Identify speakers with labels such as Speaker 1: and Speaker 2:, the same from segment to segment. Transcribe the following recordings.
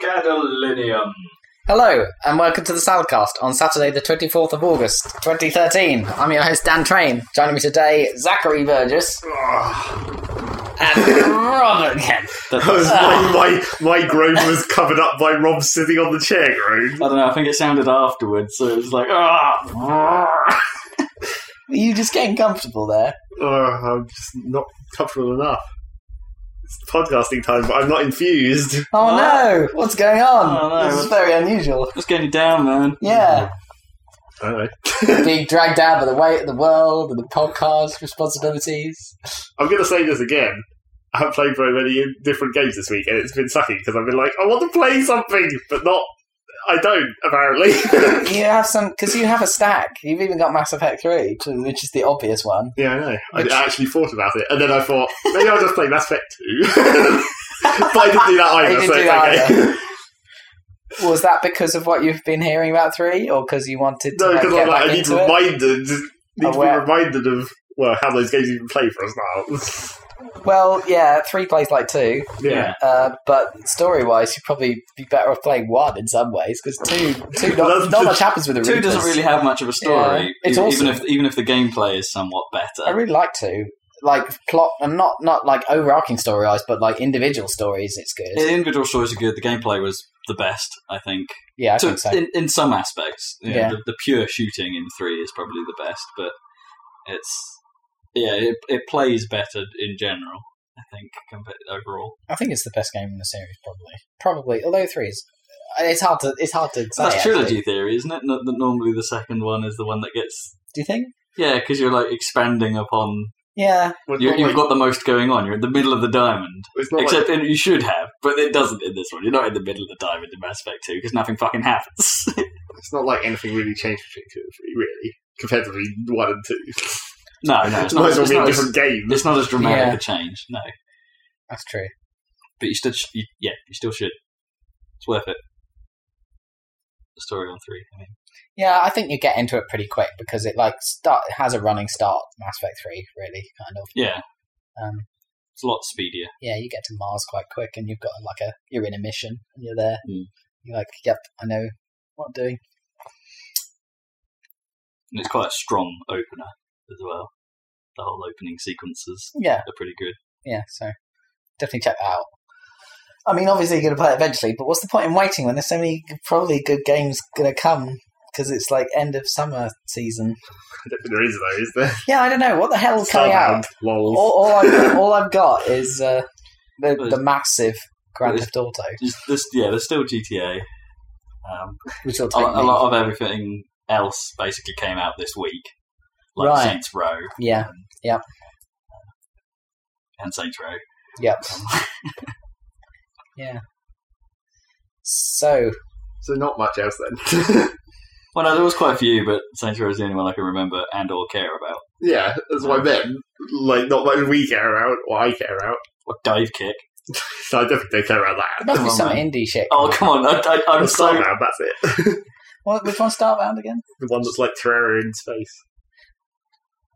Speaker 1: Gadolinium.
Speaker 2: Hello, and welcome to the Salcast on Saturday, the 24th of August, 2013. I'm your host, Dan Train. Joining me today, Zachary Burgess and Rob again.
Speaker 3: That was my, my, my groan was covered up by Rob sitting on the chair groan.
Speaker 1: I don't know, I think it sounded afterwards, so it was like, ah!
Speaker 2: Are you just getting comfortable there?
Speaker 3: Ugh, I'm just not comfortable enough. It's podcasting time, but I'm not infused.
Speaker 2: Oh no, what's going on?
Speaker 1: Oh, no,
Speaker 2: this is
Speaker 1: what's-
Speaker 2: very unusual.
Speaker 1: Just getting you down, man.
Speaker 2: Yeah,
Speaker 3: I don't know.
Speaker 2: being dragged down by the weight of the world and the podcast responsibilities.
Speaker 3: I'm going to say this again. I haven't played very many different games this week, and it's been sucking because I've been like, I want to play something, but not. I don't, apparently.
Speaker 2: You have some, because you have a stack. You've even got Mass Effect 3, too, which is the obvious one.
Speaker 3: yeah, I know. I
Speaker 2: Which-
Speaker 3: actually thought about it, and then I thought, maybe I'll just play Mass Effect 2. but I didn't do that either,
Speaker 2: didn't
Speaker 3: so
Speaker 2: do
Speaker 3: it's
Speaker 2: that
Speaker 3: okay.
Speaker 2: Was that because of what you've been hearing about 3, or because you wanted to
Speaker 3: No,
Speaker 2: like,
Speaker 3: because
Speaker 2: get
Speaker 3: I'm like,
Speaker 2: back
Speaker 3: I need
Speaker 2: into it?
Speaker 3: reminded,
Speaker 2: Of
Speaker 3: need to be
Speaker 2: where-
Speaker 3: reminded of well how those games even play for us now.
Speaker 2: Well, yeah, 3 plays like 2. Uh, but story-wise, you'd probably be better off playing one in some ways because two, two, not, not
Speaker 3: That's just-
Speaker 2: much happens with the
Speaker 1: Two doesn't really have much of a story,
Speaker 2: Yeah, it's
Speaker 1: e-
Speaker 2: awesome.
Speaker 1: even if even if the gameplay is somewhat better.
Speaker 2: I really like two, like plot and not not like overarching story-wise, but like individual stories. It's good.
Speaker 1: The individual stories are good. The gameplay was the best, I think.
Speaker 2: yeah, I
Speaker 1: To-
Speaker 2: think so.
Speaker 1: in, in some aspects, you know,
Speaker 2: Yeah.
Speaker 1: the, the pure shooting in three is probably the best, but it's yeah, it, it plays better in general. I think compared overall.
Speaker 2: I think it's the best game in the series, probably. Probably, although three is it's hard to it's hard to say.
Speaker 1: That's
Speaker 2: actually.
Speaker 1: trilogy theory, isn't it? Not that normally the second one is the one that gets
Speaker 2: Do you think?
Speaker 1: yeah, because you're like expanding upon.
Speaker 2: Yeah,
Speaker 3: Well,
Speaker 1: You,
Speaker 3: not
Speaker 1: you've
Speaker 3: like-
Speaker 1: got the most going on. You're in the middle of the diamond,
Speaker 3: it's not
Speaker 1: except in, you should have, but it doesn't in this one. You're not in the middle of the diamond in Mass Effect Two because nothing fucking happens.
Speaker 3: like, it's not like anything really changed between two and three, really, compared to the one and two.
Speaker 1: no, no, it's
Speaker 3: Might
Speaker 1: not.
Speaker 3: as well
Speaker 1: It's
Speaker 3: be a
Speaker 1: not, as,
Speaker 3: different game.
Speaker 1: it's not as dramatic
Speaker 2: Yeah.
Speaker 1: a change. No,
Speaker 2: that's true.
Speaker 1: But you still, sh- you, yeah, you still should. It's worth it. The story on three. I mean,
Speaker 2: Yeah, I think you get into it pretty quick because it like start it has a running start. Mass Effect three, really, kind of.
Speaker 1: yeah,
Speaker 2: Um,
Speaker 1: it's a lot speedier.
Speaker 2: yeah, you get to Mars quite quick, and you've got like a you're in a mission, and you're there.
Speaker 1: Mm.
Speaker 2: You're like, yep, I know what I'm doing.
Speaker 1: And it's quite a strong opener as well. The whole opening sequences
Speaker 2: Yeah,
Speaker 1: are pretty good.
Speaker 2: yeah. So definitely check that out. I mean, obviously you're going to play it eventually, but what's the point in waiting when there's so many g- probably good games going to come? Because it's like end of summer season.
Speaker 3: I don't think there is though, is there?
Speaker 2: Yeah, I don't know what the hell's coming out.
Speaker 3: Starbound, lol.
Speaker 2: All, all, I've, all I've got is uh, the, the massive Grand
Speaker 1: Well,
Speaker 2: Theft Auto,
Speaker 1: Just this, yeah, there's still GTA. Um,
Speaker 2: which will
Speaker 1: a,
Speaker 2: take
Speaker 1: a
Speaker 2: me-
Speaker 1: lot of everything else basically came out this week, like
Speaker 2: Right.
Speaker 1: Saints Row
Speaker 2: Yeah,
Speaker 1: and Saints Row.
Speaker 2: yep, yeah. So
Speaker 3: So not much else then.
Speaker 1: Well, no, there was quite a few, but Saints Row is the only one I can remember and or care about.
Speaker 3: yeah, that's what I meant. Like not what we care about, what I care about.
Speaker 1: What dive kick?
Speaker 3: So I definitely don't care about that.
Speaker 2: It must
Speaker 1: Come
Speaker 2: be
Speaker 1: on,
Speaker 2: some
Speaker 1: man.
Speaker 2: indie shit.
Speaker 1: Oh come on! I, I, I'm
Speaker 3: That's
Speaker 1: so
Speaker 3: Starbound, that's it.
Speaker 2: What, which one's Starbound again?
Speaker 3: the one that's like Terraria in space.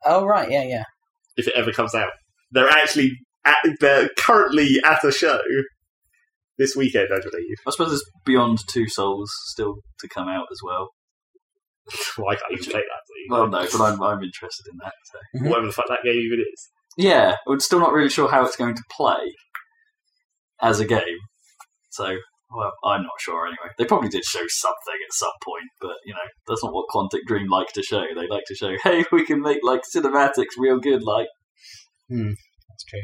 Speaker 2: Oh, right, yeah, yeah.
Speaker 3: if it ever comes out. They're actually at, they're currently at a show this weekend, I believe.
Speaker 1: I suppose there's Beyond Two Souls still to come out as well.
Speaker 3: Well, I can't even play that.
Speaker 1: Well, no, but I'm, I'm interested in that. So.
Speaker 2: I'm-
Speaker 3: Whatever the fuck that game even is.
Speaker 1: Yeah, I'm still not really sure how it's going to play as a game. So, well, I'm not sure anyway. They probably did show something at some point, but you know, that's not what Quantic Dream like to show. They like to show, hey, we can make like cinematics real good, like
Speaker 2: That's true. Yeah.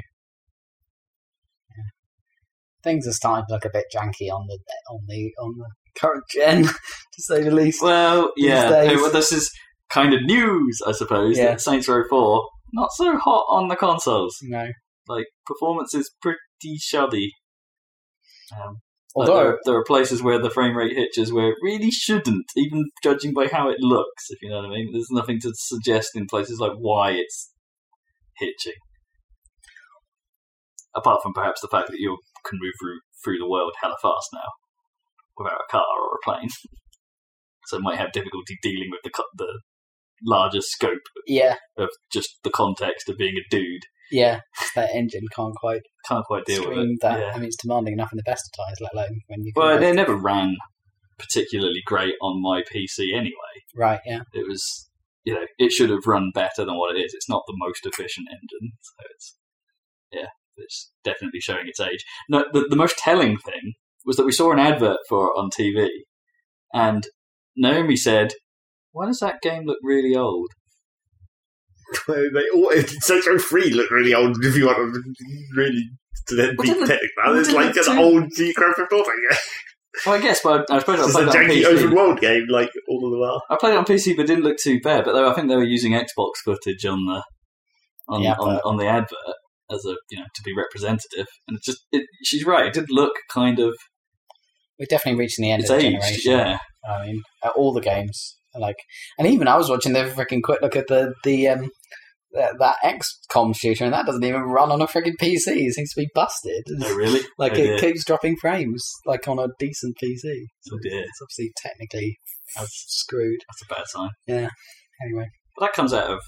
Speaker 2: Things are starting to look a bit janky on the on the on the current gen, to say the least.
Speaker 1: Well,
Speaker 2: These
Speaker 1: yeah.
Speaker 2: days.
Speaker 1: Hey, well, this is kind of news, I suppose.
Speaker 2: Yeah.
Speaker 1: That Saints Row Four not so hot on the consoles.
Speaker 2: No,
Speaker 1: Like performance is pretty shoddy. Um, like, there,
Speaker 2: although
Speaker 1: are, there are places where the frame rate hitches where it really shouldn't, even judging by how it looks. If you know what I mean, there's nothing to suggest in places like why it's hitching. Apart from perhaps the fact that you can move through, through the world hella fast now without a car or a plane, so it might have difficulty dealing with the co- the larger scope
Speaker 2: yeah,
Speaker 1: of just the context of being a dude
Speaker 2: Yeah, it's that engine can't quite
Speaker 1: Can't quite deal with
Speaker 2: scream
Speaker 1: it.
Speaker 2: that.
Speaker 1: Yeah.
Speaker 2: I mean, it's demanding enough in the best of times, let alone when you. can
Speaker 1: Well,
Speaker 2: both-
Speaker 1: they never ran particularly great on my PC anyway.
Speaker 2: right, yeah,
Speaker 1: It was, you know, it should have run better than what it is. It's not the most efficient engine, so it's, yeah, it's definitely showing its age. No, the, the most telling thing was that we saw an advert for it on TV, and Naomi said, "Why does that game look really old?"
Speaker 3: they all, Centro 3 look really old if you want to really to then
Speaker 1: Well,
Speaker 3: be
Speaker 1: didn't-
Speaker 3: technical. It's
Speaker 1: didn't
Speaker 3: like
Speaker 1: it
Speaker 3: an
Speaker 1: do-
Speaker 3: old G Grand Theft Auto game.
Speaker 1: Well, I guess, but I, I suppose I
Speaker 3: It's a
Speaker 1: played it on
Speaker 3: janky
Speaker 1: PC.
Speaker 3: open world game, like all of them are.
Speaker 1: I played it on PC, but it didn't look too bad. But they, I think they were using Xbox footage on the on,
Speaker 2: Yeah,
Speaker 1: on,
Speaker 2: but-
Speaker 1: on the advert as a you know to be representative. And it just it, she's right. It did look kind of
Speaker 2: we're definitely reaching the end
Speaker 1: it's
Speaker 2: of the
Speaker 1: aged.
Speaker 2: generation.
Speaker 1: Yeah,
Speaker 2: I mean, at all the games, like, and even I was watching the freaking quick look at the the um that, that XCOM shooter, and that doesn't even run on a freaking PC. It seems to be busted.
Speaker 1: no, really.
Speaker 2: Like
Speaker 1: Oh,
Speaker 2: it
Speaker 1: dear.
Speaker 2: keeps dropping frames, like on a decent PC.
Speaker 1: Oh, dear.
Speaker 2: it's obviously technically uh,
Speaker 1: That's-
Speaker 2: screwed.
Speaker 1: that's a bad sign.
Speaker 2: Anyway,
Speaker 1: But that comes out of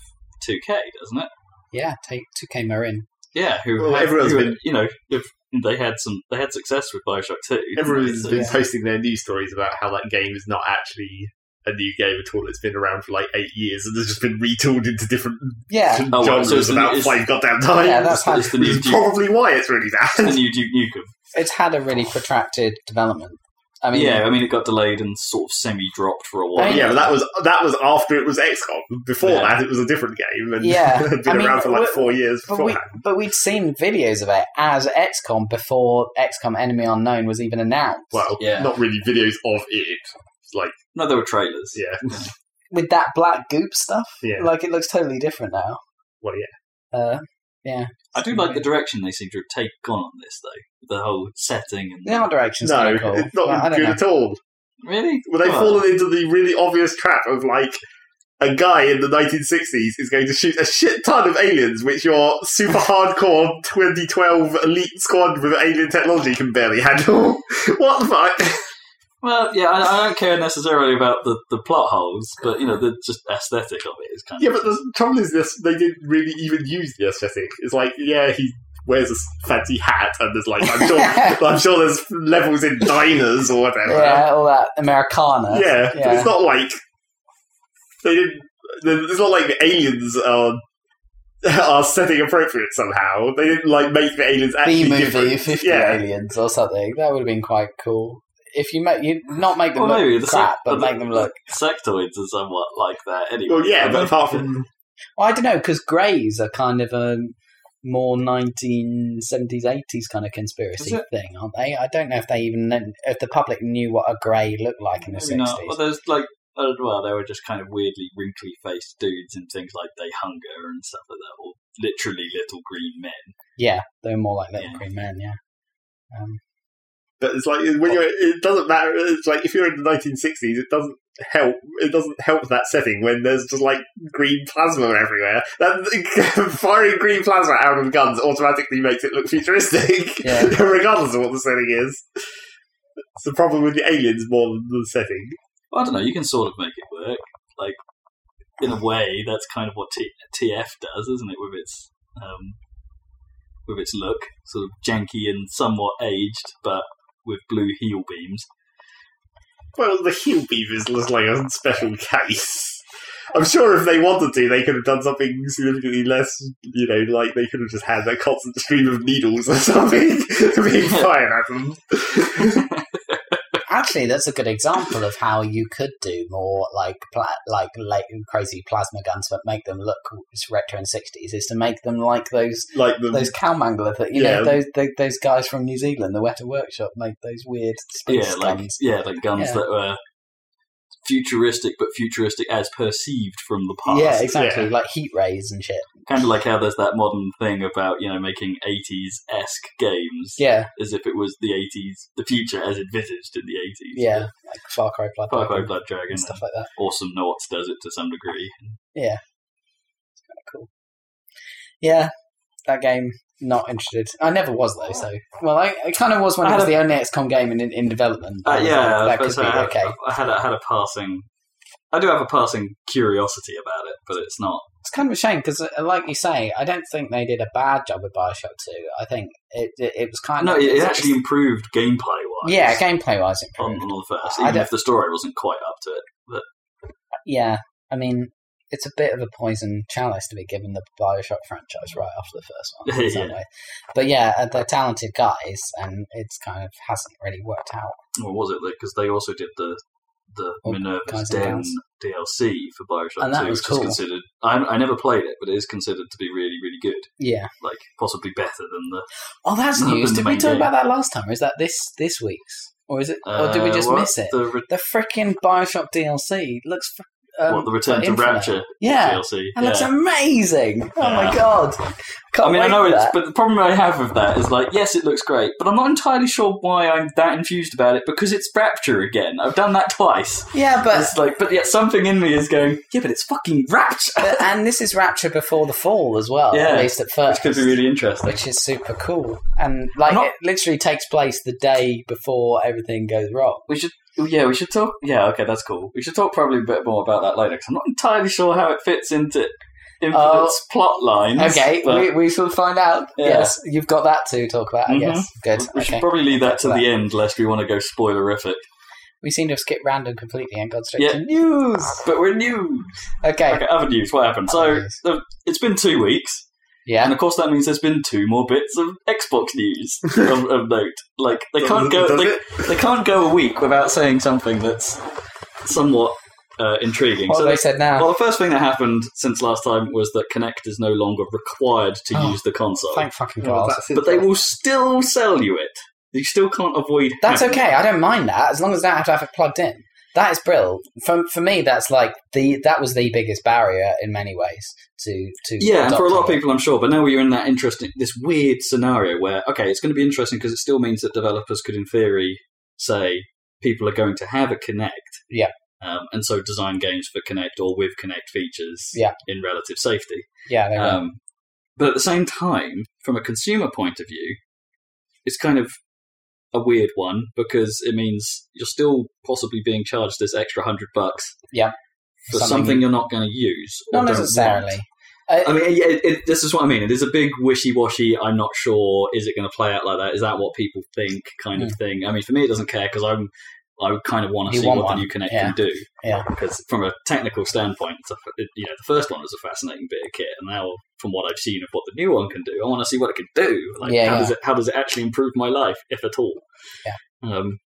Speaker 1: 2K, doesn't it?
Speaker 2: yeah, take two K Marin.
Speaker 1: Yeah, who,
Speaker 3: Well, everyone's
Speaker 1: who-
Speaker 3: been-
Speaker 1: you know if they had some they had success with Bioshock Two. uh, didn't they?
Speaker 3: Everyone's
Speaker 1: So-
Speaker 3: been
Speaker 2: Yeah.
Speaker 3: posting their news stories about how that game is not actually a new game at all. It's been around for like eight years and it's just been retooled into different
Speaker 2: Yeah,
Speaker 1: Oh, well,
Speaker 3: genres
Speaker 1: so it's the-
Speaker 3: about
Speaker 1: it's-
Speaker 3: five goddamn times.
Speaker 2: Yeah, that's
Speaker 1: it's, the- it's the new
Speaker 3: Which is
Speaker 1: Duke,
Speaker 3: probably why it's really
Speaker 1: the
Speaker 3: bad.
Speaker 1: new Duke Nukem.
Speaker 2: it's had a really protracted development. I mean,
Speaker 1: yeah, I mean it got delayed and sort of semi dropped for a while.
Speaker 3: yeah, but that was that was after it was XCOM. Before
Speaker 1: Yeah.
Speaker 3: that, it was a different game and
Speaker 2: Yeah.
Speaker 3: it had
Speaker 2: I
Speaker 3: been
Speaker 2: mean,
Speaker 3: around for like
Speaker 2: but-
Speaker 3: four years
Speaker 2: But, we,
Speaker 3: beforehand.
Speaker 2: but we'd seen videos of it as XCOM before XCOM Enemy Unknown was even announced.
Speaker 3: Well,
Speaker 1: Yeah.
Speaker 3: not really videos of it. Like,
Speaker 1: No, there were trailers.
Speaker 3: yeah,
Speaker 2: With that black goop stuff,
Speaker 3: Yeah.
Speaker 2: like it looks totally different now.
Speaker 3: well, yeah.
Speaker 2: Uh,
Speaker 1: I do like the direction they seem to have taken on this, though. The whole setting and
Speaker 2: the art direction's
Speaker 3: No,
Speaker 2: kinda cool.
Speaker 3: it's not
Speaker 2: Well, I don't
Speaker 3: good
Speaker 2: know.
Speaker 3: at all.
Speaker 1: really,
Speaker 3: Well, they've
Speaker 1: Come on.
Speaker 3: fallen into the really obvious trap of like a guy in the 1960s is going to shoot a shit ton of aliens, which your super hardcore 2012 elite squad with alien technology can barely handle. what the fuck?
Speaker 1: Well, yeah, I, I don't care necessarily about the, the plot holes, but you know, the just aesthetic of it is kind
Speaker 3: yeah,
Speaker 1: of
Speaker 3: but the trouble is this: they didn't really even use the aesthetic. It's like, yeah, he wears a s- fancy hat, and there's like, I'm sure, I'm sure there's levels in diners or whatever.
Speaker 2: yeah, all that Americana.
Speaker 3: yeah, but it's not like they didn't. It's not like the aliens are are setting appropriate somehow. They didn't like make the aliens actually
Speaker 2: B movie,
Speaker 3: different.
Speaker 2: Fifty
Speaker 3: yeah,
Speaker 2: Aliens or something. That would have been quite cool. If you make you not make them
Speaker 1: Well,
Speaker 2: look
Speaker 1: maybe the
Speaker 2: crap,
Speaker 1: sec-
Speaker 2: but
Speaker 1: the-
Speaker 2: make them look.
Speaker 1: sectoids are somewhat like that anyway.
Speaker 3: well, yeah,
Speaker 1: I
Speaker 3: but
Speaker 1: mean,
Speaker 3: apart
Speaker 2: Mm.
Speaker 3: from
Speaker 2: Well, I don't know because greys are kind of a more nineteen seventies, eighties kind of
Speaker 1: Is
Speaker 2: conspiracy
Speaker 1: it?
Speaker 2: thing, aren't they? I don't know if they even kn- if the public knew what a grey looked like in the
Speaker 1: maybe not. Well,
Speaker 2: sixties.
Speaker 1: there's like uh, well, they were just kind of weirdly wrinkly faced dudes and things like they hunger and stuff like that, or literally little green men.
Speaker 2: Yeah, they were more like little
Speaker 1: Yeah.
Speaker 2: green men. Yeah. Um,
Speaker 3: but it's like when you're. It doesn't matter. It's like if you're in the 1960s, it doesn't help. It doesn't help that setting when there's just like green plasma everywhere. That firing green plasma out of guns automatically makes it look futuristic,
Speaker 2: Yeah.
Speaker 3: regardless of what the setting is. It's the problem with the aliens more than the setting.
Speaker 1: Well, I don't know. You can sort of make it work, like in a way. That's kind of what T- TF does, isn't it? With its um, with its look, sort of janky and somewhat aged, but with blue heel beams.
Speaker 3: Well, the heel beavers was like a special case. I'm sure if they wanted to, they could have done something significantly less, you know, like they could have just had that constant stream of needles or something being fired at them.
Speaker 2: actually, that's a good example of how you could do more like pla- like, like crazy plasma guns, but make them look retro and sixties. Is to make them like those
Speaker 3: Like the
Speaker 2: those cowmangler that you
Speaker 3: Yeah.
Speaker 2: know those, those those guys from New Zealand, the Weta Workshop, make those weird space
Speaker 1: yeah, like
Speaker 2: guns.
Speaker 1: yeah, like guns
Speaker 2: Yeah.
Speaker 1: that were futuristic, but futuristic as perceived from the past.
Speaker 2: Yeah, exactly,
Speaker 3: Yeah.
Speaker 2: like heat rays and shit.
Speaker 1: Kind of like how there's that modern thing about you know making 80s esque games
Speaker 2: Yeah,
Speaker 1: as if it was the 80s, the future as envisaged in the 80s.
Speaker 2: yeah, like Far Cry Blood,
Speaker 1: Far Cry
Speaker 2: Dragon
Speaker 1: Blood Dragon
Speaker 2: and stuff like that.
Speaker 1: Awesome Noughts does it to some degree.
Speaker 2: Yeah, that game. Not interested. I never was though. So well, I, I kind of was when
Speaker 1: I
Speaker 2: it
Speaker 1: had
Speaker 2: was
Speaker 1: a-
Speaker 2: the only XCOM game in in development. I
Speaker 1: Uh,
Speaker 2: was
Speaker 1: yeah,
Speaker 2: like,
Speaker 1: I
Speaker 2: that
Speaker 1: was
Speaker 2: could be
Speaker 1: about to say, I,
Speaker 2: okay.
Speaker 1: had, I had a, had a passing I do have a passing curiosity about it, but it's not.
Speaker 2: It's kind of a shame because, like you say, I don't think they did a bad job with Bioshock Two. I think it it, it was kind
Speaker 1: No,
Speaker 2: of
Speaker 1: it, it actually Um, improved gameplay wise.
Speaker 2: yeah, gameplay wise
Speaker 1: on,
Speaker 2: improved.
Speaker 1: on the first,
Speaker 2: I
Speaker 1: even
Speaker 2: don't-
Speaker 1: if the story wasn't quite up to it.
Speaker 2: Yeah, I mean. It's a bit of a poison chalice to be given the Bioshock franchise right after the first one, in some
Speaker 1: Yeah.
Speaker 2: way. But yeah, uh, they're talented guys, and it's kind of hasn't really worked out.
Speaker 1: Or was it? Because they also did the the
Speaker 2: Oh,
Speaker 1: Minerva's
Speaker 2: Guys and
Speaker 1: Den
Speaker 2: Gals.
Speaker 1: DLC for Bioshock
Speaker 2: And that
Speaker 1: 2,
Speaker 2: was
Speaker 1: which
Speaker 2: cool.
Speaker 1: is considered. I, I never played it, but it is considered to be really, really good.
Speaker 2: Yeah.
Speaker 1: Like, possibly better than the.
Speaker 2: Oh, that's
Speaker 1: Not
Speaker 2: news.
Speaker 1: been
Speaker 2: Did
Speaker 1: the
Speaker 2: we
Speaker 1: main
Speaker 2: talk
Speaker 1: game.
Speaker 2: about that last time? Or is that this this week's? Or is it? or did we
Speaker 1: uh,
Speaker 2: just
Speaker 1: what?
Speaker 2: miss it?
Speaker 1: The, re-
Speaker 2: The frickin' Bioshock DLC looks. fr- Um,
Speaker 1: what, the Return to
Speaker 2: Infinite.
Speaker 1: Rapture
Speaker 2: Yeah,
Speaker 1: DLC.
Speaker 2: and looks
Speaker 1: Yeah.
Speaker 2: amazing. Oh my
Speaker 1: Yeah.
Speaker 2: god! Can't
Speaker 1: I mean,
Speaker 2: wait
Speaker 1: I know
Speaker 2: for
Speaker 1: it's,
Speaker 2: that.
Speaker 1: but the problem I have with that is like, yes, it looks great, but I'm not entirely sure why I'm that infused about it because it's Rapture again. I've done that twice.
Speaker 2: yeah, but
Speaker 1: it's like, but yet something in me is going, yeah, but it's fucking Rapture.
Speaker 2: but- and this is Rapture before the fall as well.
Speaker 1: Yeah.
Speaker 2: at least at
Speaker 1: Which
Speaker 2: first,
Speaker 1: could be really interesting.
Speaker 2: which is super cool. And like,
Speaker 1: Not-
Speaker 2: it literally takes place the day before everything goes wrong.
Speaker 1: We should, oh, yeah, we should talk. Yeah, okay, that's cool. We should talk probably a bit more about that later because I'm not entirely sure how it fits into Infinite's plot lines.
Speaker 2: Uh, Okay,
Speaker 1: but
Speaker 2: we, we shall find out.
Speaker 1: Yeah.
Speaker 2: Yes, you've got that to talk about. I
Speaker 1: Mhm.
Speaker 2: guess good.
Speaker 1: we
Speaker 2: okay.
Speaker 1: should probably leave that to
Speaker 2: That.
Speaker 1: the end lest we want to go spoilerific.
Speaker 2: We seem to have skipped random completely and gone straight
Speaker 1: Yeah.
Speaker 2: to news.
Speaker 1: But we're new.
Speaker 2: Okay.
Speaker 1: Okay, other news. What happened? So
Speaker 2: Other news.
Speaker 1: uh, it's been two weeks. And
Speaker 2: Yeah.
Speaker 1: of course, that means there's been two more bits of Xbox news of, of note. Like they can't go,
Speaker 3: Does
Speaker 1: they,
Speaker 3: it?
Speaker 1: they can't go a week without saying something that's somewhat uh, intriguing.
Speaker 2: What
Speaker 1: so,
Speaker 2: have they said now?
Speaker 1: well, the first thing that happened since last time was that Kinect is no longer required to
Speaker 2: Oh,
Speaker 1: use the console,
Speaker 2: Thank fucking
Speaker 3: Well,
Speaker 2: God.
Speaker 3: that's
Speaker 1: but they will still sell you it. You still can't avoid.
Speaker 2: that's
Speaker 1: having it.
Speaker 2: okay. I don't mind that as long as I don't have to have it plugged in. That is brill. For, for me, that's like the that was the biggest barrier in many ways to to
Speaker 1: Yeah, and for a lot of
Speaker 2: adopting
Speaker 1: people, I'm sure. But now we're in that interesting, this weird scenario where, okay, it's going to be interesting because it still means that developers could, in theory, say people are going to have a Kinect.
Speaker 2: Yeah.
Speaker 1: Um, and so design games for Kinect or with Kinect features
Speaker 2: Yeah.
Speaker 1: in relative safety.
Speaker 2: it. Yeah, they will.
Speaker 1: Um, but at the same time, from a consumer point of view, it's kind of a weird one because it means you're still possibly being charged this extra hundred bucks.
Speaker 2: Yeah.
Speaker 1: For
Speaker 2: Something-
Speaker 1: something, you're not going to use. or
Speaker 2: not
Speaker 1: don't
Speaker 2: necessarily.
Speaker 1: want. I mean, yeah, it, it, this is what I mean. It is a big wishy-washy. I'm not sure. Is it going to play out like that? Is that what people think? Kind of thing. I mean, for me, it doesn't care because I'm. I kind of want to
Speaker 2: Hmm. You
Speaker 1: see
Speaker 2: want
Speaker 1: what
Speaker 2: one.
Speaker 1: the new Kinect
Speaker 2: Yeah.
Speaker 1: can do.
Speaker 2: Yeah.
Speaker 1: Because from a technical standpoint, it's a, it, you know, the first one was a fascinating bit of kit, and now from what I've seen of what the new one can do, I want to see what it can do. Like,
Speaker 2: Yeah,
Speaker 1: how
Speaker 2: yeah.
Speaker 1: does it how does it actually improve my life, if at all?
Speaker 2: Yeah.
Speaker 1: Um,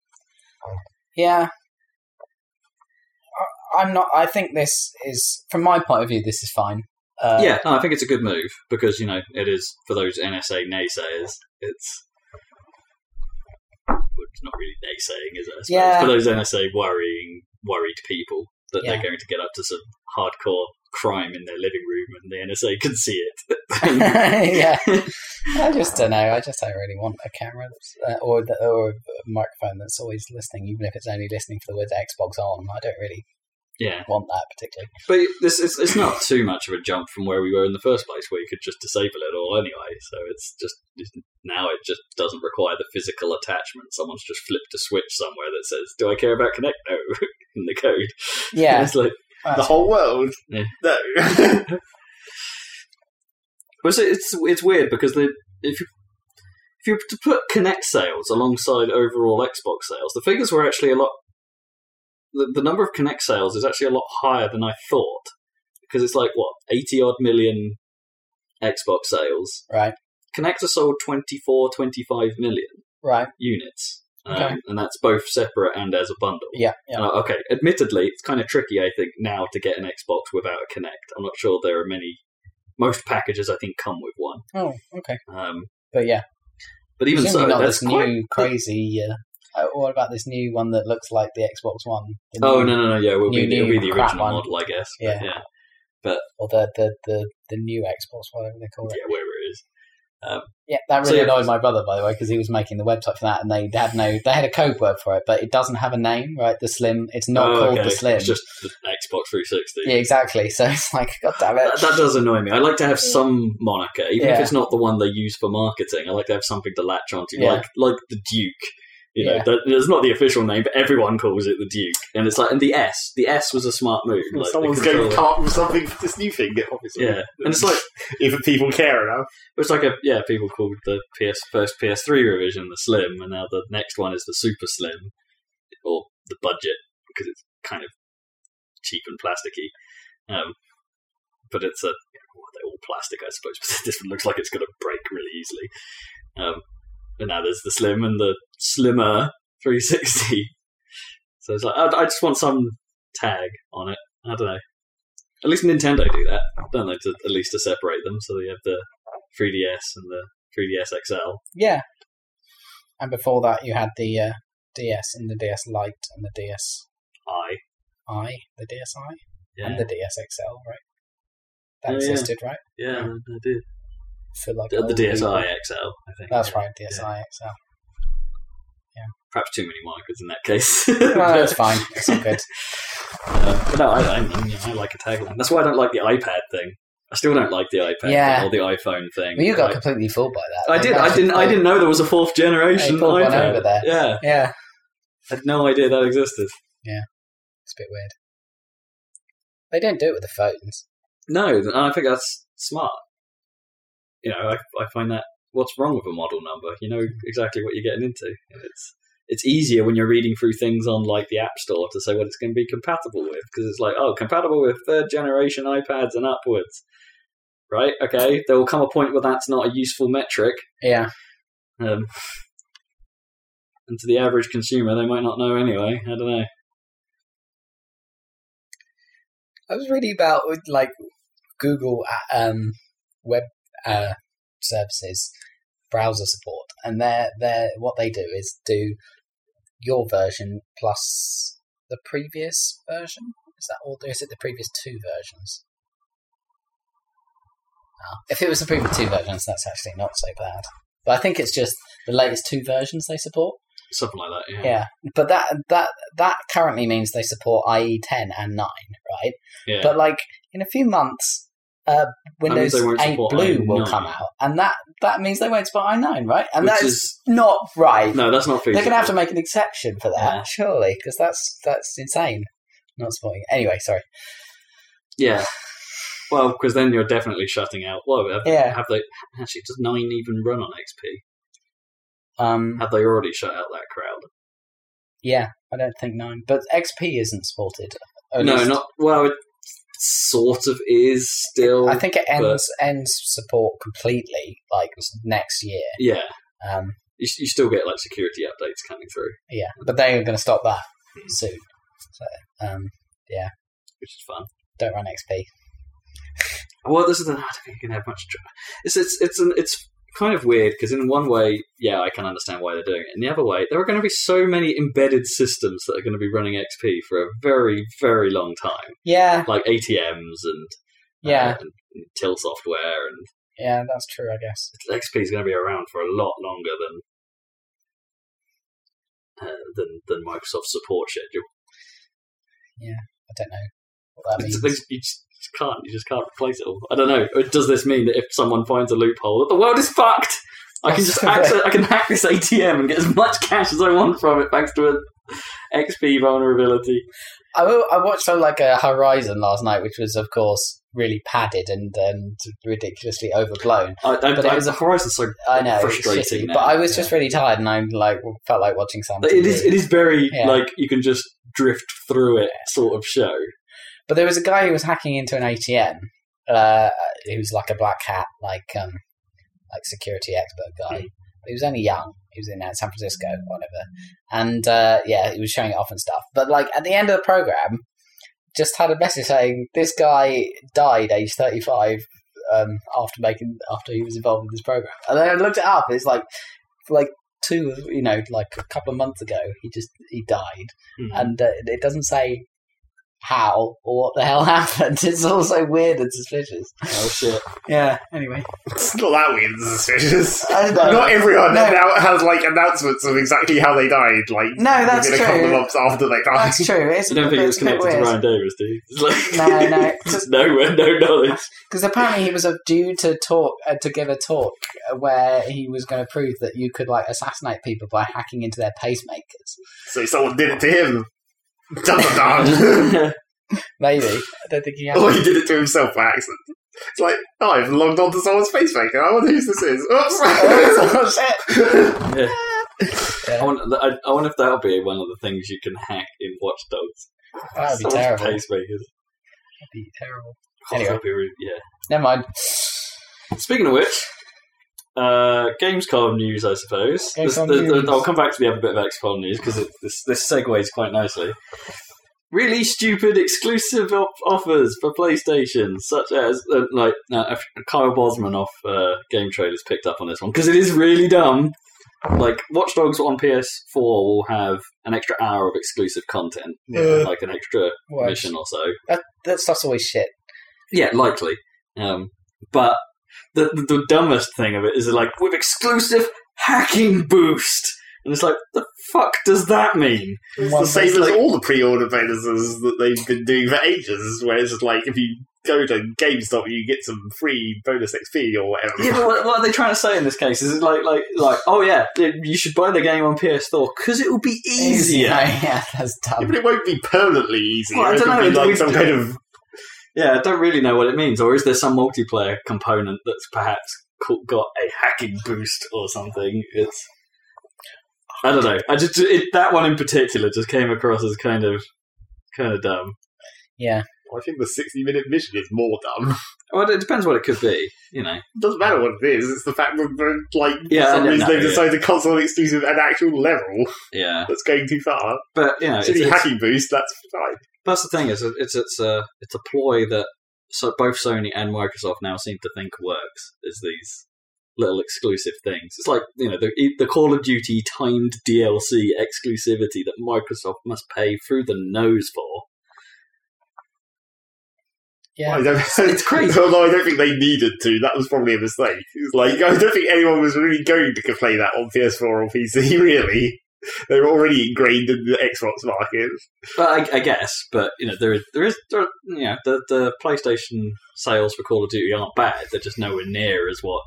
Speaker 2: Yeah. I- I'm not. I think this is, from my point of view, this is fine. Uh,
Speaker 1: yeah. No, I think it's a good move because you know it is for those NSA naysayers. It's well, it's not really naysaying, is it? I suppose.
Speaker 2: Yeah.
Speaker 1: For those NSA worrying, worried people that
Speaker 2: Yeah.
Speaker 1: they're going to get up to some hardcore crime in their living room and the NSA can see it.
Speaker 2: yeah. I just don't know. I just don't really want a camera that's, uh, or the, or a microphone that's always listening, even if it's only listening for the words Xbox on. I don't really
Speaker 1: yeah.
Speaker 2: want that particularly.
Speaker 1: But this it's, it's not too much of a jump from where we were in the first place, where you could just disable it all anyway. So it's just it's, now it just doesn't require the physical attachment. Someone's just flipped a switch somewhere that says, "Do I care about Connect?" No, in the code.
Speaker 2: Yeah.
Speaker 1: it's like
Speaker 3: the whole world.
Speaker 1: Yeah.
Speaker 3: No.
Speaker 1: Well, it's, it's it's weird because they if you if you were to put Kinect sales alongside overall Xbox sales, the figures were actually a lot. The, the number of Kinect sales is actually a lot higher than I thought because it's like what eighty odd million Xbox sales.
Speaker 2: Right.
Speaker 1: Kinects are sold 24, 25 million
Speaker 2: Right.
Speaker 1: units, um,
Speaker 2: Okay.
Speaker 1: and that's both separate and as a bundle.
Speaker 2: Yeah. Yeah.
Speaker 1: Uh, okay, admittedly, it's kind of tricky, I think, now to get an Xbox without a Kinect. I'm not sure there are many. Most packages, I think, come with one.
Speaker 2: Oh, okay.
Speaker 1: Um,
Speaker 2: But yeah,
Speaker 1: but even so,
Speaker 2: presumably not
Speaker 1: that's
Speaker 2: this
Speaker 1: quite.
Speaker 2: new crazy. Uh, uh, what about this new one that looks like the Xbox One? The
Speaker 1: Oh
Speaker 2: new-
Speaker 1: no, no, no! Yeah, we'll be,
Speaker 2: New-
Speaker 1: it'll be
Speaker 2: new
Speaker 1: the
Speaker 2: crap
Speaker 1: original
Speaker 2: one.
Speaker 1: model, I guess. but
Speaker 2: Yeah.
Speaker 1: yeah,
Speaker 2: Or the the, the the new Xbox, whatever they call it.
Speaker 1: yeah, wherever it is.
Speaker 2: Yeah, that
Speaker 1: So,
Speaker 2: really
Speaker 1: yeah.
Speaker 2: annoyed my brother, by the way, because he was making the website for that, and they had no, they had a code word for it, but it doesn't have a name, right? The Slim, it's not
Speaker 1: Oh,
Speaker 2: called
Speaker 1: okay.
Speaker 2: the Slim.
Speaker 1: It's just the Xbox 360.
Speaker 2: yeah, exactly. So it's like, god damn it,
Speaker 1: That, that does annoy me. I like to have some moniker, even
Speaker 2: Yeah.
Speaker 1: if it's not the one they use for marketing. I like to have something to latch onto,
Speaker 2: Yeah.
Speaker 1: like like the Duke. You know,
Speaker 2: Yeah.
Speaker 1: that, that's not the official name, but everyone calls it the Duke. And it's like, and the S, the S was a smart move. Like, the
Speaker 3: Someone's going to
Speaker 1: controller-
Speaker 3: come up with something for this new thing, obviously.
Speaker 1: Yeah, and it's like
Speaker 3: if people care enough.
Speaker 1: It was like a yeah, people called the PS first PS3 revision the Slim, and now the next one is the Super Slim, or the budget because it's kind of cheap and plasticky. Um, but it's a well, they're all plastic, I suppose. But this one looks like it's going to break really easily. Um, and now there's the Slim and the Slimmer 360. So it's like I, I just want some tag on it. I don't know. At least Nintendo do that, don't they? To, at least to separate them, so they have the 3DS and the 3DS XL.
Speaker 2: Yeah. And before that, you had the uh, DS and the DS Lite and the DSi,
Speaker 1: I
Speaker 2: the DSi,
Speaker 1: yeah
Speaker 2: and the DSXL, right?
Speaker 1: Yeah,
Speaker 2: That
Speaker 1: yeah.
Speaker 2: existed, right?
Speaker 1: yeah I did
Speaker 2: For like
Speaker 1: the, the
Speaker 2: old
Speaker 1: DSi
Speaker 2: people.
Speaker 1: XL. I think
Speaker 2: That's
Speaker 1: yeah.
Speaker 2: right, DSi XL.
Speaker 1: Perhaps too many markers in that case.
Speaker 2: No, it's fine. It's all good.
Speaker 1: Uh, but no, I, I, I, mean, I like a tagline. That's why I don't like the iPad thing. I still don't like the iPad
Speaker 2: Yeah.
Speaker 1: thing or the iPhone thing.
Speaker 2: Well, you got
Speaker 1: Like,
Speaker 2: completely fooled by that.
Speaker 1: I
Speaker 2: Like,
Speaker 1: did.
Speaker 2: that's
Speaker 1: I didn't. I
Speaker 2: just-
Speaker 1: didn't know there was a fourth generation
Speaker 2: Yeah, you pulled one
Speaker 1: iPad.
Speaker 2: over there.
Speaker 1: Yeah,
Speaker 2: Yeah,
Speaker 1: I had no idea that existed.
Speaker 2: it's a bit weird. They don't do it with the phones.
Speaker 1: No, and I think that's smart. You know, I, I find that what's wrong with a model number? You know exactly what you're getting into. And It's it's easier when you're reading through things on like the App Store to say what it's going to be compatible with because it's like, oh, compatible with third generation iPads and upwards. Right? Okay. There will come a point where that's not a useful metric,
Speaker 2: Yeah,
Speaker 1: um, and to the average consumer, they might not know anyway. I don't know.
Speaker 2: I was reading about like Google uh, um, web uh, services browser support, and they're, they're what they do is do your version plus the previous version. Is that all? Is it the previous two versions? Ah, if it was the previous two versions, that's actually not so bad. But I think it's just the latest two versions they support.
Speaker 1: Something like that. Yeah.
Speaker 2: Yeah, but that that that currently means they support IE ten and nine, right?
Speaker 1: Yeah.
Speaker 2: But like in a few months, uh, Windows
Speaker 1: they won't
Speaker 2: eight
Speaker 1: support E
Speaker 2: Blue
Speaker 1: IE9.
Speaker 2: will come out, and that that means they won't support i E nine, right? And
Speaker 1: Which
Speaker 2: that's
Speaker 1: is-
Speaker 2: not right.
Speaker 1: no, that's not feasible.
Speaker 2: They're going to have to make an exception for that,
Speaker 1: Yeah.
Speaker 2: surely, because that's that's insane. Not supporting. Anyway, sorry.
Speaker 1: Yeah. Well, because then you're definitely shutting out. Well, have,
Speaker 2: Yeah.
Speaker 1: have they actually? Does nine even run on XP?
Speaker 2: Um,
Speaker 1: Have they already shut out that crowd?
Speaker 2: yeah, I don't think nine, but XP isn't supported. at
Speaker 1: no,
Speaker 2: least-
Speaker 1: not well. It sort of is still.
Speaker 2: I think it ends ends support completely, like next year.
Speaker 1: yeah,
Speaker 2: Um,
Speaker 1: you, you still get like security updates coming through,
Speaker 2: Yeah, but they are going to stop that soon. So, um,
Speaker 1: which is fun.
Speaker 2: don't run XP.
Speaker 1: Well, this is the, I don't think you can have much. Tr- it's it's it's an, it's kind of weird because in one way, yeah, I can understand why they're doing it. In the other way, there are going to be so many embedded systems that are going to be running XP for a very very long time,
Speaker 2: Yeah,
Speaker 1: like ATMs and
Speaker 2: yeah,
Speaker 1: uh, and till software and
Speaker 2: yeah. That's true, I guess.
Speaker 1: XP is going to be around for a lot longer than uh, than than Microsoft support schedule.
Speaker 2: I don't know what that
Speaker 1: It's-
Speaker 2: means.
Speaker 1: you just you just can't you just can't replace it all. I don't know. Does this mean that if someone finds a loophole, that the world is fucked? I can just access, I can hack this ATM and get as much cash as I want from it thanks to a XP vulnerability.
Speaker 2: I, wa- I watched uh, like a Horizon last night, which was of course really padded and, and ridiculously overblown.
Speaker 1: I, I,
Speaker 2: But
Speaker 1: I,
Speaker 2: it was a-
Speaker 1: Horizon's so
Speaker 2: I know, it's
Speaker 1: frustrating.
Speaker 2: shitty,
Speaker 1: now.
Speaker 2: but I was
Speaker 1: Yeah.
Speaker 2: just really tired, and I like felt like watching
Speaker 1: But
Speaker 2: something.
Speaker 1: it is it is very
Speaker 2: Yeah.
Speaker 1: like you can just drift through it sort of show.
Speaker 2: But there was a guy who was hacking into an ATM. Uh, he was like a black hat, like um, like security expert guy. He was only young. He was in uh, San Francisco, whatever. And uh, yeah, he was showing it off and stuff. But like at the end of the program, just had a message saying this guy died age thirty five um, after making after he was involved in this program. And then I looked it up. It's like like two, you know, like a couple of months ago, he just he died
Speaker 1: Hmm.
Speaker 2: and uh, it doesn't say how or what the hell happened. It's also weird and suspicious.
Speaker 1: Oh shit!
Speaker 2: Yeah. Anyway,
Speaker 3: It's not that weird and suspicious.
Speaker 2: I don't know.
Speaker 3: Not everyone
Speaker 2: Uh, No.
Speaker 3: now has like announcements of exactly how they died. Like
Speaker 2: No, that's
Speaker 3: within a couple of
Speaker 2: true.
Speaker 3: months after they died.
Speaker 2: that's true. It's,
Speaker 1: I don't think it was
Speaker 2: it's a bit
Speaker 1: connected to
Speaker 2: weird.
Speaker 1: Ryan Davis, do you? It's like-
Speaker 2: No, no.
Speaker 1: Just nowhere, no knowledge.
Speaker 2: Because apparently he was uh, due to talk uh, to give a talk uh, where he was going to prove that you could like assassinate people by hacking into their pacemakers.
Speaker 3: So someone did it to him. Dun dun dun.
Speaker 2: Ah. Maybe I don't think he
Speaker 3: or
Speaker 2: has.
Speaker 3: he did it to himself by accident. It's like, oh, I've logged on to someone's pacemaker. I wonder whose this is.
Speaker 2: Oh,
Speaker 3: Oops.
Speaker 2: shit.
Speaker 1: Yeah.
Speaker 2: Yeah.
Speaker 1: I wonder, I, I wonder if that'll be one of the things you can hack in Watch Dogs.
Speaker 2: That would be
Speaker 1: Someone's
Speaker 2: terrible. That'd
Speaker 1: Pacemakers.
Speaker 2: be terrible.
Speaker 1: Oh, that'd
Speaker 2: Anyway.
Speaker 1: be really- yeah.
Speaker 2: Never mind.
Speaker 1: Speaking of which, uh, Gamescom news, I suppose. This-
Speaker 2: Gamescom
Speaker 1: the- the-
Speaker 2: news.
Speaker 1: I'll come back to the other bit of XCOM news because this, this segues quite nicely. Really stupid exclusive op- offers for PlayStation, such as uh, like uh, Kyle Bosman off uh, Game Traders picked up on this one because it is really dumb. Like Watch Dogs on PS4 will have an extra hour of exclusive content,
Speaker 3: Yeah.
Speaker 2: Uh,
Speaker 1: like an extra
Speaker 2: Worse.
Speaker 1: mission or so.
Speaker 2: That stuff's always shit.
Speaker 1: Yeah, likely. Um, but the, the the dumbest thing of it is like with exclusive hacking boost, and it's like the fuck does that mean?
Speaker 3: It's
Speaker 2: One
Speaker 3: the same
Speaker 1: place,
Speaker 3: as
Speaker 1: like-
Speaker 3: all the pre-order bonuses that they've been doing for ages, where it's just like if you go to GameStop, you get some free bonus XP or whatever.
Speaker 1: Yeah, but what, what are they trying to say in this case? Is it like like like oh yeah, you should buy the game on PS4 because it will be easier.
Speaker 2: No, yeah, that's
Speaker 3: Yeah,
Speaker 2: dumb.
Speaker 3: but it won't be permanently easy.
Speaker 1: Well, I don't
Speaker 3: It'll
Speaker 1: know,
Speaker 3: be like
Speaker 1: we've-
Speaker 3: some kind of
Speaker 1: Yeah, I don't really know what it means, or is there some multiplayer component that's perhaps co- got a hacking boost or something? It's I don't know. I just it, that one in particular just came across as kind of kind of dumb.
Speaker 2: Yeah.
Speaker 3: I think the sixty-minute mission is more dumb.
Speaker 1: Well, it depends what it could be, you know.
Speaker 3: It doesn't matter what it is. It's the fact that they're, like
Speaker 1: Yeah,
Speaker 3: for some
Speaker 1: I know,
Speaker 3: reason
Speaker 1: no,
Speaker 3: they've
Speaker 1: yeah.
Speaker 3: decided to console exclusive an actual level
Speaker 1: Yeah,
Speaker 3: that's going too far.
Speaker 1: but you know, it's,
Speaker 3: Should be
Speaker 1: it's-
Speaker 3: hacking boost. That's fine.
Speaker 1: that's the thing is it- it's it's a it's a ploy that so both Sony and Microsoft now seem to think works is these little exclusive things. It's like you know the e, the Call of Duty timed DLC exclusivity that Microsoft must pay through the nose for.
Speaker 2: Yeah.
Speaker 3: I don't,
Speaker 1: It's crazy.
Speaker 3: Although I don't think they needed to. That was probably a mistake. It's like I don't think anyone was really going to play that on PS4 or PC. Really, they were already ingrained in the Xbox market.
Speaker 1: But I, I guess, but you know there is there is there, are- you know the the PlayStation sales for Call of Duty aren't bad. They're just nowhere near as what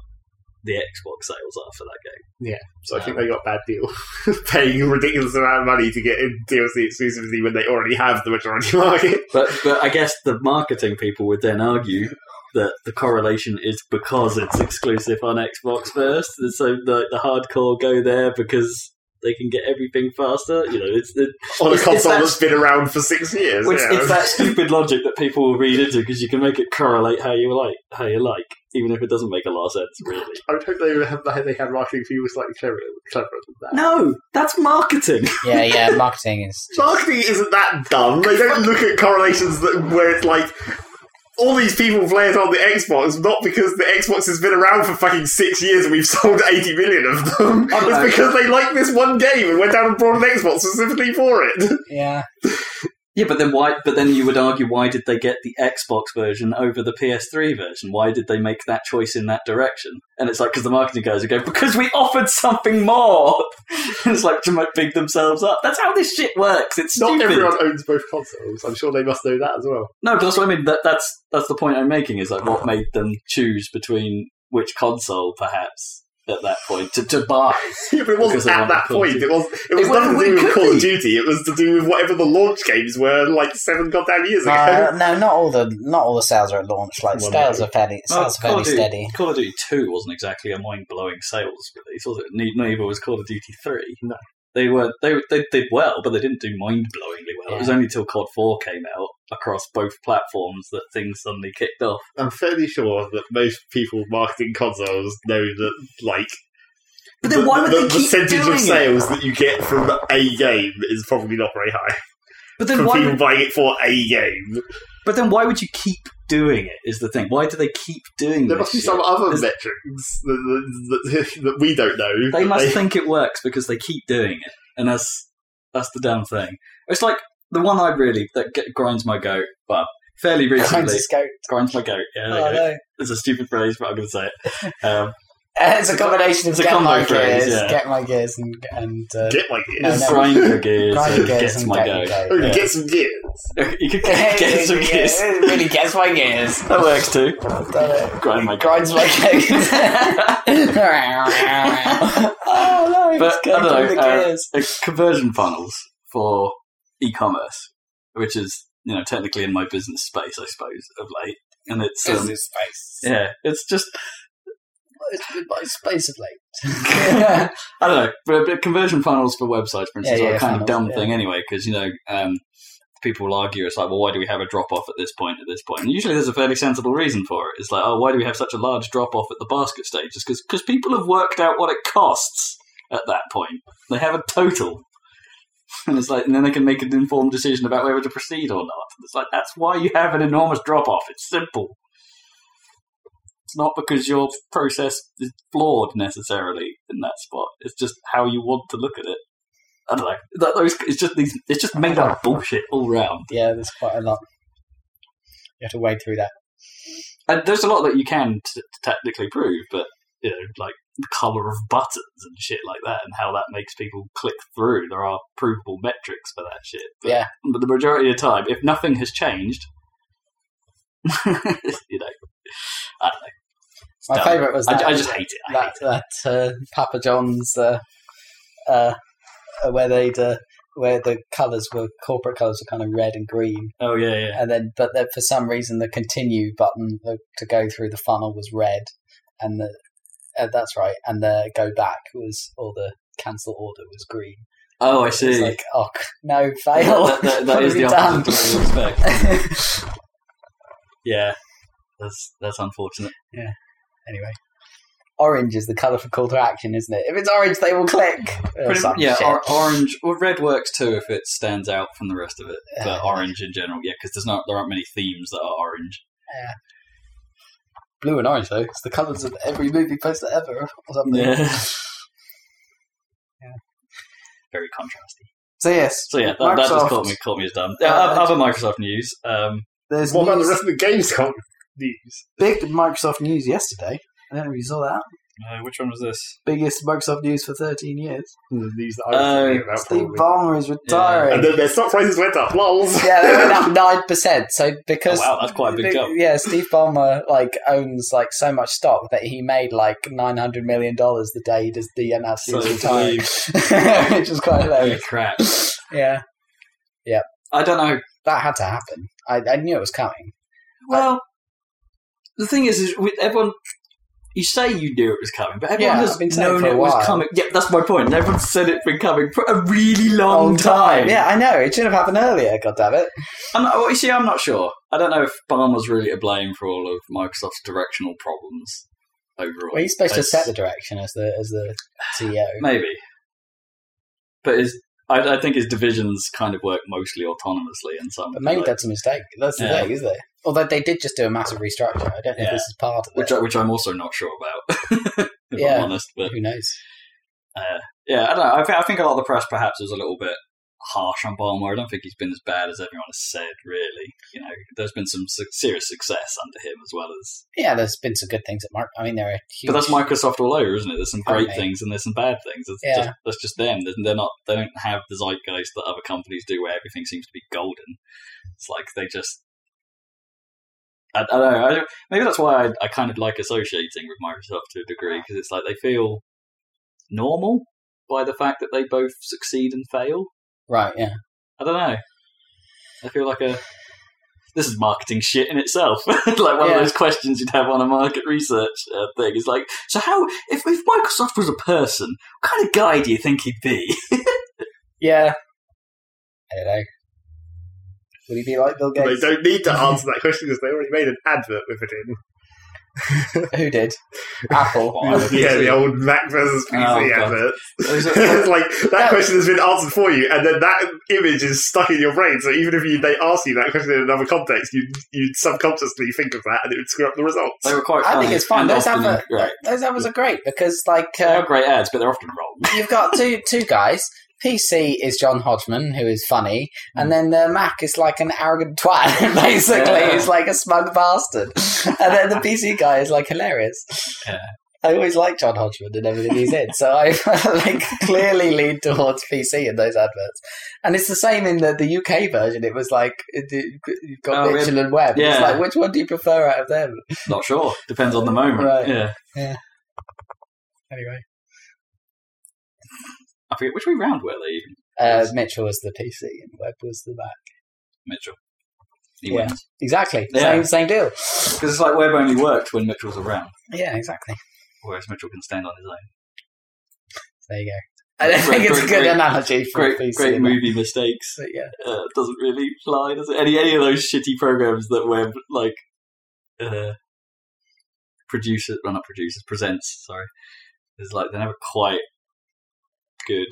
Speaker 1: the Xbox sales are for that game.
Speaker 3: So I think they got a bad deal, paying a ridiculous amount of money to get in DLC exclusivity when they already have the majority market.
Speaker 1: But but I guess the marketing people would then argue that the correlation is because it's exclusive on Xbox first, and so the, the hardcore go there because they can get everything faster. You know, it's the
Speaker 3: on
Speaker 1: It's-
Speaker 3: a
Speaker 1: it's
Speaker 3: console
Speaker 1: that-
Speaker 3: that's been around for six years.
Speaker 1: it's,
Speaker 3: yeah.
Speaker 1: it's that stupid logic that people will read into because you can make it correlate how you like how you like, even if it doesn't make a lot of sense really.
Speaker 3: I would hope they have they had marketing people slightly cleverer, cleverer than that.
Speaker 1: No, that's marketing.
Speaker 2: Yeah, yeah. Marketing is.
Speaker 3: Marketing isn't that dumb. They don't look at correlations that, where it's like all these people play it on the Xbox, not because the Xbox has been around for fucking six years and we've sold eighty million of them.
Speaker 1: Oh, no.
Speaker 3: It's because they like this one game and went down and bought an Xbox specifically for it.
Speaker 2: Yeah.
Speaker 1: Yeah, but then why? But then you would argue, why did they get the Xbox version over the PS3 version? Why did they make that choice in that direction? And it's like because the marketing guys would go because we offered something more. it's like to make- big themselves up. That's how this shit works. It's
Speaker 3: Not
Speaker 1: stupid.
Speaker 3: everyone owns both consoles. I'm sure they must know that as well.
Speaker 1: No, but that's what I mean. That, that's that's the point I'm making. Is like what made them choose between which console, perhaps at that point, to, to buy.
Speaker 3: Yeah, but it
Speaker 1: Because
Speaker 3: wasn't
Speaker 1: they
Speaker 3: at
Speaker 1: want
Speaker 3: that
Speaker 1: Call of
Speaker 3: point.
Speaker 1: Duty.
Speaker 3: It was it was
Speaker 1: It wasn't-
Speaker 3: nothing to
Speaker 1: it
Speaker 3: do with
Speaker 1: could
Speaker 3: Call
Speaker 1: be.
Speaker 3: of Duty. It was to do with whatever the launch games were like seven goddamn years ago.
Speaker 2: Uh, no, not all the not all the sales are at launch. Like
Speaker 3: Well,
Speaker 2: sales
Speaker 3: no.
Speaker 2: are fairly
Speaker 1: Well,
Speaker 2: sales are fairly
Speaker 1: Duty,
Speaker 2: steady.
Speaker 1: Call of Duty Two wasn't exactly a mind-blowing sales release, was it? Ne- Neither was Call of Duty Three.
Speaker 3: No.
Speaker 1: they were they they did well, but they didn't do mind-blowingly well. It was
Speaker 2: Yeah.
Speaker 1: only till COD Four came out across both platforms that things suddenly kicked off.
Speaker 3: I'm fairly sure that most people marketing consoles know that, like,
Speaker 1: But then
Speaker 3: the,
Speaker 1: why would
Speaker 3: the,
Speaker 1: they
Speaker 3: the
Speaker 1: keep
Speaker 3: percentage
Speaker 1: doing
Speaker 3: of
Speaker 1: it?
Speaker 3: sales that you get from a game is probably not very high
Speaker 1: But
Speaker 3: from
Speaker 1: then why?
Speaker 3: people buying it for a game.
Speaker 1: but then why would you keep doing it? Is the thing? Why do they keep doing
Speaker 3: There
Speaker 1: this?
Speaker 3: must be
Speaker 1: shit?
Speaker 3: some other
Speaker 1: There's-
Speaker 3: metrics that, that, that, that we don't know.
Speaker 1: they must
Speaker 3: They-
Speaker 1: think it works because they keep doing it, and that's that's the damn thing. It's like the one I really that g- grinds my goat, but fairly
Speaker 2: Kinds
Speaker 1: recently
Speaker 2: of scope.
Speaker 1: grinds my goat. Yeah, there
Speaker 2: Oh,
Speaker 1: you go.
Speaker 2: no.
Speaker 1: It's a stupid phrase, but I'm going to say it. Um,
Speaker 2: It's a combination of
Speaker 1: It's a
Speaker 2: get
Speaker 1: combo
Speaker 2: my
Speaker 1: phrase,
Speaker 2: gears,
Speaker 1: yeah.
Speaker 2: get my gears, and and uh,
Speaker 3: Get my gears.
Speaker 2: No, no.
Speaker 1: grind your gears,
Speaker 2: grind
Speaker 1: and
Speaker 2: your
Speaker 1: uh,
Speaker 2: gears
Speaker 1: gets
Speaker 2: and
Speaker 1: my
Speaker 2: get
Speaker 1: goat.
Speaker 2: your
Speaker 3: Oh,
Speaker 2: goat.
Speaker 3: Get some gears.
Speaker 1: You could
Speaker 2: Yeah.
Speaker 1: get, get some
Speaker 2: Yeah,
Speaker 1: gears.
Speaker 2: It really gets my gears.
Speaker 1: That works too.
Speaker 2: Done it.
Speaker 1: Grind my goat.
Speaker 2: Grinds my gears. oh no!
Speaker 1: But,
Speaker 2: it's going
Speaker 1: I don't
Speaker 2: through
Speaker 1: know,
Speaker 2: the
Speaker 1: uh,
Speaker 2: gears.
Speaker 1: Uh, conversion funnels for e-commerce, which is you know technically in my business space, I suppose, of late. And it's um,
Speaker 2: Business space.
Speaker 1: yeah, it's just
Speaker 2: It's been my space of late.
Speaker 1: I don't know, but, but conversion funnels for websites, for instance,
Speaker 2: Yeah,
Speaker 1: are
Speaker 2: yeah,
Speaker 1: a kind of
Speaker 2: funnels,
Speaker 1: dumb
Speaker 2: yeah.
Speaker 1: thing anyway, because you know um, people will argue it's like, well, why do we have a drop off at this point? At this point, and usually there's a fairly sensible reason for it. It's like, oh, why do we have such a large drop off at the basket stage? It's because people have worked out what it costs at that point. They have a total. And it's like, and then they can make an informed decision about whether to proceed or not. It's like that's why you have an enormous drop off. It's simple. It's not because your process is flawed necessarily in that spot. It's just how you want to look at it. I don't know. That, those, it's just these. It's just made up bullshit all round.
Speaker 2: yeah, there's quite a lot. You have to wade through that.
Speaker 1: And there's a lot that you can t- technically prove, but you know, like the color of buttons and shit like that, and how that makes people click through. There are provable metrics for that shit. But,
Speaker 2: Yeah.
Speaker 1: But the majority of the time, if nothing has changed, you know, I don't know. It's
Speaker 2: My
Speaker 1: dumb.
Speaker 2: favourite was that.
Speaker 1: I, I just hate it. I hate
Speaker 2: that that uh, Papa John's uh, uh, uh, where they'd uh, where the colours were corporate colours were kind of red and green,
Speaker 1: it. Oh yeah, yeah.
Speaker 2: and then but then for some reason the continue button uh, to go through the funnel was red, and the uh, that's right, and the go back was or the cancel order was green.
Speaker 1: Oh, I
Speaker 2: It's
Speaker 1: see.
Speaker 2: like oh c- no fail.
Speaker 1: that, that- that
Speaker 2: What
Speaker 1: is the
Speaker 2: have you
Speaker 1: opposite of what you expect.
Speaker 2: done?
Speaker 1: Yeah, that's that's unfortunate.
Speaker 2: anyway. Orange is the colour for call to action, isn't it? If it's orange, they will click. or
Speaker 1: Pretty-
Speaker 2: some
Speaker 1: yeah,
Speaker 2: shit.
Speaker 1: or, orange. Well, red works too if it stands out from the rest of it. But orange in general, yeah, because there's not there aren't many themes that are orange.
Speaker 2: blue and orange though. It's the colours of every movie poster ever or something. Yeah.
Speaker 1: Very contrasty.
Speaker 2: So yes,
Speaker 1: So yeah, that, that just
Speaker 2: Microsoft.
Speaker 1: caught me caught me as dumb.
Speaker 2: Uh,
Speaker 1: Yeah, o- other Microsoft news. Um,
Speaker 2: there's
Speaker 3: What about the
Speaker 2: news-
Speaker 3: rest of the Gamescom news?
Speaker 2: big Microsoft news yesterday. I don't know if you saw that.
Speaker 1: uh, which one was this?
Speaker 2: Biggest Microsoft news for 13 years.
Speaker 3: The news that I
Speaker 1: Oh,
Speaker 3: was thinking about.
Speaker 2: Steve
Speaker 3: probably.
Speaker 2: Ballmer is
Speaker 3: And
Speaker 2: retiring. Yeah,
Speaker 3: then their stock prices went up. Lols.
Speaker 2: they went up nine percent. So because
Speaker 1: Oh, wow, that's quite a big
Speaker 2: be-
Speaker 1: jump.
Speaker 2: Yeah, Steve Ballmer like owns like so much stock that he made like 900 million dollars the day he just the announced he was
Speaker 1: So
Speaker 2: retiring,
Speaker 1: it's-
Speaker 2: which is quite
Speaker 1: Holy
Speaker 2: hilarious.
Speaker 1: crap!
Speaker 2: Yeah,
Speaker 1: I don't know.
Speaker 2: that had to happen. I, I knew it was coming.
Speaker 1: Well, the thing is, is with everyone, you say you knew it was coming, but everyone
Speaker 2: Yeah,
Speaker 1: has
Speaker 2: I've been saying
Speaker 1: known
Speaker 2: for a
Speaker 1: it was
Speaker 2: while.
Speaker 1: coming. Yeah, that's my point. Everyone said it's been coming for a really long, time.
Speaker 2: Yeah, I know. It should have happened earlier. God damn it.
Speaker 1: I'm not, well, you see, I'm not sure. I don't know if Barmer's really to blame for all of Microsoft's directional problems overall.
Speaker 2: Well, he's supposed to
Speaker 1: It's-
Speaker 2: set the direction as the as the E CEO.
Speaker 1: Maybe. But his, I, I think his divisions kind of work mostly autonomously in some
Speaker 2: But maybe
Speaker 1: way,
Speaker 2: that's a mistake. That's the
Speaker 1: Yeah.
Speaker 2: thing, isn't it? Although they did just do a massive restructure. I don't
Speaker 1: Yeah.
Speaker 2: know if this is part of
Speaker 1: which,
Speaker 2: it.
Speaker 1: I, which I'm also not sure about, if
Speaker 2: Yeah.
Speaker 1: I'm honest. But
Speaker 2: Who knows?
Speaker 1: uh, yeah, I don't know. I, thi- I think a lot of the press perhaps was a little bit harsh on Barmer. I don't think he's been as bad as everyone has said, really. You know, there's been some su- serious success under him as well as.
Speaker 2: Yeah, there's been some good things at Mark. I mean, there are huge.
Speaker 1: But that's Microsoft all over, isn't it? There's some
Speaker 2: Oh,
Speaker 1: great
Speaker 2: mate.
Speaker 1: things and there's some bad things. It's
Speaker 2: Yeah.
Speaker 1: just, that's just them. They're- They're not. They don't have the zeitgeist that other companies do, where everything seems to be golden. It's like they just. I, I don't know. I don't, maybe that's why I, I kind of like associating with Microsoft to a degree because it's like they feel normal by the fact that they both succeed and fail.
Speaker 2: right. Yeah.
Speaker 1: I don't know. I feel like a. This is marketing shit in itself. like one
Speaker 2: Yeah.
Speaker 1: of those questions you'd have on a market research uh, thing is like, so how if, if Microsoft was a person, what kind of guy do you think he'd be?
Speaker 2: Yeah. I don't know. Will he be like Bill
Speaker 3: They
Speaker 2: Gates?
Speaker 3: don't need to answer that question because they already made an advert with it in.
Speaker 2: Who did? Apple.
Speaker 1: Well, I would
Speaker 3: yeah, the
Speaker 1: consider-
Speaker 3: old Mac versus PC
Speaker 1: Oh, God.
Speaker 3: advert.
Speaker 1: Those are-
Speaker 3: it's like that
Speaker 2: Yeah.
Speaker 3: question has been answered for you, and then that image is stuck in your brain. So even if you, they ask you that question in another context, you you subconsciously think of that, and it would screw up the results.
Speaker 1: they were quite.
Speaker 2: I
Speaker 1: funny
Speaker 2: think it's fine.
Speaker 1: and
Speaker 2: Those
Speaker 1: often
Speaker 2: adverts,
Speaker 1: great.
Speaker 2: those adverts are great because, like,
Speaker 1: They
Speaker 2: uh,
Speaker 1: are great ads, but they're often wrong.
Speaker 2: you've got two two guys PC is John Hodgman, who is funny, and then the Mac is like an arrogant twat, basically.
Speaker 1: Yeah.
Speaker 2: He's like a smug bastard. and then the PC guy is like hilarious.
Speaker 1: Yeah.
Speaker 2: I always like John Hodgman and everything he's in, so I like clearly lean towards PC in those adverts. And it's the same in the, the UK version. It was like it, it, you've got
Speaker 1: Oh,
Speaker 2: Mitchell and Webb. It's
Speaker 1: yeah.
Speaker 2: like which one do you prefer out of them?
Speaker 1: Not sure. Depends on the moment.
Speaker 2: Right.
Speaker 1: Yeah.
Speaker 2: Anyway,
Speaker 1: I forget which way round were they even?
Speaker 2: uh, Mitchell was the PC and Webb was the Mac.
Speaker 1: Mitchell. He
Speaker 2: Yeah.
Speaker 1: went.
Speaker 2: Exactly.
Speaker 1: Yeah.
Speaker 2: Same same deal.
Speaker 1: Because it's like Webb only worked when Mitchell's around,
Speaker 2: Yeah, exactly.
Speaker 1: whereas Mitchell can stand on his own.
Speaker 2: There you go. I don't
Speaker 1: Great,
Speaker 2: think it's a
Speaker 1: great,
Speaker 2: good
Speaker 1: great-
Speaker 2: analogy for
Speaker 1: Great,
Speaker 2: a PC.
Speaker 1: great
Speaker 2: but-
Speaker 1: movie mistakes.
Speaker 2: but yeah.
Speaker 1: Uh, doesn't really fly, does it? Any any of those shitty programs that Webb like uh, produces, well not produces, presents. Sorry, is like they're never quite good.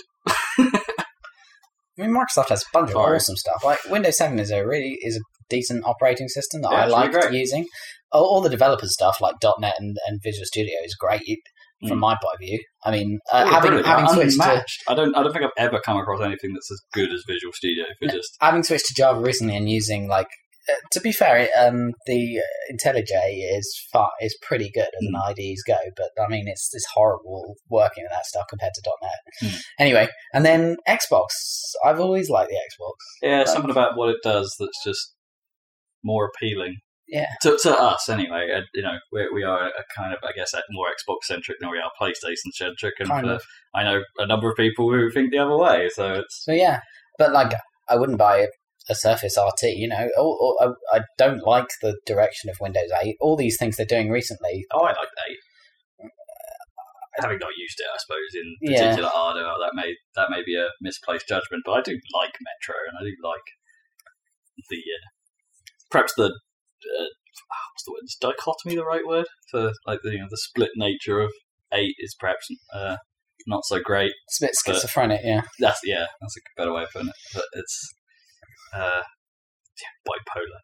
Speaker 2: I mean, Microsoft has a bunch of
Speaker 1: Sorry.
Speaker 2: awesome stuff. Like Windows Seven is a really is a decent operating system that
Speaker 1: Yeah,
Speaker 2: I
Speaker 1: it's really
Speaker 2: liked
Speaker 1: great.
Speaker 2: using. All, all the developers stuff like .NET and, and Visual Studio is great you- from my point of view. Hmm. I mean, uh,
Speaker 1: Oh,
Speaker 2: having
Speaker 1: brilliant.
Speaker 2: having switched to
Speaker 1: Unmatched. I don't. I don't think I've ever come across anything that's as good as Visual Studio for just.
Speaker 2: having switched to Java recently and using like, uh, to be fair, it, um, the uh, IntelliJ is far, is pretty good as
Speaker 1: Hmm.
Speaker 2: an IDE's go, but I mean it's it's horrible working with that stuff compared to .NET.
Speaker 1: Hmm.
Speaker 2: Anyway, and then Xbox, I've always liked the Xbox.
Speaker 1: Yeah, something about what it does that's just more appealing.
Speaker 2: Yeah.
Speaker 1: To, to us, anyway, uh, you know, we we are a kind of, I guess, uh, more Xbox centric than we are PlayStation centric, and
Speaker 2: Kind
Speaker 1: for-
Speaker 2: of.
Speaker 1: I know a number of people who think the other way. So it's
Speaker 2: So yeah, but like I wouldn't buy a Surface RT. You know, or, or, I, I don't like the direction of Windows 8. All these things they're doing recently,
Speaker 1: oh, I like eight. Having not used it, I suppose in
Speaker 2: Yeah.
Speaker 1: particular hardware, that may that may be a misplaced judgment. But I do like Metro, and I do like the uh, perhaps the uh, what's the word? Is dichotomy the right word for like the you know, the split nature of eight is perhaps uh, not so great.
Speaker 2: it's a bit
Speaker 1: But-
Speaker 2: schizophrenic. Yeah,
Speaker 1: That's yeah, that's a better way of putting it. But it's uh, yeah, bipolar.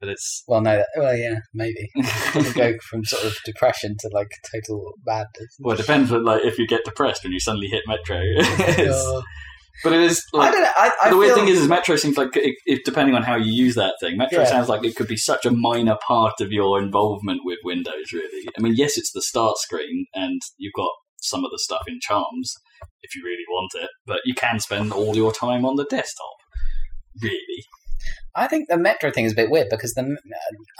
Speaker 1: But it's
Speaker 2: well no, that- well yeah, maybe. You go from sort of depression to like total madness.
Speaker 1: Well, it depends. But like, if you get depressed when you suddenly hit Metro, It's-
Speaker 2: Uh,
Speaker 1: but it is
Speaker 2: I
Speaker 1: like
Speaker 2: don't know. I, I
Speaker 1: the
Speaker 2: feel,
Speaker 1: weird thing is, is Metro seems like it, it, depending on how you use that thing, Metro
Speaker 2: Yeah.
Speaker 1: sounds like it could be such a minor part of your involvement with Windows. Really, I mean, yes, it's the start screen, and you've got some of the stuff in Charms if you really want it, but you can spend all your time on the desktop. Really,
Speaker 2: I think the Metro thing is a bit weird because the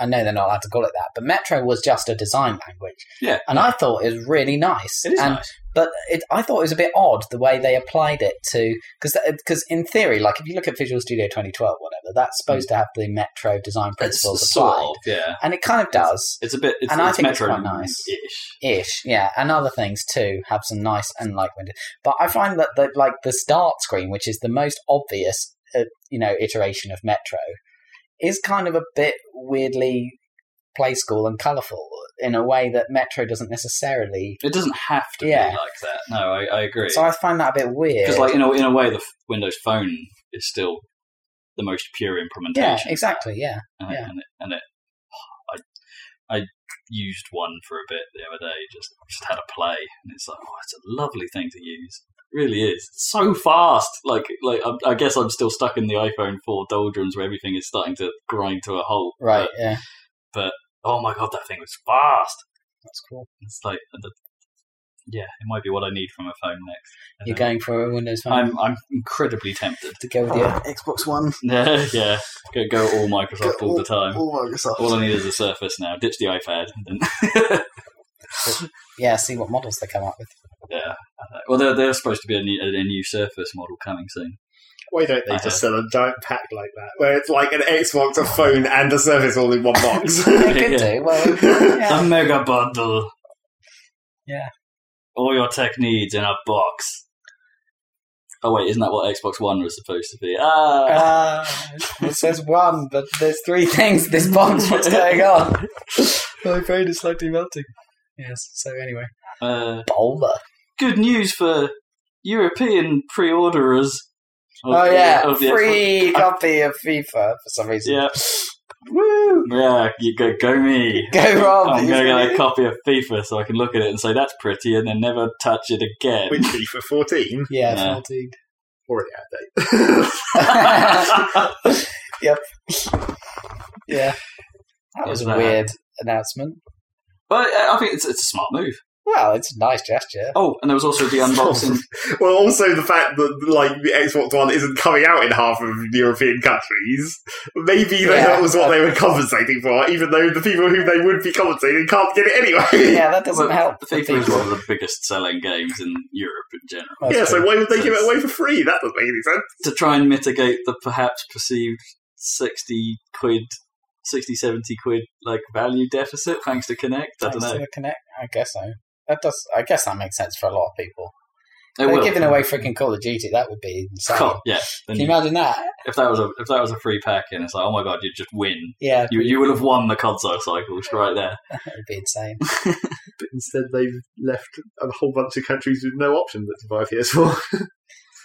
Speaker 2: I know they're not allowed to call it that, but Metro was just a design language.
Speaker 1: Yeah.
Speaker 2: and I thought it was really nice.
Speaker 1: it is
Speaker 2: and
Speaker 1: nice.
Speaker 2: but it, I thought it was a bit odd the way they applied it to because because in theory, like if you look at Visual Studio 2012, whatever, that's supposed to have the Metro design
Speaker 1: Mm. It's
Speaker 2: principles applied,
Speaker 1: sort of yeah.
Speaker 2: and it kind of does
Speaker 1: It's a bit. It's,
Speaker 2: And I
Speaker 1: it's
Speaker 2: think it's
Speaker 1: Metro
Speaker 2: quite nice.
Speaker 1: ish.
Speaker 2: ish, yeah, and other things too have some nice and like windows. But I find that the, like the start screen, which is the most obvious, uh, you know, iteration of Metro, is kind of a bit weirdly play school and colourful in a way that Metro doesn't necessarily.
Speaker 1: It doesn't have to
Speaker 2: Yeah.
Speaker 1: be like that. No, I, I agree.
Speaker 2: So I find that a bit weird.
Speaker 1: Because, like in a in a way, the f- Windows Phone is still the most pure
Speaker 2: yeah,
Speaker 1: implementation.
Speaker 2: exactly, yeah.
Speaker 1: and,
Speaker 2: yeah.
Speaker 1: It, and, it, and it, I, I used one for a bit the other day. Just just had a play, and it's like, oh, it's a lovely thing to use. It really is. It's so fast. Like like I'm, I guess I'm still stuck in the iPhone 4 doldrums where everything is starting to grind to a halt.
Speaker 2: Right, yeah.
Speaker 1: But, oh my god, that thing was fast.
Speaker 2: That's cool.
Speaker 1: It's like. The, yeah, it might be what I need from a phone next. I
Speaker 2: You're
Speaker 1: don't know.
Speaker 2: going for a Windows phone
Speaker 1: I'm I'm incredibly tempted.
Speaker 2: to go with your Oh, Xbox One
Speaker 1: Yeah, yeah. Go, go all Microsoft all, the time. All,
Speaker 2: Microsoft.
Speaker 1: I need is a Surface now. Ditch the iPad. And
Speaker 2: Yeah, see what models they come up with.
Speaker 1: yeah. I don't know. Well, there, there's supposed to be a new, a new Surface model coming soon.
Speaker 3: Why don't they
Speaker 1: I
Speaker 3: just sell a giant pack like that, where it's like an Xbox, a phone, and a Surface all in one box?
Speaker 2: They could do. Well, yeah.
Speaker 1: A mega bundle.
Speaker 2: Yeah.
Speaker 1: All your tech needs in a box. Oh wait, isn't that what Xbox One was supposed to be? Ah,
Speaker 2: Uh, it says one, but there's three things. in This box, what's going on? My phone is slightly melting. Yes. So anyway,
Speaker 1: uh,
Speaker 2: Bulba.
Speaker 1: good news for European pre-orderers. of
Speaker 2: Oh
Speaker 1: the-
Speaker 2: yeah,
Speaker 1: of the Xbox-
Speaker 2: free copy of FIFA for some reason.
Speaker 1: Yeah,
Speaker 2: Woo!
Speaker 1: yeah. You go, go me.
Speaker 2: Go Rob.
Speaker 1: I'm going to get a copy of FIFA so I can look at it and say that's pretty, and then never touch it again.
Speaker 3: Which FIFA 14.
Speaker 2: Yeah,
Speaker 1: Yeah.
Speaker 2: fourteen.
Speaker 3: already out of date.
Speaker 2: yeah. That was a
Speaker 1: Yeah.
Speaker 2: weird announcement.
Speaker 1: But uh, I think it's, it's a smart move.
Speaker 2: Well, it's a nice gesture.
Speaker 1: Oh, and there was also the unboxing.
Speaker 3: well, also the fact that like the Xbox One isn't coming out in half of European countries, maybe
Speaker 2: Yeah.
Speaker 3: that was what they were compensating for. Even though the people who they would be compensating can't get it anyway.
Speaker 2: Yeah, that doesn't
Speaker 1: Well,
Speaker 2: help. the
Speaker 1: FIFA is
Speaker 2: people.
Speaker 1: one of the biggest selling games in Europe in general.
Speaker 2: That's
Speaker 3: yeah, so
Speaker 2: true.
Speaker 3: why would they give it away for free? That doesn't make any sense.
Speaker 1: To try and mitigate the perhaps perceived 60 quid, 60, 70 quid like value deficit thanks to Connect. I don't
Speaker 2: Thanks to
Speaker 1: know.
Speaker 2: the Connect. I guess so. That does. I guess that makes sense for a lot of people.
Speaker 1: It
Speaker 2: If
Speaker 1: will.
Speaker 2: They're giving away freaking Call of Duty. That would be insane.
Speaker 1: Cool, yeah. Then
Speaker 2: Can you
Speaker 1: you-
Speaker 2: imagine that?
Speaker 1: if that was a if that was a free pack and it's like, oh my god, you'd just win.
Speaker 2: Yeah,
Speaker 1: You you would have won the console cycle right there.
Speaker 2: that would be insane.
Speaker 3: But instead, they've left a whole bunch of countries with no option but to buy PS4.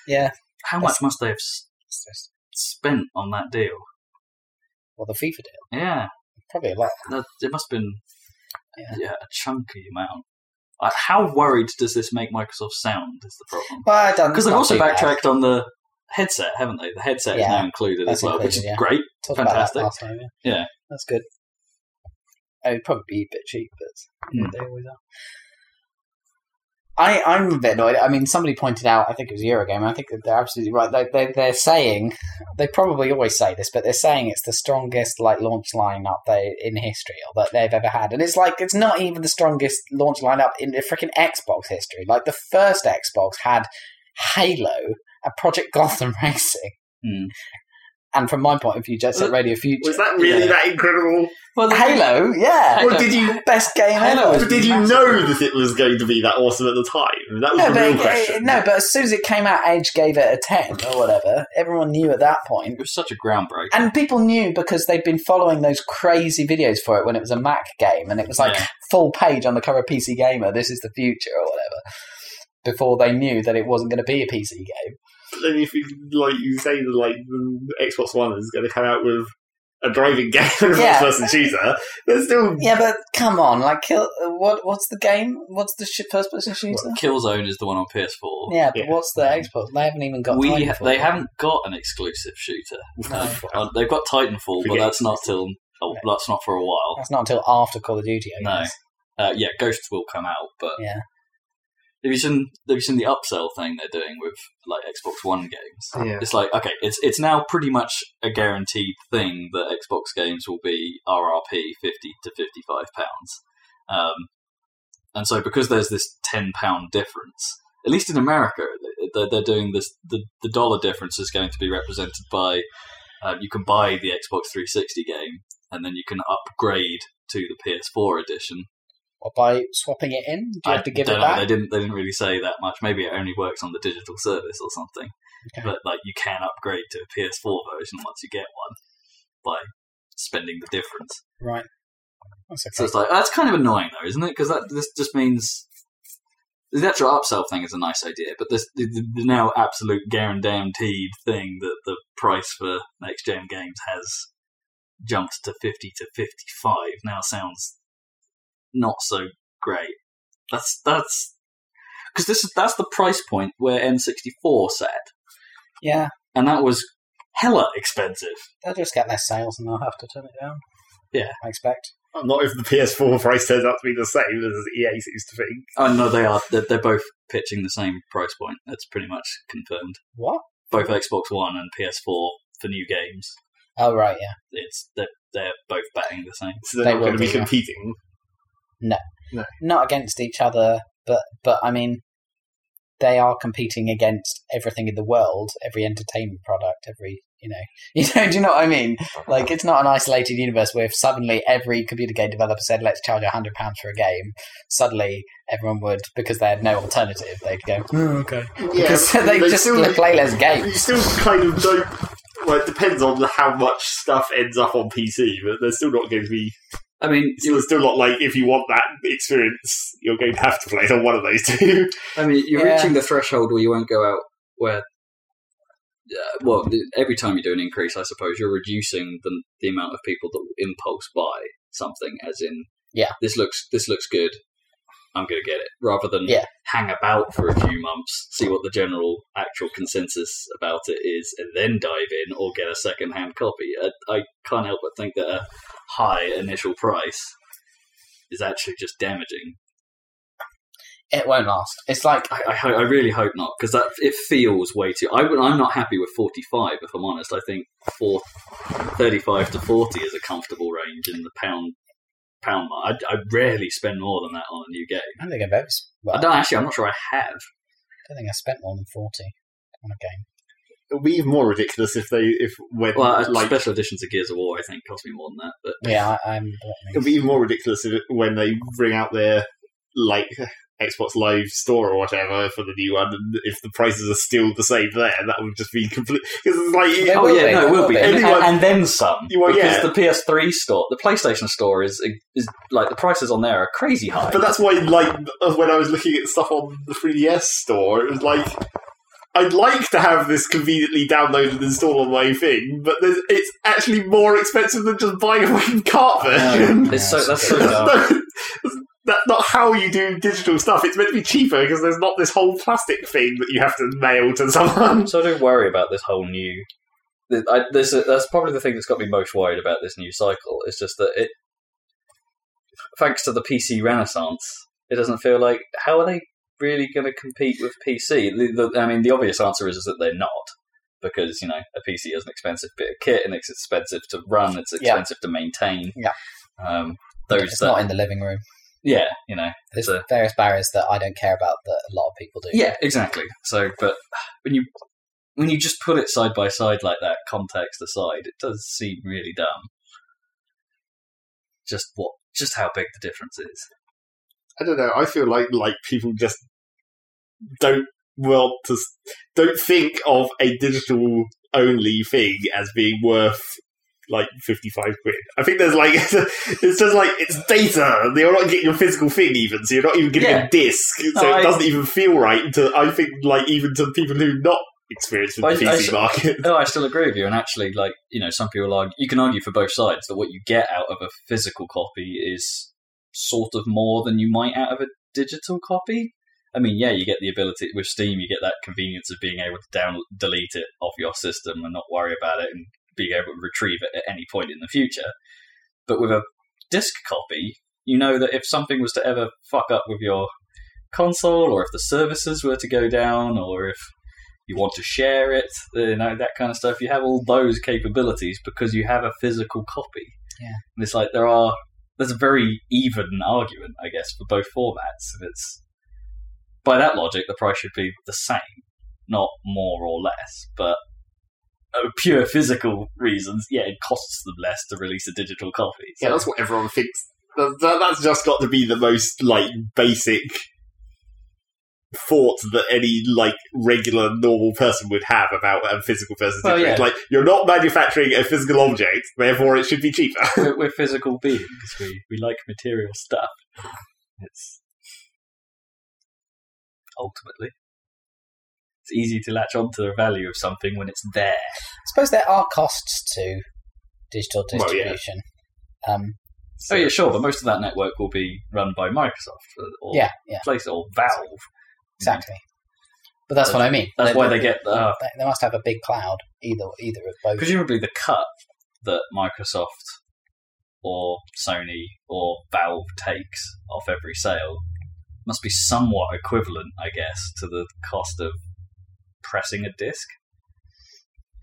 Speaker 2: Yeah.
Speaker 1: How much must they have s-
Speaker 2: It's just-
Speaker 1: spent on that deal?
Speaker 2: Well, the FIFA deal.
Speaker 1: Yeah,
Speaker 2: Probably a lot.
Speaker 1: that, it must have been
Speaker 2: Yeah.
Speaker 1: yeah. a chunky amount. Uh, how worried does this make Microsoft sound? Is the problem
Speaker 2: Well, I don't.
Speaker 1: because they've
Speaker 2: not
Speaker 1: also
Speaker 2: too bad.
Speaker 1: backtracked on the headset, haven't they? The headset
Speaker 2: Yeah.
Speaker 1: is now included
Speaker 2: That's
Speaker 1: as well, which
Speaker 2: included,
Speaker 1: is
Speaker 2: yeah.
Speaker 1: great.
Speaker 2: Talked about that
Speaker 1: Fantastic.
Speaker 2: last time, yeah.
Speaker 1: Yeah.
Speaker 2: That's good. It would probably be a bit cheap, but you know,
Speaker 1: Hmm.
Speaker 2: they always are. I, I'm a bit annoyed. I mean, somebody pointed out, I think it was Eurogame, I think that they're absolutely right. They, they, they're saying, they probably always say this, but they're saying it's the strongest like launch lineup they, in history or that they've ever had. And it's like, it's not even the strongest launch lineup in the freaking Xbox history. Like, the first Xbox had Halo and Project Gotham Racing.
Speaker 1: Hmm.
Speaker 2: And from my point of view, Jet Set Radio Future.
Speaker 3: Was that really
Speaker 1: Yeah.
Speaker 3: that incredible?
Speaker 1: Well, the thing-
Speaker 2: Halo, yeah.
Speaker 1: Halo.
Speaker 3: Or did you
Speaker 2: Best game
Speaker 1: Halo
Speaker 2: ever.
Speaker 1: was
Speaker 3: But did you
Speaker 1: massive.
Speaker 3: know that it was going to be that awesome at the time? That was
Speaker 2: No
Speaker 3: the
Speaker 2: but,
Speaker 3: real
Speaker 2: it-
Speaker 3: question.
Speaker 2: it- no, but as soon as it came out, Edge gave it a 10 or whatever. Everyone knew at that point.
Speaker 1: it was such a groundbreaker.
Speaker 2: And people knew because they'd been following those crazy videos for it when it was a Mac game and it was like
Speaker 1: Yeah.
Speaker 2: full page on the cover of PC Gamer, this is the future or whatever. Before they knew that it wasn't going to be a PC game.
Speaker 3: But then if you like you say that like the Xbox One is going to come out with a driving game and a
Speaker 2: Yeah.
Speaker 3: first-person shooter, there's still
Speaker 2: Yeah, but come on, like, kill, what? What's the game? What's the sh- first person shooter?
Speaker 1: Killzone is the one on PS4.
Speaker 2: yeah, but
Speaker 3: Yeah.
Speaker 2: what's the Xbox? They haven't even got.
Speaker 1: we
Speaker 2: time for
Speaker 1: they
Speaker 2: it.
Speaker 1: haven't got an exclusive shooter. Uh, uh, they've got Titanfall, but
Speaker 3: Forget
Speaker 1: that's not till oh, that's not for a while.
Speaker 2: That's not until after Call of Duty. I
Speaker 1: No.
Speaker 2: guess.
Speaker 1: Uh, yeah, Ghosts will come out, but
Speaker 2: Yeah.
Speaker 1: Have you seen Have you seen the upsell thing they're doing with like Xbox One games?
Speaker 3: Yeah.
Speaker 1: It's like okay, it's it's now pretty much a guaranteed thing that Xbox games will be RRP fifty to fifty five pounds, um, and so because there's this ten pound difference, at least in America, they're, they're doing this. The, the dollar difference is going to be represented by um, you can buy the Xbox three sixty game and then you can upgrade to the PS4 edition
Speaker 2: Or by swapping it in? Do you have to give
Speaker 1: don't
Speaker 2: it
Speaker 1: know,
Speaker 2: back?
Speaker 1: They didn't. They didn't really say that much. Maybe it only works on the digital service or something.
Speaker 2: Okay.
Speaker 1: But like, you can upgrade to a PS4 version once you get one by spending the difference.
Speaker 2: Right. That's
Speaker 1: So
Speaker 2: okay.
Speaker 1: it's like that's kind of annoying, though, isn't it? Because that this just means the actual upsell thing is a nice idea, but this the, the, the now absolute guaranteed thing that the price for next gen games has jumped to fifty to fifty five now sounds not so great. That's that's because this is that's the price point where N sixty four sat,
Speaker 2: yeah,
Speaker 1: and that was hella expensive.
Speaker 2: they'll just get less sales and they'll have to turn it down.
Speaker 1: Yeah.
Speaker 2: I expect.
Speaker 3: not if the PS4 price turns out to be the same as EA seems to think.
Speaker 1: Oh no, they are. They're, they're both pitching the same price point. That's pretty much confirmed.
Speaker 2: What?
Speaker 1: both Xbox One and PS4 for new games.
Speaker 2: Oh, right, yeah.
Speaker 1: It's they're, they're both batting the same.
Speaker 3: So they're
Speaker 2: They
Speaker 3: not
Speaker 2: will
Speaker 3: going to be
Speaker 2: do, yeah.
Speaker 3: competing.
Speaker 2: Not against each other, but, but I mean, they are competing against everything in the world, every entertainment product, every, you know, you know, do you know what I mean? Like, it's not an isolated universe where if suddenly every computer game developer said, let's charge £100 for a game, suddenly everyone would, because they had no alternative, they'd go, oh, okay. Because they, just play less games.
Speaker 3: You still kind of don't. Well, it depends on how much stuff ends up on PC, but they're still not going to be.
Speaker 1: I mean,
Speaker 3: It's still, still not like if you want that experience, you're going to have to play it on one of those two.
Speaker 1: I mean, you're
Speaker 2: Yeah.
Speaker 1: reaching the threshold where you won't go out where. Uh, well, th- every time you do an increase, I suppose you're reducing the the amount of people that will impulse buy something. As in,
Speaker 2: Yeah.
Speaker 1: this looks this looks good. I'm going to get it, rather than
Speaker 2: Yeah.
Speaker 1: hang about for a few months, see what the general actual consensus about it is, and then dive in or get a second-hand copy. I, I can't help but think that a high initial price is actually just damaging.
Speaker 2: It won't last. It's like
Speaker 1: I, I, ho- I really hope not, because that it feels way too. I, would- I'm not happy with 45, if I'm honest. I think four, 35 to 40 is a comfortable range in the pound pound mark. I, I rarely spend more than that on a new game.
Speaker 2: I don't think I've ever. s- Well,
Speaker 1: I don't actually. I'm not sure I have.
Speaker 2: I don't think I spent more than forty on a game.
Speaker 3: It would be even more ridiculous if they if when
Speaker 1: Well, uh,
Speaker 3: like
Speaker 1: special editions of Gears of War, I think, cost me more than that. But
Speaker 2: Yeah, I, I'm.
Speaker 3: it would be even more ridiculous if, when they bring out their like Xbox Live store or whatever for the new one, and if the prices are still the same there, that would just be complete because it's like
Speaker 2: They
Speaker 1: oh
Speaker 2: will
Speaker 1: yeah,
Speaker 2: be,
Speaker 1: no,
Speaker 2: they
Speaker 1: it will
Speaker 2: will
Speaker 1: be,
Speaker 2: be.
Speaker 1: And,
Speaker 3: Anyone-
Speaker 1: and then some.
Speaker 3: Well,
Speaker 1: because
Speaker 3: yeah.
Speaker 1: the PS3 store, the PlayStation store is is like the prices on there are crazy high.
Speaker 3: But that's why, like, when I was looking at stuff on the 3DS store, it was like, I'd like to have this conveniently downloaded and installed on my thing, but there's, it's actually more expensive than just buying a fucking cart version.
Speaker 1: it's so that's so
Speaker 2: Oh, Yeah.
Speaker 1: dumb.
Speaker 3: that's not how you do digital stuff. It's meant to be cheaper because there's not this whole plastic thing that you have to mail to someone.
Speaker 1: So I do worry about this whole new. th- I, this, that's probably the thing that's got me most worried about this new cycle. It's just that it, thanks to the PC renaissance, it doesn't feel like how are they really going to compete with PC? The, the, I mean, the obvious answer is, is that they're not because you know a PC is an expensive bit of kit and it's expensive to run, it's
Speaker 2: Yeah.
Speaker 1: expensive to maintain.
Speaker 2: Yeah.
Speaker 1: Um, those
Speaker 2: It's
Speaker 1: that,
Speaker 2: not in the living room.
Speaker 1: yeah, you know,
Speaker 2: There's
Speaker 1: a-
Speaker 2: various barriers that I don't care about that a lot of people do.
Speaker 1: Yeah, exactly. So, but when you when you just put it side by side like that, context aside, it does seem really dumb. Just what, just how big the difference is.
Speaker 3: I don't know. I feel like like people just don't want to s- don't think of a digital only thing as being worth like 55 quid. I think there's like it's just like it's data. You're not getting your physical thing even, so you're not even getting
Speaker 1: Yeah.
Speaker 3: a disc. So
Speaker 1: No, I-
Speaker 3: it doesn't even feel right to I think like even to people who not experienced with the
Speaker 1: I- I
Speaker 3: PC
Speaker 1: s-
Speaker 3: market.
Speaker 1: No, I still agree with you. And actually, like you know, some people argue you can argue for both sides that what you get out of a physical copy is sort of more than you might out of a digital copy. I mean, yeah, you get the ability with Steam, you get that convenience of being able to down delete it off your system and not worry about it, and being able to retrieve it at any point in the future. But with a disc copy, you know that if something was to ever fuck up with your console, or if the services were to go down, or if you want to share it, you know, that kind of stuff. You have all those capabilities because you have a physical copy.
Speaker 2: Yeah.
Speaker 1: And it's like there are there's a very even argument, I guess, for both formats. And it's by that logic the price should be the same, not more or less. But uh, pure physical reasons, yeah, it costs them less to release a digital copy.
Speaker 3: Yeah, that's what everyone thinks. That, that- that's just got to be the most like basic thought that any like regular normal person would have about a physical person's
Speaker 1: Well,
Speaker 3: interest.
Speaker 1: yeah.
Speaker 3: Like you're not manufacturing a physical object, therefore it should be cheaper.
Speaker 1: we're, we're physical beings. We we like material stuff. It's ultimately it's easy to latch onto the value of something when it's there.
Speaker 2: I suppose there are costs to digital
Speaker 3: Well, yeah.
Speaker 2: distribution. Um,
Speaker 1: oh yeah, sure, but most of that network will be run by Microsoft or or
Speaker 2: yeah, yeah,
Speaker 1: Place or Valve.
Speaker 2: exactly. But that's what I mean.
Speaker 1: That's why they get uh,
Speaker 2: they, they must have a big cloud. Either either of both.
Speaker 1: presumably the cut that Microsoft or Sony or Valve takes off every sale must be somewhat equivalent, I guess, to the cost of pressing a disc.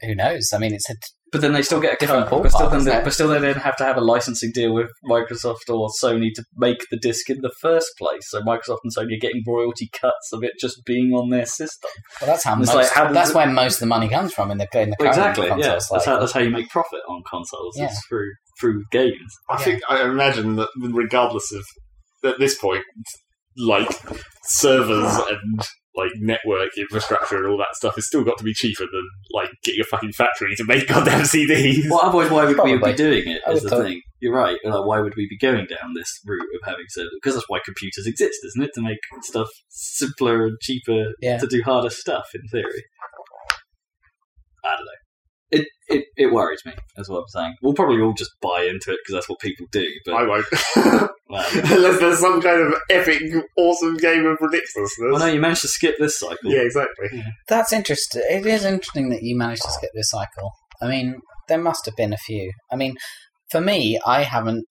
Speaker 2: Who knows? I mean, it's a
Speaker 1: But then they still get a
Speaker 2: Different
Speaker 1: cut. But still,
Speaker 2: ballpark,
Speaker 1: then
Speaker 2: isn't
Speaker 1: they,
Speaker 2: it?
Speaker 1: but still, they then have to have a licensing deal with Microsoft or Sony to make the disc in the first place. So Microsoft and Sony are getting royalty cuts of it just being on their system.
Speaker 2: well, that's how
Speaker 1: It's
Speaker 2: most,
Speaker 1: like, how does
Speaker 2: that's
Speaker 1: it-
Speaker 2: where most of the money comes from in the in the current consoles,
Speaker 1: that's
Speaker 2: like-
Speaker 1: how that's how you make profit on consoles.
Speaker 2: Yeah.
Speaker 1: It's through through games.
Speaker 3: I
Speaker 2: Yeah.
Speaker 3: think I imagine that regardless of at this point, like servers and like network infrastructure and all that stuff has still got to be cheaper than like getting a fucking factory to make goddamn CDs.
Speaker 1: Well, otherwise, why would we
Speaker 2: Probably.
Speaker 1: be doing it?
Speaker 2: I
Speaker 1: Is
Speaker 2: would
Speaker 1: the
Speaker 2: thought-
Speaker 1: thing. You're right. Like, why would we be going down this route of having servers? Because that's why computers exist, isn't it? To make stuff simpler and cheaper
Speaker 2: Yeah.
Speaker 1: to do harder stuff, in theory. I don't know. It, it it worries me, is what I'm saying. We'll probably all just buy into it because that's what people do.
Speaker 3: I
Speaker 1: But
Speaker 3: won't.
Speaker 1: um,
Speaker 3: Unless there's some kind of epic, awesome game of ridiculousness.
Speaker 1: well, no, you managed to skip this cycle.
Speaker 3: Yeah, exactly.
Speaker 2: That's interesting. It is interesting that you managed to skip this cycle. I mean, there must have been a few. I mean, for me, I haven't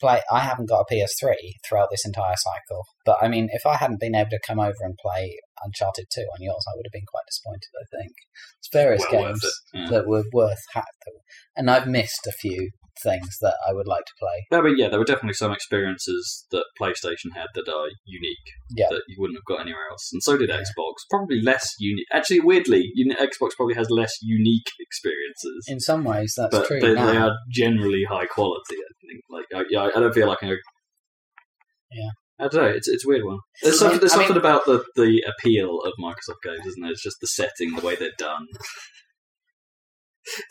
Speaker 2: play. I haven't got a PS3 throughout this entire cycle. But I mean, if I hadn't been able to come over and play Uncharted 2 on yours, I would have been quite disappointed. I think it's various
Speaker 3: Well worth
Speaker 2: games
Speaker 1: it, yeah.
Speaker 2: that were worth ha- that were- and I've missed a few things that I would like to play.
Speaker 1: I mean, yeah, there were definitely some experiences that PlayStation had that are unique
Speaker 2: Yeah.
Speaker 1: that you wouldn't have got anywhere else, and so did
Speaker 2: Yeah.
Speaker 1: Xbox. Probably less unique. Actually, weirdly, you know, Xbox probably has less unique experiences,
Speaker 2: In some ways, that's
Speaker 1: but
Speaker 2: true.
Speaker 1: they,
Speaker 2: now.
Speaker 1: they are generally high quality. I think. Like, I, yeah, I don't feel like I.
Speaker 2: Yeah.
Speaker 1: I don't know. It's it's a weird one. There's,
Speaker 2: I
Speaker 1: some,
Speaker 2: mean-
Speaker 1: there's
Speaker 2: I mean-
Speaker 1: something about the, the appeal of Microsoft games, isn't there? It's just the setting, the way they're done.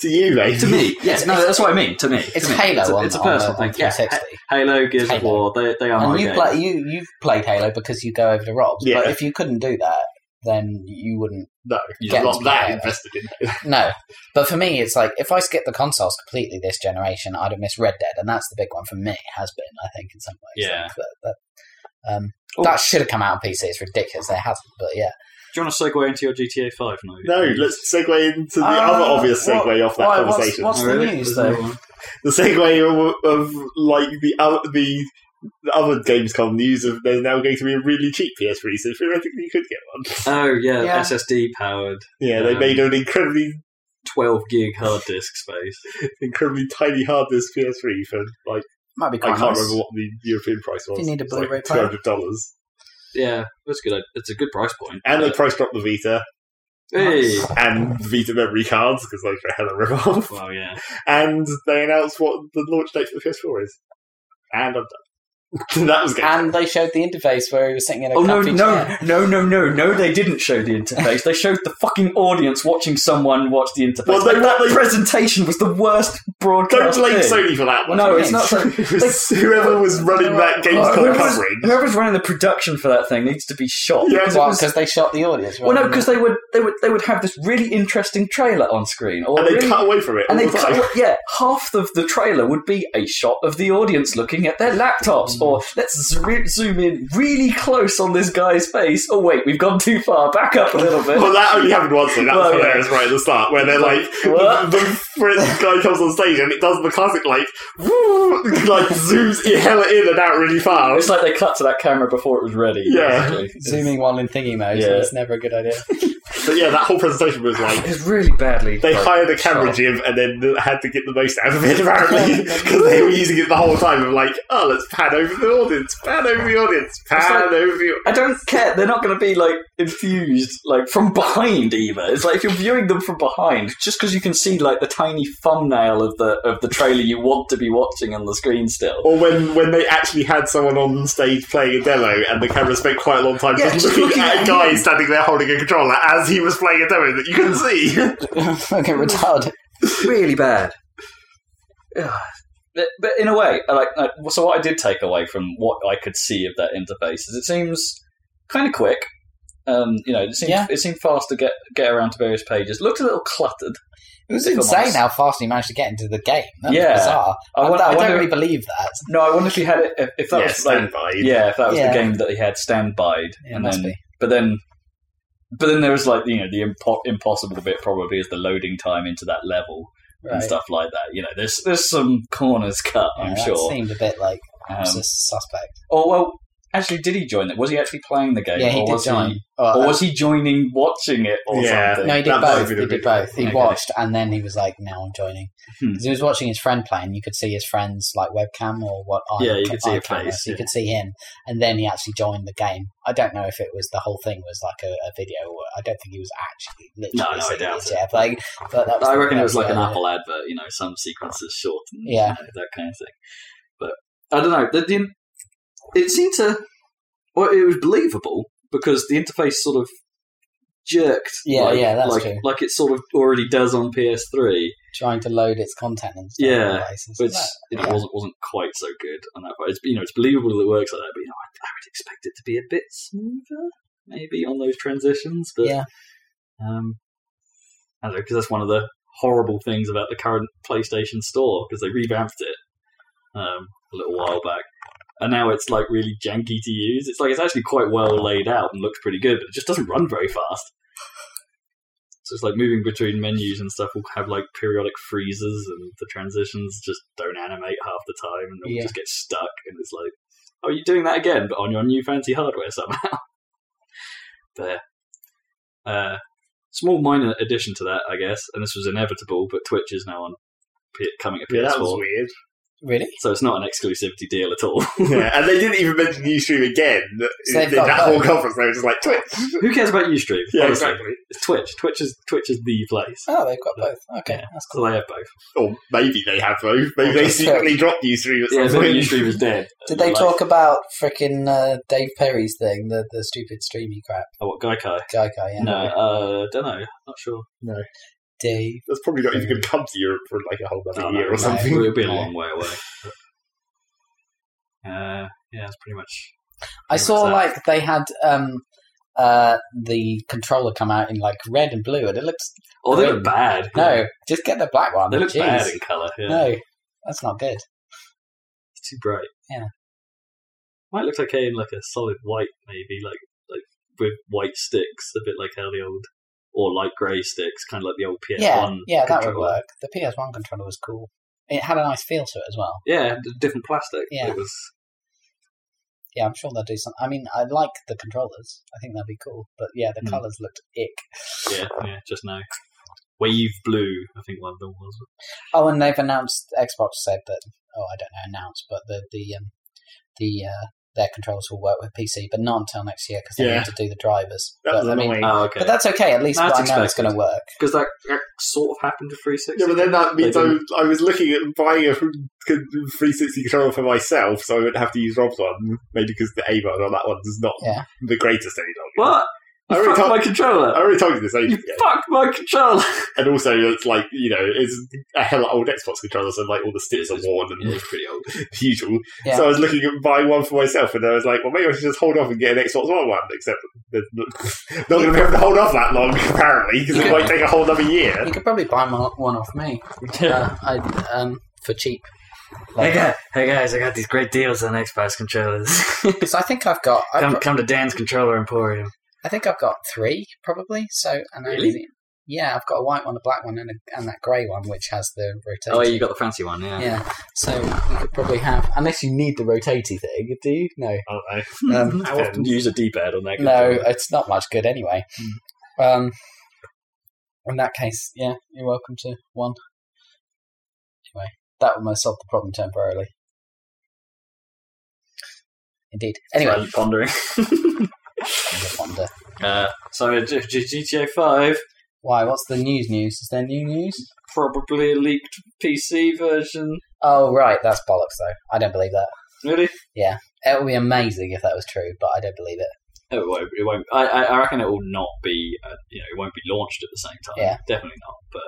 Speaker 3: To you, mate.
Speaker 1: to me, yes,
Speaker 2: It's-
Speaker 1: no,
Speaker 2: it's-
Speaker 1: that's what I mean. To me,
Speaker 2: It's
Speaker 1: to me.
Speaker 2: Halo
Speaker 1: It's a,
Speaker 2: on,
Speaker 1: it's a
Speaker 2: on the-
Speaker 1: personal
Speaker 2: on
Speaker 1: thing. Yeah,
Speaker 2: 360.
Speaker 1: Halo, Gears of
Speaker 2: Halo.
Speaker 1: War, they they are
Speaker 2: and
Speaker 1: my
Speaker 2: you
Speaker 1: games.
Speaker 2: play, you you've played Halo because you go over to Rob's.
Speaker 3: Yeah.
Speaker 2: But if you couldn't do that, then you wouldn't.
Speaker 3: No,
Speaker 1: You
Speaker 2: get
Speaker 3: I'm not
Speaker 2: to
Speaker 3: that
Speaker 2: play it.
Speaker 3: invested in it.
Speaker 2: No, but for me, it's like if I skip the consoles completely this generation, I'd have missed Red Dead, and that's the big one for me. Has been, I think, in some ways.
Speaker 1: Yeah.
Speaker 2: Like, that, that, um,
Speaker 1: Oh.
Speaker 2: that should have come out on PC. It's ridiculous. that It hasn't, but yeah.
Speaker 1: Do you want to segue into your GTA Five? No,
Speaker 3: No, let's segue into the
Speaker 2: Uh,
Speaker 3: other obvious segue
Speaker 2: what-
Speaker 3: off that
Speaker 2: why, what's-
Speaker 3: conversation.
Speaker 2: what's-
Speaker 1: Oh,
Speaker 2: the
Speaker 1: really?
Speaker 2: news,
Speaker 1: There's
Speaker 2: though?
Speaker 1: no one.
Speaker 3: The segue of, of like the other the, the other Gamescom news of there's now going to be a really cheap PS3, so theoretically you could get one.
Speaker 1: Oh yeah,
Speaker 2: Yeah.
Speaker 1: SSD powered,
Speaker 3: Yeah, they
Speaker 1: Um,
Speaker 3: made an incredibly
Speaker 1: twelve gig hard disk space.
Speaker 3: incredibly tiny hard disk PS3 for like
Speaker 2: Might be
Speaker 3: I
Speaker 2: quite
Speaker 3: can't
Speaker 2: nice.
Speaker 3: remember what the European price was.
Speaker 2: you need a
Speaker 3: It's like
Speaker 2: Blu-ray
Speaker 3: two
Speaker 2: player.
Speaker 3: hundred dollars,
Speaker 1: Yeah, that's good. It's a good price point.
Speaker 3: and
Speaker 2: Uh,
Speaker 3: they
Speaker 1: But-
Speaker 3: price dropped the Vita
Speaker 1: hey.
Speaker 3: and Vita memory cards because like they're hella rip off.
Speaker 1: Well, yeah.
Speaker 3: and they announced what the launch date for the PS4 is. And I'm done. that was good.
Speaker 2: And they showed the interface where he was sitting in a
Speaker 1: Oh no,
Speaker 2: comfy
Speaker 1: no,
Speaker 2: chair.
Speaker 1: no, no, no, no! They didn't show the interface. They showed the fucking audience watching someone watch the interface.
Speaker 3: Well, they-
Speaker 1: Like, that
Speaker 3: they-
Speaker 1: presentation was the worst
Speaker 3: Don't
Speaker 1: broadcast.
Speaker 3: blame
Speaker 1: thing.
Speaker 3: Sony for that one.
Speaker 1: No,
Speaker 2: What
Speaker 1: it's uh,
Speaker 2: do you
Speaker 1: not. So,
Speaker 3: It was whoever was running that GameStop
Speaker 1: whoever's-
Speaker 3: covering.
Speaker 1: Whoever's running the production for that thing needs to be shot.
Speaker 3: Yeah,
Speaker 1: because it was-
Speaker 2: because they shot the audience.
Speaker 1: well, no,
Speaker 2: rather than-
Speaker 1: because they would they would they would have this really interesting trailer on screen, or
Speaker 3: And they
Speaker 1: really-
Speaker 3: cut away from it.
Speaker 1: and
Speaker 3: all
Speaker 1: they
Speaker 3: the time.
Speaker 1: cut, yeah, half of the trailer would be a shot of the audience looking at their
Speaker 3: Mm.
Speaker 1: laptops, or let's zo- zoom in really close on this guy's face. Oh wait, we've gone too far. Back up a little bit.
Speaker 3: Well, that only happened once, and that was
Speaker 1: Well, Oh, yeah.
Speaker 3: hilarious right at the start, where they're like,
Speaker 1: What?
Speaker 3: the, the French guy comes on stage and it does the classic, like, woo, like zooms in, hella in and out really fast.
Speaker 1: It's like they cut to that camera before it was ready.
Speaker 3: Yeah.
Speaker 1: basically.
Speaker 2: zooming while in thingy mode. so
Speaker 1: Yeah.
Speaker 2: that's never a good idea.
Speaker 3: But yeah, that whole presentation was like,
Speaker 1: It's really badly.
Speaker 3: They
Speaker 1: done.
Speaker 3: hired a camera
Speaker 1: shot.
Speaker 3: Jim and then had to get the most out of it, apparently, because they were using it the whole time. Of like, oh, let's pan over the audience, pan over the audience, pan
Speaker 1: like-
Speaker 3: over the.
Speaker 1: I don't care. They're not going to be like infused like from behind either. It's like if you're viewing them from behind, just because you can see like the tiny thumbnail of the of the trailer you want to be watching on the screen still.
Speaker 3: Or when, when they actually had someone on stage playing a demo and the camera spent quite a long time
Speaker 1: Yeah,
Speaker 3: just
Speaker 1: just
Speaker 3: looking,
Speaker 1: looking
Speaker 3: at
Speaker 1: at
Speaker 3: a guy
Speaker 1: him.
Speaker 3: standing there holding a controller as he was playing a demo that you couldn't see.
Speaker 2: Fucking retarded.
Speaker 1: really bad. Ugh. But, but in a way, I like I- so, what I did take away from what I could see of that interface is it seems kind of quick. Um, you know, it seemed
Speaker 2: Yeah.
Speaker 1: it seemed fast to get get around to various pages. Looked a little cluttered.
Speaker 2: It was
Speaker 1: If I'm
Speaker 2: insane
Speaker 1: honest.
Speaker 2: how fast he managed to get into the game. That was
Speaker 1: Yeah.
Speaker 2: bizarre. I,
Speaker 1: I, wonder, I,
Speaker 2: I don't
Speaker 1: wonder-
Speaker 2: really believe that.
Speaker 1: No, I wonder if he had it. If, if that
Speaker 3: yeah,
Speaker 1: was like
Speaker 3: stand by.
Speaker 1: Yeah, if that was
Speaker 2: Yeah.
Speaker 1: the game that he had standbyed,
Speaker 2: Yeah,
Speaker 1: and
Speaker 2: must
Speaker 1: then
Speaker 2: be.
Speaker 1: but then but then there was like you know the impo- impossible bit probably is the loading time into that level and
Speaker 2: Right.
Speaker 1: stuff like that. You know, there's there's some corners cut,
Speaker 2: Yeah,
Speaker 1: I'm
Speaker 2: that
Speaker 1: sure.
Speaker 2: seemed a bit like
Speaker 1: Um,
Speaker 2: it's a suspect.
Speaker 1: oh well, actually, did he join it? Was he actually playing the game?
Speaker 2: Yeah, he
Speaker 1: or
Speaker 2: did
Speaker 1: was
Speaker 2: join.
Speaker 1: He,
Speaker 2: Well,
Speaker 1: or
Speaker 2: uh,
Speaker 1: was he joining watching it or
Speaker 3: Yeah.
Speaker 1: something?
Speaker 2: no, he
Speaker 3: That
Speaker 2: did
Speaker 3: might
Speaker 2: both.
Speaker 3: be
Speaker 2: He
Speaker 3: the
Speaker 2: did
Speaker 3: big-
Speaker 2: both. He
Speaker 1: Okay.
Speaker 2: watched, and then he was like, "Now I'm joining."
Speaker 1: Hmm.
Speaker 2: Because he was watching his friend play, and you could see his friend's like webcam or what. Eye,
Speaker 1: Yeah, you could see
Speaker 2: eye
Speaker 1: a
Speaker 2: camera,
Speaker 1: face,
Speaker 2: So you
Speaker 1: yeah.
Speaker 2: could see him, and then he actually joined the game. I don't know if it was the whole thing was like a, a video. Or, I don't think he was actually
Speaker 1: No,
Speaker 2: literally.
Speaker 1: no, I
Speaker 2: seeing
Speaker 1: doubt it.
Speaker 2: Yeah, but, like, but that was
Speaker 1: I
Speaker 2: the-
Speaker 1: reckon it
Speaker 2: that
Speaker 1: was like an
Speaker 2: the-
Speaker 1: Apple advert, you know, some sequences short and you
Speaker 2: Yeah.
Speaker 1: know, that kind of thing. But I don't know. The, the, it seemed to, well, it was believable because the interface sort of jerked.
Speaker 2: Yeah,
Speaker 1: like,
Speaker 2: yeah, that's
Speaker 1: like,
Speaker 2: true.
Speaker 1: Like it sort of already does on PS3,
Speaker 2: trying to load its content and stuff.
Speaker 1: Yeah,
Speaker 2: in places.
Speaker 1: which
Speaker 2: That-
Speaker 1: you know
Speaker 2: yeah.
Speaker 1: wasn't wasn't quite so good on that part. It's you know it's believable that it works like that, but you know I, I would expect it to be a bit smoother maybe on those transitions. But
Speaker 2: yeah,
Speaker 1: Um, I don't know because that's one of the horrible things about the current PlayStation Store because they revamped it um, a little while back, and now it's like really janky to use. It's like it's actually quite well laid out and looks pretty good, but it just doesn't run very fast. So it's like moving between menus and stuff will have like periodic freezes, and the transitions just don't animate half the time, and it'll
Speaker 2: Yeah.
Speaker 1: just get stuck. And it's like, oh, you're doing that again, but on your new fancy hardware somehow. there. Uh, small minor addition to that, I guess, and this was inevitable, but Twitch is now on P- coming to PS4,
Speaker 3: Yeah, that was weird.
Speaker 2: Really?
Speaker 1: so it's not an exclusivity deal at all.
Speaker 3: yeah, and they didn't even mention Ustream again
Speaker 2: So
Speaker 3: in
Speaker 2: they've got
Speaker 3: that whole
Speaker 2: both.
Speaker 3: conference. They were just like Twitch.
Speaker 1: Who cares about Ustream?
Speaker 3: Yeah,
Speaker 1: Honestly,
Speaker 3: exactly.
Speaker 1: It's Twitch. Twitch is Twitch is the place.
Speaker 2: Oh, they've got both. Okay,
Speaker 1: Yeah.
Speaker 2: that's cool.
Speaker 1: So they have both.
Speaker 3: Or maybe they have both. Maybe they
Speaker 2: Twitch.
Speaker 3: secretly dropped Ustream at some
Speaker 1: Yeah, so
Speaker 3: point.
Speaker 1: Ustream is dead.
Speaker 2: Did they
Speaker 1: Like,
Speaker 2: talk about frickin' uh, Dave Perry's thing, the, the stupid streamy crap?
Speaker 1: Oh, what Gaikai?
Speaker 2: Guy guy, yeah.
Speaker 1: No, uh, don't know. Not sure.
Speaker 2: Dave.
Speaker 3: That's probably not even going to come to Europe for like a whole other
Speaker 1: Oh, no,
Speaker 3: year or
Speaker 1: no,
Speaker 3: something.
Speaker 1: It would be a
Speaker 2: No.
Speaker 1: long way away. But, uh, yeah, that's pretty much.
Speaker 2: I
Speaker 1: Who
Speaker 2: saw
Speaker 1: was that?
Speaker 2: like they had um, uh, the controller come out in like red and blue, and it looks
Speaker 1: Oh, they look
Speaker 2: Grim.
Speaker 1: bad.
Speaker 2: no. Just get the black one.
Speaker 1: they look
Speaker 2: Jeez.
Speaker 1: bad in colour. Yeah,
Speaker 2: No, that's not good.
Speaker 1: it's too bright.
Speaker 2: Yeah.
Speaker 1: might look okay in like a solid white, maybe like like with white sticks, a bit like how the old or light grey sticks, kind of like the old PS
Speaker 2: yeah,
Speaker 1: One.
Speaker 2: yeah, that would work. The PS1 controller was cool. It had a nice feel to it as well.
Speaker 1: Yeah, d- different plastic.
Speaker 2: Yeah.
Speaker 1: It was
Speaker 2: Yeah, I'm sure they'll do some. I mean, I like the controllers. I think they'll be cool. But yeah, the
Speaker 1: Hmm.
Speaker 2: colours looked ick.
Speaker 1: yeah, yeah, just now. Wave blue, I think one of them was.
Speaker 2: Oh, and they've announced Xbox said that. Oh, I don't know, announced, but the the um, the uh, their controllers will work with PC, but not until next year because they
Speaker 3: Yeah.
Speaker 2: need to do the drivers.
Speaker 3: That
Speaker 2: but,
Speaker 3: was
Speaker 2: I mean,
Speaker 3: annoying.
Speaker 1: Oh, okay.
Speaker 2: but that's okay. At least
Speaker 1: That's
Speaker 2: I know it's
Speaker 1: expected.
Speaker 2: going to work.
Speaker 1: Because that, that sort of happened to 360.
Speaker 3: Yeah, but then that means
Speaker 1: They
Speaker 3: I, I was looking at buying a 360 controller for myself, so I would have to use Rob's one, maybe because the A button on that one's not
Speaker 2: Yeah.
Speaker 3: the greatest any longer.
Speaker 1: What? You
Speaker 3: I already
Speaker 1: fucked
Speaker 3: told-
Speaker 1: my
Speaker 3: I
Speaker 1: controller.
Speaker 3: already told you this
Speaker 1: You
Speaker 3: ages ago.
Speaker 1: fucked my controller.
Speaker 3: And also, it's like, you know, it's a hell of old Xbox controller, so like all the sticks are worn and
Speaker 1: it's pretty old.
Speaker 3: usual.
Speaker 2: Yeah.
Speaker 3: So I was looking at buying one for myself, and I was like, well, maybe I should just hold off and get an Xbox One one, except they're not going to be able to hold off that long, apparently, because it
Speaker 2: Yeah.
Speaker 3: might take a whole another year.
Speaker 2: You could probably buy mo- one off me. Uh, I um for cheap.
Speaker 4: Hey guys, hey guys, I got these great deals on Xbox controllers.
Speaker 2: Because I think I've got. I've
Speaker 4: come,
Speaker 2: pro-
Speaker 4: come to Dan's Controller Emporium.
Speaker 2: I think I've got three probably. So and I-
Speaker 1: Really?
Speaker 2: yeah, I've got a white one, a black one, and a, and that grey one, which has the rotating.
Speaker 1: Oh, yeah, you got the fancy one, yeah.
Speaker 2: Yeah, so you could probably have, unless you need the rotatey thing, do you? No.
Speaker 3: I don't know.
Speaker 2: Um,
Speaker 1: I often use a D-pad on that
Speaker 2: no,
Speaker 1: controller.
Speaker 2: it's not much good anyway.
Speaker 1: Hmm.
Speaker 2: Um, in that case, yeah, you're welcome to one. Anyway, that would most solve the problem temporarily. Indeed. Anyway,
Speaker 1: Silent pondering.
Speaker 2: I just wonder
Speaker 1: uh, so G- G- GTA 5,
Speaker 2: why. What's the news? News is there new news?
Speaker 1: probably a leaked PC version.
Speaker 2: Oh right, that's bollocks though. I don't believe that.
Speaker 1: Really?
Speaker 2: It would be amazing if that was true, but I don't believe it.
Speaker 1: Oh, It won't. It won't. I, I I reckon it will not be. Uh, you know, it won't be launched at the same time.
Speaker 2: Yeah.
Speaker 1: definitely not. But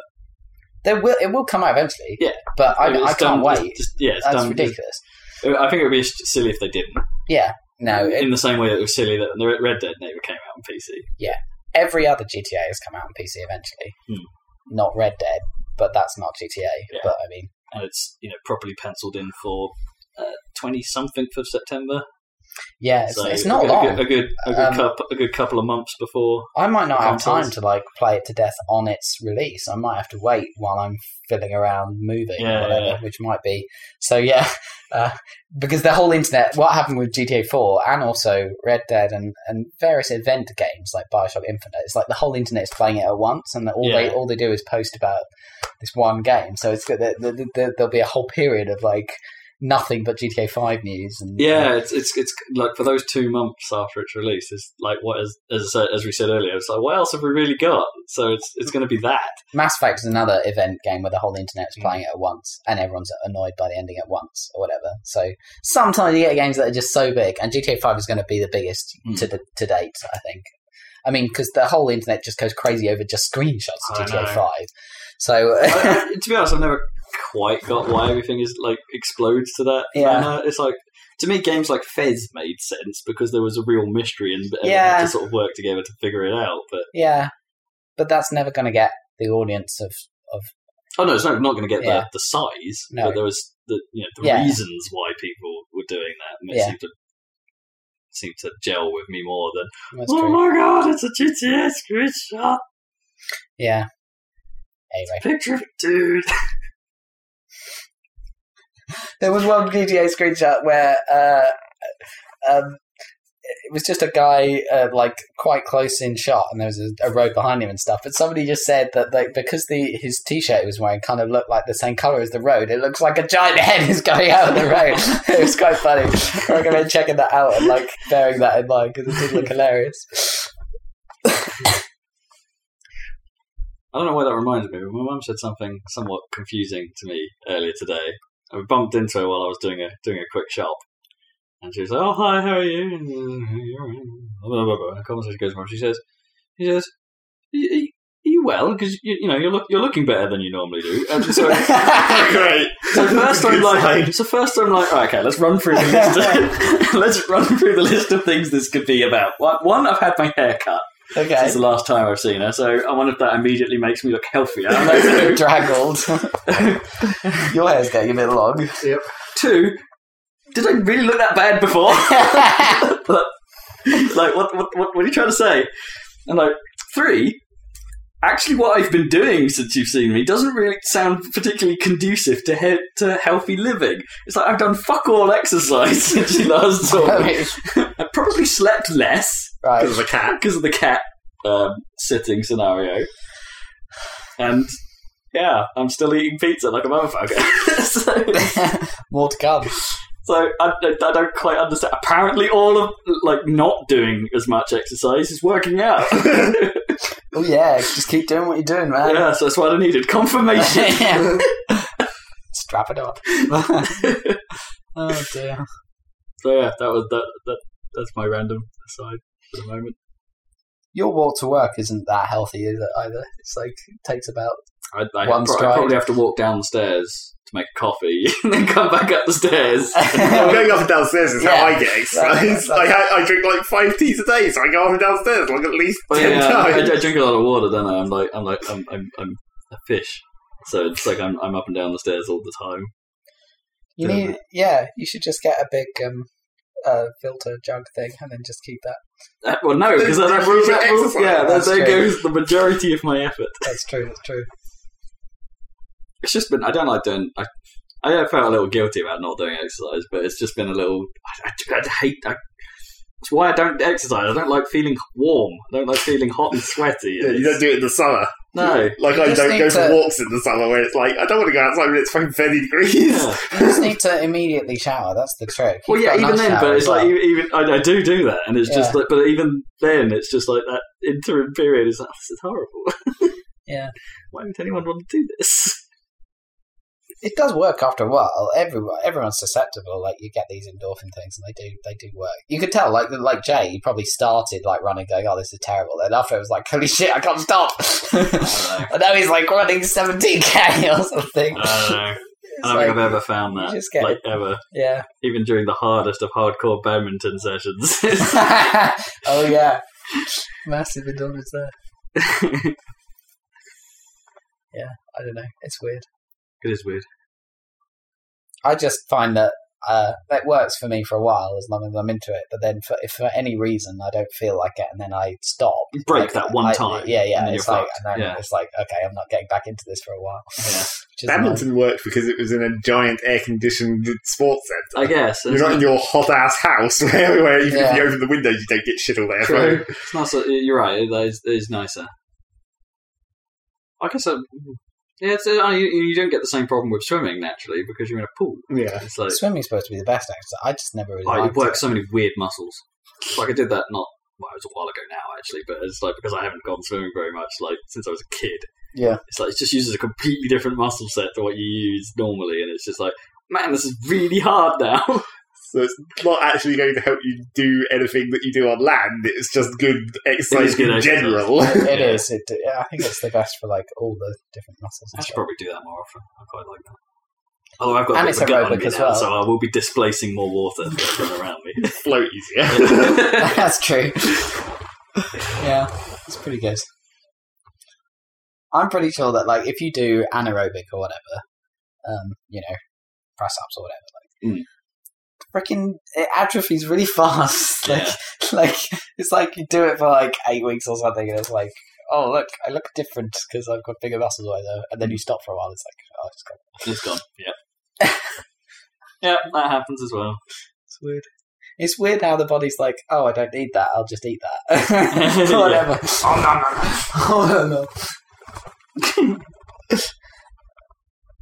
Speaker 2: There will it will come out eventually.
Speaker 1: Yeah.
Speaker 2: but I, I
Speaker 1: it's
Speaker 2: can't
Speaker 1: done- it's
Speaker 2: wait.
Speaker 1: just- yeah, it's
Speaker 2: That's
Speaker 1: done.
Speaker 2: ridiculous.
Speaker 1: I think it would be s- silly if they didn't.
Speaker 2: Yeah. No, it,
Speaker 1: in the same way that it was silly that the Red Dead neighbor came out on PC.
Speaker 2: every other GTA has come out on PC eventually. Not Red Dead, but that's not GTA.
Speaker 1: Hmm. Yeah.
Speaker 2: But I mean,
Speaker 1: and it's you know properly penciled in for uh, twenty something for September.
Speaker 2: yeah, it's,
Speaker 1: so
Speaker 2: it's not
Speaker 1: a,
Speaker 2: long.
Speaker 1: A, good a good, a good,
Speaker 2: Um,
Speaker 1: coup- a good couple of months before.
Speaker 2: I might not have
Speaker 1: consoles.
Speaker 2: time to like play it to death on its release. I might have to wait while I'm fiddling around moving
Speaker 1: Yeah,
Speaker 2: or whatever,
Speaker 1: yeah.
Speaker 2: which might be. So yeah, uh, because the whole internet, what happened with GTA 4 and also Red Dead and, and various event games like Bioshock Infinite, it's like the whole internet is playing it at once, and all they
Speaker 1: Yeah.
Speaker 2: all they do is post about this one game. So it's good that that- that- that there'll be a whole period of like nothing but GTA 5 news. And,
Speaker 1: Yeah, it's it's it's like for those two months after its release is like what is as I said- as we said earlier. It's like what else have we really got? So it's it's going to be that.
Speaker 2: Mass Effect is another event game where the whole internet's
Speaker 1: Mm.
Speaker 2: playing it at once, and everyone's annoyed by the ending at once or whatever. So sometimes you get games that are just so big, and GTA Five is going to be the biggest
Speaker 1: Mm.
Speaker 2: to, to date, I think. I mean, because the whole internet just goes crazy over just screenshots of
Speaker 1: I
Speaker 2: GTA
Speaker 1: know.
Speaker 2: Five. So
Speaker 1: I, I- to be honest, I've never quite got why everything is like explodes to that.
Speaker 2: Yeah.
Speaker 1: manner. it's like to me, games like Fez made sense because there was a real mystery and everyone had
Speaker 2: Yeah.
Speaker 1: to sort of work together to figure it out. But
Speaker 2: yeah, but that's never going to get the audience of of
Speaker 1: Oh no, it's not, not going to get
Speaker 2: Yeah.
Speaker 1: the, the size.
Speaker 2: No.
Speaker 1: But there was the you know the
Speaker 2: Yeah.
Speaker 1: reasons why people were doing that, and it
Speaker 2: Yeah.
Speaker 1: seemed to seemed to gel with me more than
Speaker 2: That's
Speaker 1: oh
Speaker 2: true.
Speaker 1: my god, it's a GTA screenshot
Speaker 2: Yeah. Anyway.
Speaker 1: picture, of a dude.
Speaker 2: There was one GTA screenshot where uh, um, it was just a guy uh, like quite close in shot, and there was a, a road behind him and stuff. But somebody just said that like because the his t-shirt he was wearing kind of looked like the same color as the road, it looks like a giant head is going out of the road. it was quite funny. I recommend checking that out and like bearing that in mind because it did look hilarious.
Speaker 1: I don't know why that reminded me, but my mum said something somewhat confusing to me earlier today. I bumped into her while I was doing a doing a quick shop, and she was like, "Oh hi, how are you?" And, uh, "You're all right." Blah, blah, blah, blah. The conversation goes on. She says, "She says, are you, are you well? Because you, you know you're look, you're looking better than you normally do." And so,
Speaker 3: Great.
Speaker 1: so first I'm
Speaker 3: Good
Speaker 1: like,
Speaker 3: sign.
Speaker 1: so first I'm like, "Oh, okay, let's run through the list. Of, let's run through the list of things this could be about. One, one I've had my hair cut.
Speaker 2: Okay.
Speaker 1: This is the last time I've seen her, so I wonder if that immediately makes me look healthier. I'm like, no.
Speaker 2: Draggled. Your hair's getting a bit long.
Speaker 1: Two, did I really look that bad before? like, what, what, what, what are you trying to say? And like, three, actually, what I've been doing since you've seen me doesn't really sound particularly conducive to he- to healthy living. It's like I've done fuck all exercise since you last saw me. I probably slept less
Speaker 2: right.
Speaker 3: Because of a cat.
Speaker 1: because of the cat um, sitting scenario. And yeah, I'm still eating pizza like a motherfucker. so,
Speaker 2: More to come.
Speaker 1: so I, I don't quite understand. Apparently, all of like not doing as much exercise is working out.
Speaker 2: Oh yeah, just keep doing what you're doing, man.
Speaker 1: yeah, so that's what I needed confirmation.
Speaker 2: Strap it up. oh dear.
Speaker 1: so yeah, that was that. that that's my random aside for the moment.
Speaker 2: Your walk to work isn't that healthy, is it? Either it's like it takes about
Speaker 1: I, I,
Speaker 2: One
Speaker 1: pro- I
Speaker 2: stride.
Speaker 1: probably have to walk down the stairs to make a coffee and then come back up the stairs.
Speaker 3: Well, going up and downstairs is
Speaker 2: Yeah.
Speaker 3: how I get exercise.
Speaker 2: Yeah.
Speaker 3: like, I, I drink like five teas a day, so I go up and downstairs like at least
Speaker 1: But
Speaker 3: ten
Speaker 1: yeah, I,
Speaker 3: times.
Speaker 1: I drink a lot of water, don't I? I'm like, I'm like, I'm, I'm, I'm a fish. So it's like I'm, I'm up and down the stairs all the time.
Speaker 2: you
Speaker 1: Yeah.
Speaker 2: need. Yeah, you should just get a big um, uh, filter jug thing and then just keep that.
Speaker 1: Uh, well, no, because that, that
Speaker 3: That's
Speaker 1: rules
Speaker 3: your
Speaker 1: that rules-
Speaker 3: exercise.
Speaker 1: Yeah, there,
Speaker 2: That's
Speaker 1: there
Speaker 2: true.
Speaker 1: goes the majority of my effort.
Speaker 2: That's true. That's true.
Speaker 1: It's just been. I don't like doing. I, I have felt a little guilty about not doing exercise, but it's just been a little. I, I, I hate. I, that's why I don't exercise. I don't like feeling warm. I don't like feeling hot and sweaty.
Speaker 3: Yeah, you don't do it in the summer.
Speaker 1: no.
Speaker 3: Like
Speaker 2: You
Speaker 3: I
Speaker 2: just
Speaker 3: don't
Speaker 2: need
Speaker 3: go
Speaker 2: to-
Speaker 3: for walks in the summer where it's like I don't want to go outside when it's fucking thirty degrees.
Speaker 1: Yeah.
Speaker 2: You just need to immediately shower. That's the trick.
Speaker 1: Well,
Speaker 2: You've
Speaker 1: yeah,
Speaker 2: got a
Speaker 1: even
Speaker 2: nice
Speaker 1: then,
Speaker 2: shower
Speaker 1: but it's
Speaker 2: as
Speaker 1: like
Speaker 2: well.
Speaker 1: even, even I, I do do that, and it's just
Speaker 2: Yeah.
Speaker 1: like, but even then, it's just like that interim period is like oh, this is horrible.
Speaker 2: Yeah.
Speaker 1: why would anyone want to do this?
Speaker 2: it does work after a while. Everyone, everyone's susceptible. Like you get these endorphin things, and they do they do work. You could tell, like like Jay, he probably started like running, going, "Oh, this is terrible." Then after it was like, "Holy shit, I can't stop!"
Speaker 1: know.
Speaker 2: and now he's like running seventeen k or something.
Speaker 1: I
Speaker 2: It's
Speaker 1: don't know. Uh, I don't
Speaker 2: like-
Speaker 1: think I've ever found
Speaker 2: you
Speaker 1: that,
Speaker 2: just get
Speaker 1: like ever,
Speaker 2: yeah.
Speaker 1: even during the hardest of hardcore badminton sessions.
Speaker 2: oh yeah, massive endorphins there.
Speaker 1: it
Speaker 2: I don't know. It's weird.
Speaker 1: is weird.
Speaker 2: I just find that uh, that works for me for a while as long as I'm into it. But then, for, if for any reason I don't feel like it, and then I stop,
Speaker 1: You break
Speaker 2: like,
Speaker 1: that one
Speaker 2: I-
Speaker 1: time,
Speaker 2: yeah, yeah,
Speaker 1: and then
Speaker 2: it's
Speaker 1: you're
Speaker 2: like,
Speaker 1: fucked.
Speaker 2: and then
Speaker 1: Yeah.
Speaker 2: it's like, okay, I'm not getting back into this for a while.
Speaker 1: Yeah.
Speaker 2: Which is annoying.
Speaker 3: Badminton worked because it was in a giant air-conditioned sports
Speaker 1: I
Speaker 3: centre.
Speaker 1: guess
Speaker 3: You're not in your hot ass house where, where even
Speaker 2: Yeah.
Speaker 3: if you open the windows, you don't get shit all there.
Speaker 1: True. It's not so, you're right. It is, it is nicer. I guess. I, yeah, it's, uh, you, you don't get the same problem with swimming naturally because you're in a pool.
Speaker 3: Yeah.
Speaker 1: It's like
Speaker 2: Swimming's supposed to be the best exercise. I just never really.
Speaker 1: Oh,
Speaker 2: liked
Speaker 1: it works so many weird muscles. Like I did that not well, it was a while ago now actually, but it's like because I haven't gone swimming very much, like since I was a kid.
Speaker 2: Yeah.
Speaker 1: It's like it just uses a completely different muscle set to what you use normally, and it's just like, man, this is really hard now.
Speaker 3: So it's not actually going to help you do anything that you do on land. It's just good exercise
Speaker 1: good
Speaker 3: in
Speaker 1: exercise.
Speaker 3: general.
Speaker 2: It, It
Speaker 1: Yeah.
Speaker 2: is. It, yeah, I think it's the best for like all the different muscles.
Speaker 1: I
Speaker 2: And
Speaker 1: should
Speaker 2: stuff.
Speaker 1: probably do that more often. I quite like that. Although I've got
Speaker 2: And
Speaker 1: a bit
Speaker 2: it's
Speaker 1: of a gut on
Speaker 2: aerobic
Speaker 1: me
Speaker 2: as
Speaker 1: now,
Speaker 2: well.
Speaker 1: so I will be displacing more water than everyone around me.
Speaker 3: Float easier.
Speaker 1: Yeah.
Speaker 2: That's true. yeah, it's pretty good. I'm pretty sure that like if you do anaerobic or whatever, um, you know, press ups or whatever, like.
Speaker 1: Mm.
Speaker 2: Freaking it atrophies really fast. Like, like it's like you do it for like eight weeks or something, and it's like, oh look, I look different because I've got bigger muscles or whatever. And then you stop for a while. It's like, oh, it's got
Speaker 1: It's gone. Yeah. yeah, that happens as well.
Speaker 2: It's weird. It's weird how the body's like, oh, I don't need that. I'll just eat that. Or whatever. Oh no, no, no.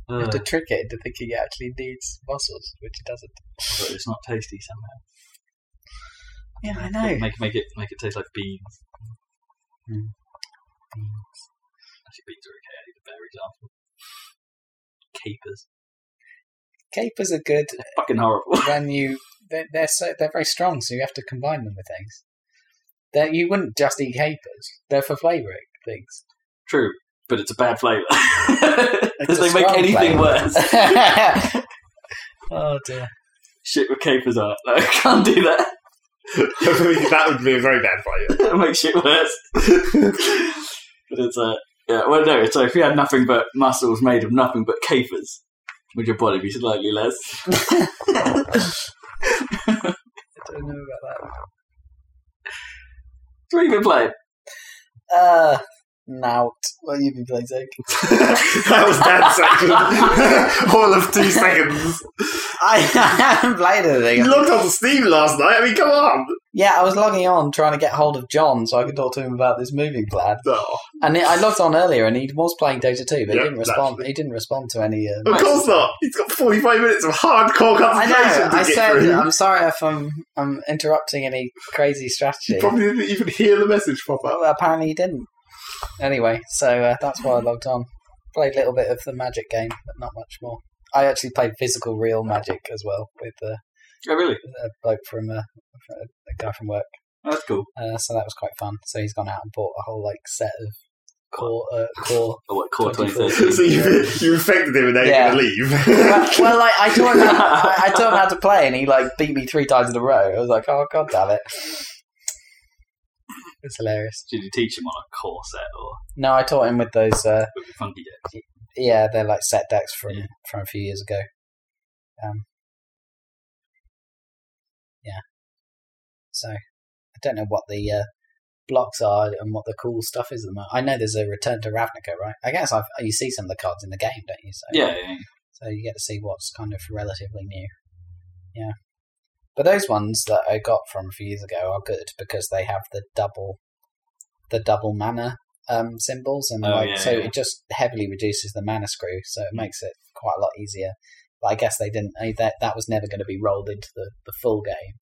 Speaker 2: You have
Speaker 1: Uh,
Speaker 2: to trick it into thinking it actually needs muscles, which it doesn't.
Speaker 1: but it's not tasty somehow.
Speaker 2: Yeah, I
Speaker 1: Make-
Speaker 2: know.
Speaker 1: Make make it make it taste like beans.
Speaker 2: Mm.
Speaker 1: Actually, beans are okay. I need a better example. Capers.
Speaker 2: Capers are good
Speaker 1: Fucking horrible.
Speaker 2: when you they're they're, so, they're very strong, so you have to combine them with things. That you wouldn't just eat capers; they're for flavouring things.
Speaker 1: True, but it's a bad flavour.
Speaker 2: It's
Speaker 1: Because
Speaker 2: a
Speaker 1: they make
Speaker 2: strong
Speaker 1: anything
Speaker 2: flavour.
Speaker 1: worse.
Speaker 2: oh dear.
Speaker 1: Shit with capers are. No, I can't do that.
Speaker 3: that would be a very bad fight.
Speaker 1: It makes shit worse. but it's uh, yeah. Well, no. So if you had nothing but muscles made of nothing but capers, would your body be slightly less?
Speaker 2: I don't know about
Speaker 1: What have you been playing?
Speaker 2: that. Uh, Nout. What have you been playing, Zach?
Speaker 3: that was Dan's section. All of two seconds.
Speaker 2: I haven't played anything.
Speaker 3: You logged on to Steam last night. I mean, come on.
Speaker 2: Yeah, I was logging on trying to get hold of John so I could talk to him about this moving plan.
Speaker 3: Oh,
Speaker 2: And I logged on earlier, and he was playing Dota 2, but
Speaker 3: Yep,
Speaker 2: he didn't respond.
Speaker 3: naturally.
Speaker 2: He didn't respond to any. Uh,
Speaker 3: of course not. He's got 45 minutes of hardcore
Speaker 2: I
Speaker 3: concentration
Speaker 2: know.
Speaker 3: to
Speaker 2: I
Speaker 3: get
Speaker 2: said
Speaker 3: through.
Speaker 2: I'm sorry if I'm I'm interrupting any crazy strategy.
Speaker 3: You probably didn't even hear the message pop up.
Speaker 2: Well, apparently he didn't. Anyway, so uh, that's why I logged on. Played a little bit of the Magic game, but not much more. I actually played physical, real Magic as well with uh,
Speaker 1: Oh, really?
Speaker 2: a bloke from uh, from a a guy from work.
Speaker 1: That's cool.
Speaker 2: Uh, so that was quite fun. So he's gone out and bought a whole like set of core uh, core
Speaker 1: Oh, what, Core
Speaker 2: 24.
Speaker 1: 2013.
Speaker 3: So you, you infected him and now
Speaker 2: Yeah.
Speaker 3: you're going to leave.
Speaker 2: well, well, like I taught him, how, I, I taught him how to play, and he like beat me three times in a row. I was like, oh god damn it! It's hilarious.
Speaker 1: Did you teach him on a core set or
Speaker 2: No, I taught him with those. Uh,
Speaker 1: with your funky deck?
Speaker 2: yeah, they're like set decks from
Speaker 1: Yeah.
Speaker 2: from a few years ago. Um, yeah. So I don't know what the uh, blocks are and what the cool stuff is at the moment. I know there's a return to Ravnica, right? I guess I've, you see some of the cards in the game, don't you? So,
Speaker 1: Yeah, yeah,
Speaker 2: so you get to see what's kind of relatively new. Yeah. But those ones that I got from a few years ago are good because they have the double the double mana um, symbols and
Speaker 1: Oh,
Speaker 2: like
Speaker 1: yeah,
Speaker 2: so
Speaker 1: yeah.
Speaker 2: it just heavily reduces the mana screw, so it makes it quite a lot easier. But I guess they didn't I- that that was never going to be rolled into the, the full game.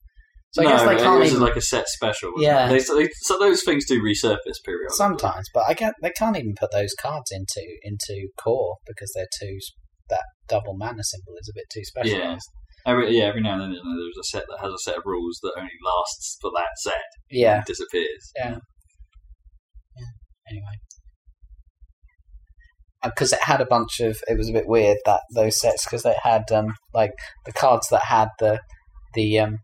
Speaker 2: So I
Speaker 1: no,
Speaker 2: guess they
Speaker 1: it
Speaker 2: can't
Speaker 1: was
Speaker 2: even
Speaker 1: like a set special. wasn't
Speaker 2: Yeah.
Speaker 1: it? They, so, they, so those things do resurface periodically.
Speaker 2: sometimes, but I can't, they can't even put those cards into into core because they're too s- that double mana symbol is a bit too specialized.
Speaker 1: Every, yeah, every now and then you know, there's a set that has a set of rules that only lasts for that set.
Speaker 2: Yeah.
Speaker 1: and disappears.
Speaker 2: anyway. Because it had a bunch of, it was a bit weird that those sets because they had um like the cards that had the the um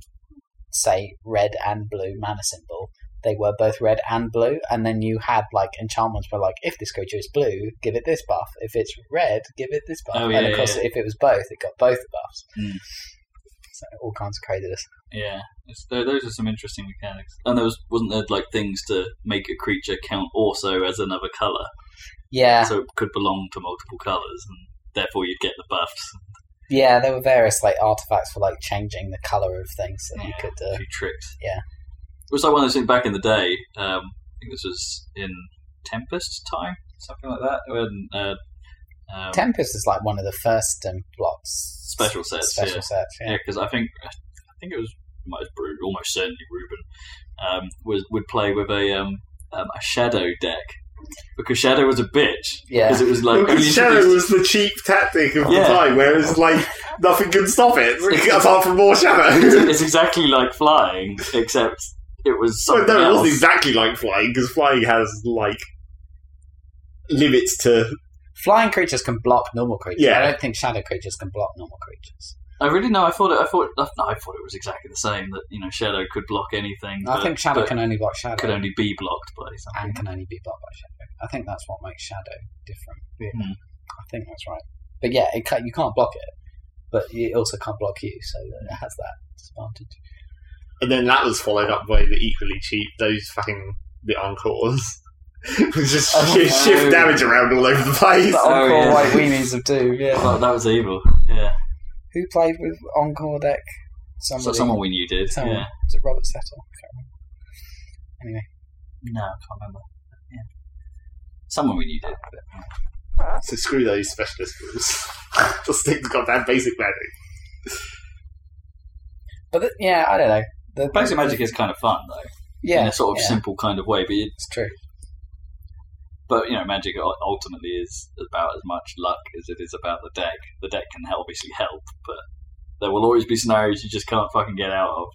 Speaker 2: say red and blue mana symbol. They were both red and blue, and then you had like enchantments were like if this creature is blue, give it this buff. If it's red, give it this buff.
Speaker 1: Oh,
Speaker 2: and
Speaker 1: yeah,
Speaker 2: of course,
Speaker 1: yeah,
Speaker 2: if it was both, it got both buffs.
Speaker 1: Mm.
Speaker 2: So all kinds of craziness.
Speaker 1: Yeah, it's, tho- those are some interesting mechanics. And there was wasn't there like things to make a creature count also as another color,
Speaker 2: Yeah,
Speaker 1: so it could belong to multiple colors, and therefore you'd get the buffs
Speaker 2: yeah. There were various like artifacts for like changing the color of things that you
Speaker 1: Yeah.
Speaker 2: could. Uh,
Speaker 1: few tricks.
Speaker 2: Yeah.
Speaker 1: It was like one of those things back in the day. Um, I think this was in Tempest time, something like that. When, uh, um,
Speaker 2: Tempest is like one of the first um, blocks
Speaker 1: special sets.
Speaker 2: special
Speaker 1: yeah.
Speaker 2: sets. Yeah.
Speaker 1: Yeah, because I think I think it was most Bru- almost certainly Ruben um, was would play with a um, um, a shadow deck because shadow was a bitch
Speaker 2: Yeah.
Speaker 1: because it was like
Speaker 3: because
Speaker 1: only
Speaker 3: shadow
Speaker 1: introduced-
Speaker 3: was the cheap tactic of
Speaker 1: Yeah.
Speaker 3: the time, whereas like nothing could stop it apart from more shadow.
Speaker 1: it's exactly like flying except it was
Speaker 3: so
Speaker 1: something
Speaker 3: no, it
Speaker 1: else.
Speaker 3: wasn't exactly like flying because flying has like limits to
Speaker 2: Flying creatures can block normal creatures.
Speaker 3: Yeah.
Speaker 2: I don't think shadow creatures can block normal creatures.
Speaker 1: I really no. I thought it. I thought no. I thought it was exactly the same. That you know, Shadow could block anything.
Speaker 2: I
Speaker 1: but-
Speaker 2: think Shadow
Speaker 1: but
Speaker 2: can only block Shadow.
Speaker 1: could only be blocked by something.
Speaker 2: and can only be blocked by Shadow. I think that's what makes Shadow different.
Speaker 1: Hmm.
Speaker 2: I think that's right. But yeah, it can you can't block it, but it also can't block you, so it has that disadvantage.
Speaker 3: And then that was followed up by the equally cheap, those fucking, the encores. just
Speaker 2: Oh,
Speaker 3: shift,
Speaker 1: no.
Speaker 3: shift damage around all over the place.
Speaker 2: But
Speaker 1: Oh,
Speaker 2: Encore
Speaker 1: yeah.
Speaker 2: White Weenies of Doom, yeah.
Speaker 1: That, that was evil. Yeah.
Speaker 2: Who played with Encore deck? Somebody.
Speaker 1: So someone we knew did.
Speaker 2: Someone.
Speaker 1: Yeah.
Speaker 2: Was it Robert Settle? I can't remember. Anyway,
Speaker 1: No, I can't remember. Yeah. Someone we knew did.
Speaker 3: So screw those specialist rules. Just stick to goddamn basic magic.
Speaker 2: but th- yeah, I don't know. The,
Speaker 1: But basic magic is kind of fun though, in
Speaker 2: yeah,
Speaker 1: a sort of
Speaker 2: yeah,
Speaker 1: simple kind of way. But it,
Speaker 2: it's true.
Speaker 1: but you know, magic u- ultimately is about as much luck as it is about the deck. The deck can help- obviously help, but there will always be scenarios you just can't fucking get out of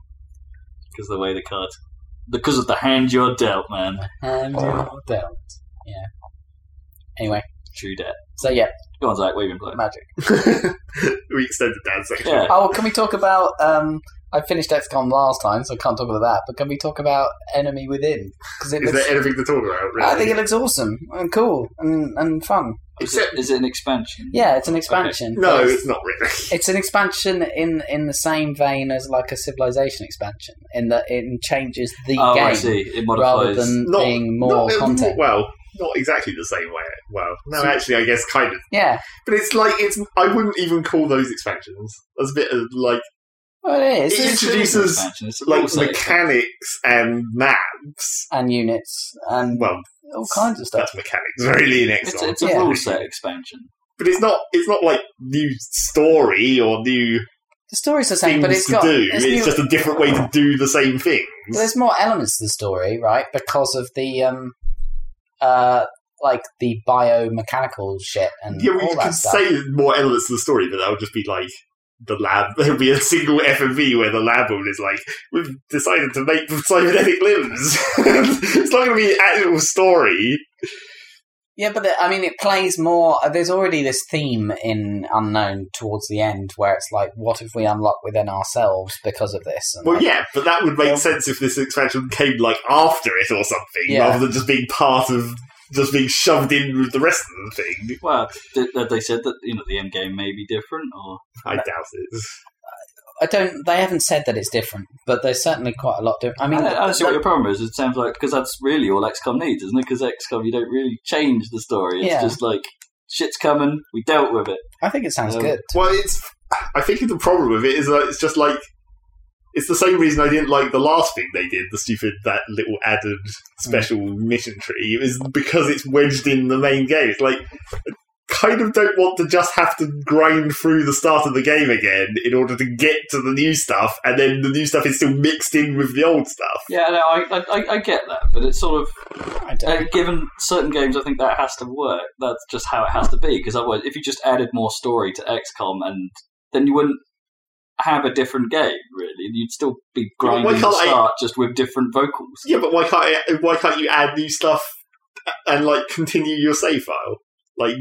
Speaker 1: because of the way the cards, because of the hand you're dealt, man.
Speaker 2: And
Speaker 1: Oh,
Speaker 2: you're dealt. Yeah. Anyway,
Speaker 1: True debt.
Speaker 2: so yeah,
Speaker 1: Go on, Zach. What have you been playing?
Speaker 2: magic.
Speaker 3: we extended that section.
Speaker 1: Yeah.
Speaker 2: Oh, can we talk about? Um, I finished XCOM last time, so I can't talk about that. But can we talk about Enemy Within? Because it
Speaker 3: Is
Speaker 2: looks,
Speaker 3: there anything to talk about, really?
Speaker 2: I think it looks awesome and cool and, and fun.
Speaker 1: Is it, is it an expansion?
Speaker 2: Yeah, it's an expansion.
Speaker 3: no,
Speaker 2: but
Speaker 3: it's not really.
Speaker 2: it's an expansion in in the same vein as like a Civilization expansion, in that it changes the
Speaker 1: Oh,
Speaker 2: game
Speaker 1: I see. It
Speaker 2: rather
Speaker 1: modifies.
Speaker 2: than
Speaker 3: Not-
Speaker 2: being more
Speaker 3: not, uh,
Speaker 2: content.
Speaker 3: Well, not exactly the same way. Well, no, actually, I guess kind of.
Speaker 2: Yeah,
Speaker 3: But it's like, it's. I wouldn't even call those expansions. That's a bit of like,
Speaker 2: well, it is.
Speaker 3: It
Speaker 2: It's-
Speaker 3: introduces,
Speaker 1: an expansion. It's a
Speaker 3: like
Speaker 1: rule set expansion.
Speaker 3: mechanics and maps.
Speaker 2: and units and
Speaker 3: Well,
Speaker 2: all kinds of stuff.
Speaker 3: that's mechanics, really, in
Speaker 1: It's,
Speaker 3: Exxon.
Speaker 1: it's a
Speaker 2: Yeah.
Speaker 1: rule set expansion.
Speaker 3: But it's not. It's not like new story or new
Speaker 2: The story's the same,
Speaker 3: things
Speaker 2: but it's
Speaker 3: to
Speaker 2: got
Speaker 3: do. It's,
Speaker 2: there's new-
Speaker 3: just a different way to do the same things.
Speaker 2: But there's more elements to the story, right? Because of the um, uh, like the biomechanical shit and
Speaker 3: Yeah, well,
Speaker 2: all
Speaker 3: you
Speaker 2: that
Speaker 3: can
Speaker 2: stuff.
Speaker 3: say more elements to the story, but that would just be like the lab. There'd be a single FMV where the lab woman is like, "We've decided to make cybernetic limbs." it's not going to be an actual story.
Speaker 2: yeah, but the, I mean, it plays more. uh, There's already this theme in Unknown towards the end where it's like, what if we unlock within ourselves because of this? And
Speaker 3: Well,
Speaker 2: like-
Speaker 3: yeah, but that would make
Speaker 2: Well-
Speaker 3: sense if this expansion came like after it or something,
Speaker 2: Yeah.
Speaker 3: rather than just being part of, just being shoved in with the rest of the thing.
Speaker 1: Well, did, have they said that you know the end game may be different, or
Speaker 3: I doubt it.
Speaker 2: I don't. They haven't said that it's different, but there's certainly quite a lot different. I
Speaker 1: I,
Speaker 2: mean,
Speaker 1: I don't see what your problem is. It sounds like because that's really all XCOM needs, isn't it? Because XCOM, you don't really change the story. It's
Speaker 2: Yeah.
Speaker 1: just like shit's coming. We dealt with it.
Speaker 2: I think it sounds
Speaker 1: Um,
Speaker 2: good.
Speaker 3: Well, it's. I think the problem with it is that it's just like. It's the same reason I didn't like the last thing they did, the stupid, that little added special mission tree, is because it's wedged in the main game. It's like, I kind of don't want to just have to grind through the start of the game again in order to get to the new stuff, and then the new stuff is still mixed in with the old stuff.
Speaker 1: Yeah, no, I, I- I, I get that, but it's sort of
Speaker 2: I don't.
Speaker 1: uh, given certain games, I think that has to work. That's just how it has to be. Because otherwise, if you just added more story to XCOM, and then you wouldn't have a different game really. You'd still be
Speaker 3: why
Speaker 1: grinding the
Speaker 3: can't I-
Speaker 1: start just with different vocals.
Speaker 3: Yeah, but why can't it, why can't you add new stuff and like continue your save file? Like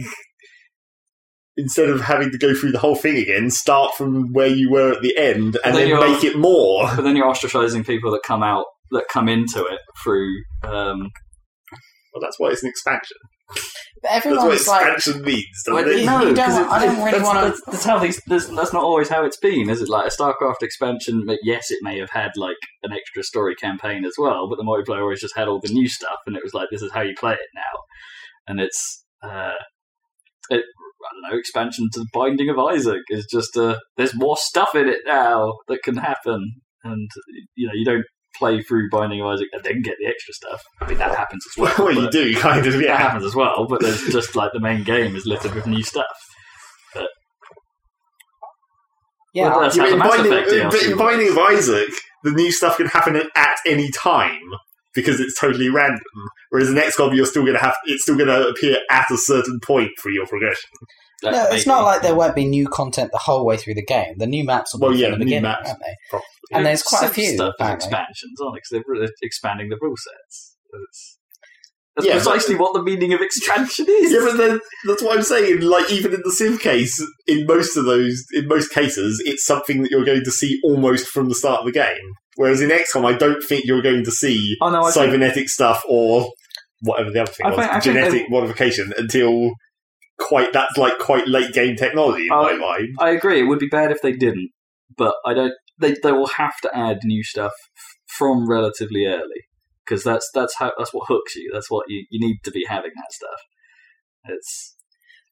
Speaker 3: instead of having to go through the whole thing again, start from where you were at the end
Speaker 1: Then
Speaker 3: and then
Speaker 1: you're-
Speaker 3: make it more.
Speaker 1: But then you're ostracizing people that come out that come into it through. Um,
Speaker 3: Well, that's why it's an expansion.
Speaker 2: But
Speaker 3: That's what
Speaker 2: everyone's like,
Speaker 3: expansion means.
Speaker 1: well,
Speaker 3: Doesn't it?
Speaker 2: no, you don't
Speaker 1: 'cause
Speaker 2: want- I don't really
Speaker 1: that's-
Speaker 2: wanna-
Speaker 1: That's, that's how these. That's, that's not always how it's been, is it? Like a StarCraft expansion. but Yes, it may have had like an extra story campaign as well, but the multiplayer always just had all the new stuff, and it was like this is how you play it now, and it's. Uh, it, I don't know. Expansion to the Binding of Isaac is just a. There's more stuff in it now that can happen, and you know you don't play through Binding of Isaac and then get the extra stuff. I mean that happens as well.
Speaker 3: Well, you
Speaker 1: but-
Speaker 3: do kind of,
Speaker 1: that
Speaker 3: yeah.
Speaker 1: happens as well, but there's just like the main game is littered with new stuff.
Speaker 2: yeah,
Speaker 1: Well, that's
Speaker 3: You
Speaker 1: how the
Speaker 3: mean
Speaker 1: Mass
Speaker 3: Binding-
Speaker 1: Effect
Speaker 3: but
Speaker 1: DLC
Speaker 3: in Binding of Isaac, the new stuff can happen at any time because it's totally random. Whereas in XCOM, you're still going to have it's still going to appear at a certain point for your progression.
Speaker 1: Like,
Speaker 2: No, it's
Speaker 1: maybe.
Speaker 2: not like there won't be new content the whole way through the game. The new maps will be
Speaker 3: Well,
Speaker 2: from
Speaker 3: yeah,
Speaker 2: the
Speaker 3: new
Speaker 2: beginning,
Speaker 3: maps.
Speaker 2: aren't they?
Speaker 3: Probably.
Speaker 2: And there's quite a
Speaker 1: Some
Speaker 2: few.
Speaker 1: stuff is
Speaker 2: apparently.
Speaker 1: expansions on it because they're, they're expanding the rule sets. It's- That's
Speaker 3: Yeah, but-
Speaker 1: precisely what the meaning of expansion is.
Speaker 3: Yeah, but then that's what I'm saying. Like even in the Civ case, in most of those, in most cases, it's something that you're going to see almost from the start of the game. Whereas in XCOM, I don't think you're going to see
Speaker 1: oh no, I think,
Speaker 3: cybernetic stuff or whatever the other thing
Speaker 1: I
Speaker 3: was,
Speaker 1: think- I think
Speaker 3: genetic
Speaker 1: they-
Speaker 3: modification until quite that's like quite late game technology in
Speaker 1: Oh,
Speaker 3: my mind.
Speaker 1: I agree. It would be bad if they didn't, but I don't. They they will have to add new stuff f- from relatively early because that's that's how that's what hooks you. That's what you you need to be having that stuff. It's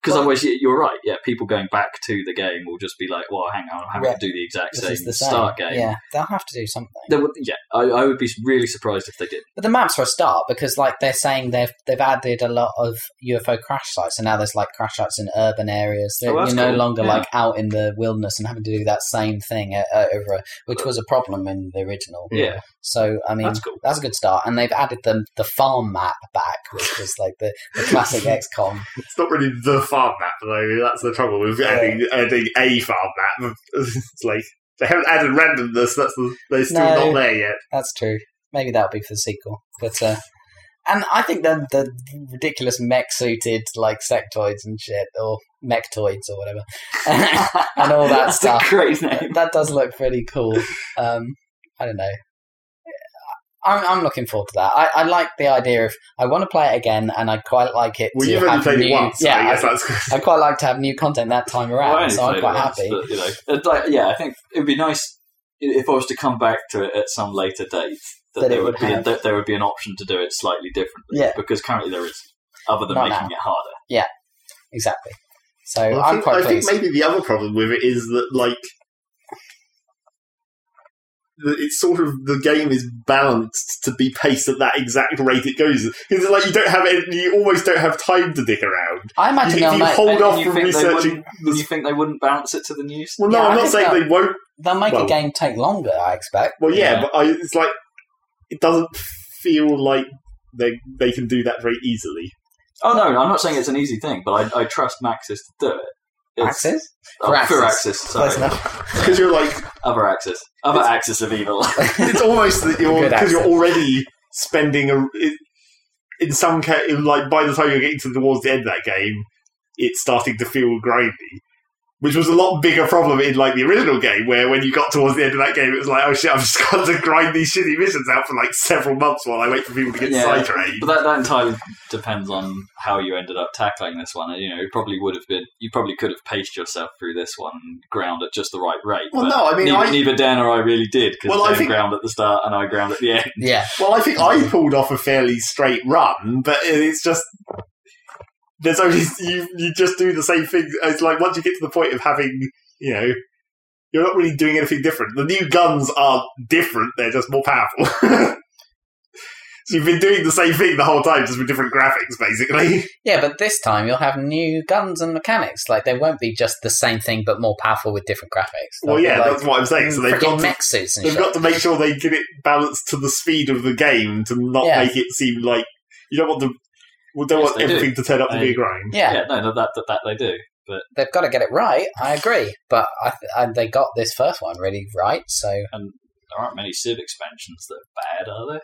Speaker 1: because
Speaker 2: Well-
Speaker 1: otherwise you, you're right. Yeah, people going back to the game will just be like, "Well, hang on, I'm having
Speaker 2: Yeah.
Speaker 1: to do the exact
Speaker 2: This
Speaker 1: same,
Speaker 2: is the same.
Speaker 1: start game."
Speaker 2: Yeah, they'll have to do something.
Speaker 1: There would- yeah, I, I would be really surprised if they did.
Speaker 2: But the maps are a start because, like, they're saying they've they've added a lot of UFO crash sites, and now there's like crash sites in urban areas. So
Speaker 1: Oh, that's
Speaker 2: you're no
Speaker 1: cool.
Speaker 2: longer
Speaker 1: Yeah.
Speaker 2: like out in the wilderness and having to do that same thing uh, uh, over, a, which was a problem in the original.
Speaker 1: Yeah,
Speaker 2: So I mean,
Speaker 1: that's cool.
Speaker 2: That's a good start, and they've added the the farm map back, which is like the, the classic XCOM.
Speaker 3: It's not really the farm map though. That's the trouble with adding adding a farm map. it's like they haven't added randomness. That's the, they're still
Speaker 2: No.
Speaker 3: not there yet.
Speaker 2: That's true. Maybe that'll be for the sequel, but uh, and I think the the ridiculous mech suited like sectoids and shit, or mechtoids or whatever, and all that
Speaker 1: That's
Speaker 2: stuff.
Speaker 1: A great name.
Speaker 2: that does look pretty cool. Um, I don't know. I'm, I'm looking forward to that. I, I like the idea of I want to play it again, and I quite like it.
Speaker 3: Well,
Speaker 2: to
Speaker 3: you've only
Speaker 2: have
Speaker 3: played
Speaker 2: new,
Speaker 3: it once. so
Speaker 2: Yeah,
Speaker 3: I
Speaker 2: I-
Speaker 3: guess that's good.
Speaker 2: I quite like to have new content that time around,
Speaker 1: Well, I only
Speaker 2: so I'm
Speaker 1: played it
Speaker 2: quite
Speaker 1: once,
Speaker 2: happy.
Speaker 1: But, you know, it's like, yeah, I think it would be nice i- if I was to come back to it at some later date that,
Speaker 2: That it
Speaker 1: there would
Speaker 2: would
Speaker 1: be a,
Speaker 2: have-
Speaker 1: that there would be an option to do it slightly differently.
Speaker 2: Yeah.
Speaker 1: Because currently there is, other than
Speaker 2: Not
Speaker 1: making it harder.
Speaker 2: Exactly. So
Speaker 3: Well, I,
Speaker 2: I'm
Speaker 3: think,
Speaker 2: quite
Speaker 3: I think
Speaker 2: pleased.
Speaker 3: maybe the other problem with it is that like the- it's sort of the game is balanced to be paced at that exact rate it goes because like you don't have any, you almost don't have time to dick around.
Speaker 2: I
Speaker 3: You-
Speaker 2: imagine
Speaker 3: If
Speaker 2: they'll
Speaker 3: you
Speaker 2: make,
Speaker 3: hold
Speaker 1: And
Speaker 3: off
Speaker 1: you
Speaker 3: from
Speaker 1: think they
Speaker 3: researching,
Speaker 1: You
Speaker 3: the,
Speaker 1: think they wouldn't bounce it to the news?
Speaker 3: well, no,
Speaker 2: Yeah, I
Speaker 3: I'm not
Speaker 2: think
Speaker 3: saying
Speaker 2: that-
Speaker 3: they won't
Speaker 2: they'll make
Speaker 3: well-
Speaker 2: a game take longer. I expect.
Speaker 3: Well, yeah,
Speaker 1: Yeah.
Speaker 3: but I, it's like it doesn't feel like they they can do that very easily.
Speaker 1: Oh no, I'm not saying it's an easy thing, but I, I trust Maxis to do it. It's-
Speaker 2: Axis.
Speaker 1: Oh,
Speaker 2: For
Speaker 1: for
Speaker 2: Axis.
Speaker 1: Axis,
Speaker 2: Close
Speaker 1: sorry.
Speaker 2: enough.
Speaker 3: Because you're like
Speaker 1: Other Axis. Other Axis of evil.
Speaker 3: it's almost that you're
Speaker 2: Good
Speaker 3: because you're
Speaker 2: accent.
Speaker 3: already spending a it, in some case like by the time you're getting to towards the end of that game, it's starting to feel grindy. Which was a lot bigger problem in like the original game, where when you got towards the end of that game, it was like, oh shit, I've just got to grind these shitty missions out for like several months while I wait for people to get
Speaker 1: Yeah.
Speaker 3: side trained.
Speaker 1: But that, that entirely depends on how you ended up tackling this one. You know, it probably would have been, you probably could have paced yourself through this one and ground at just the right rate.
Speaker 3: Well,
Speaker 1: but
Speaker 3: no, I mean,
Speaker 1: neither,
Speaker 3: I-
Speaker 1: neither Dan or I really did because
Speaker 3: Well, I
Speaker 1: Dan
Speaker 3: think-
Speaker 1: ground at the start and I ground at the end.
Speaker 2: Yeah.
Speaker 3: Well, I think I pulled off a fairly straight run, but it's just there's only you. You just do the same thing. It's like once you get to the point of having, you know, you're not really doing anything different. The new guns are different; they're just more powerful. so you've been doing the same thing the whole time, just with different graphics, basically.
Speaker 2: Yeah, but this time you'll have new guns and mechanics. Like they won't be just the same thing, but more powerful with different graphics. They'll
Speaker 3: well,
Speaker 2: be
Speaker 3: yeah,
Speaker 2: like,
Speaker 3: that's what I'm saying. So they've
Speaker 2: friggin'
Speaker 3: got to,
Speaker 2: mech suits and
Speaker 3: they've
Speaker 2: shit.
Speaker 3: got to make sure they get it balanced to the speed of the game to not
Speaker 2: Yeah.
Speaker 3: make it seem like you don't want the. We don't
Speaker 1: Yes,
Speaker 3: want
Speaker 1: they do.
Speaker 3: everything to turn up to
Speaker 1: They-
Speaker 3: be a grind.
Speaker 2: yeah,
Speaker 1: Yeah, no, no that, that, that they do.
Speaker 2: they've got to get it right. I agree, but I, th- I, they got this first one really right. So
Speaker 1: There aren't many Civ expansions that are bad, are there?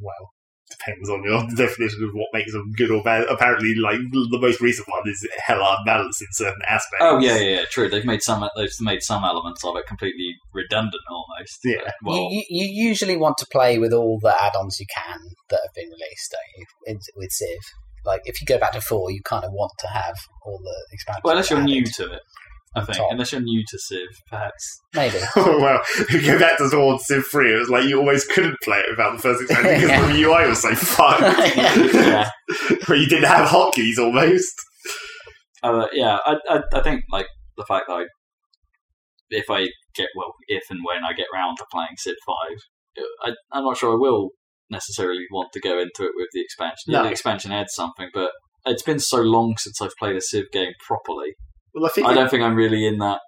Speaker 3: well, depends on your definition of what makes them good or bad. Apparently, like the most recent one is hella unbalanced in certain aspects.
Speaker 1: Oh, yeah, yeah, yeah, true. They've made some They've made some elements of it completely redundant almost.
Speaker 3: Yeah.
Speaker 1: But, Well,
Speaker 2: you, you, you usually want to play with all the add-ons you can that have been released, don't you? In, with Civ, like if you go back to four, you kind of want to have all the expansions.
Speaker 1: well, unless you're
Speaker 2: added.
Speaker 1: new to it, I think.
Speaker 2: Top.
Speaker 1: Unless you're new to Civ, perhaps.
Speaker 2: maybe.
Speaker 3: well, if you go back to towards Civ 3, it was like you always couldn't play it without the first expansion because
Speaker 2: Yeah.
Speaker 3: the UI was so fucked.
Speaker 1: yeah.
Speaker 3: Where you didn't have hotkeys almost.
Speaker 1: Uh, yeah, I, I I think like the fact that I, if I get well, if and when I get round to playing Civ Five, uh, I, I'm not sure I will necessarily want to go into it with the expansion. Yeah,
Speaker 3: No.
Speaker 1: the expansion adds something, but it's been so long since I've played a Civ game properly.
Speaker 3: Well, I think.
Speaker 1: I don't think I'm really in that.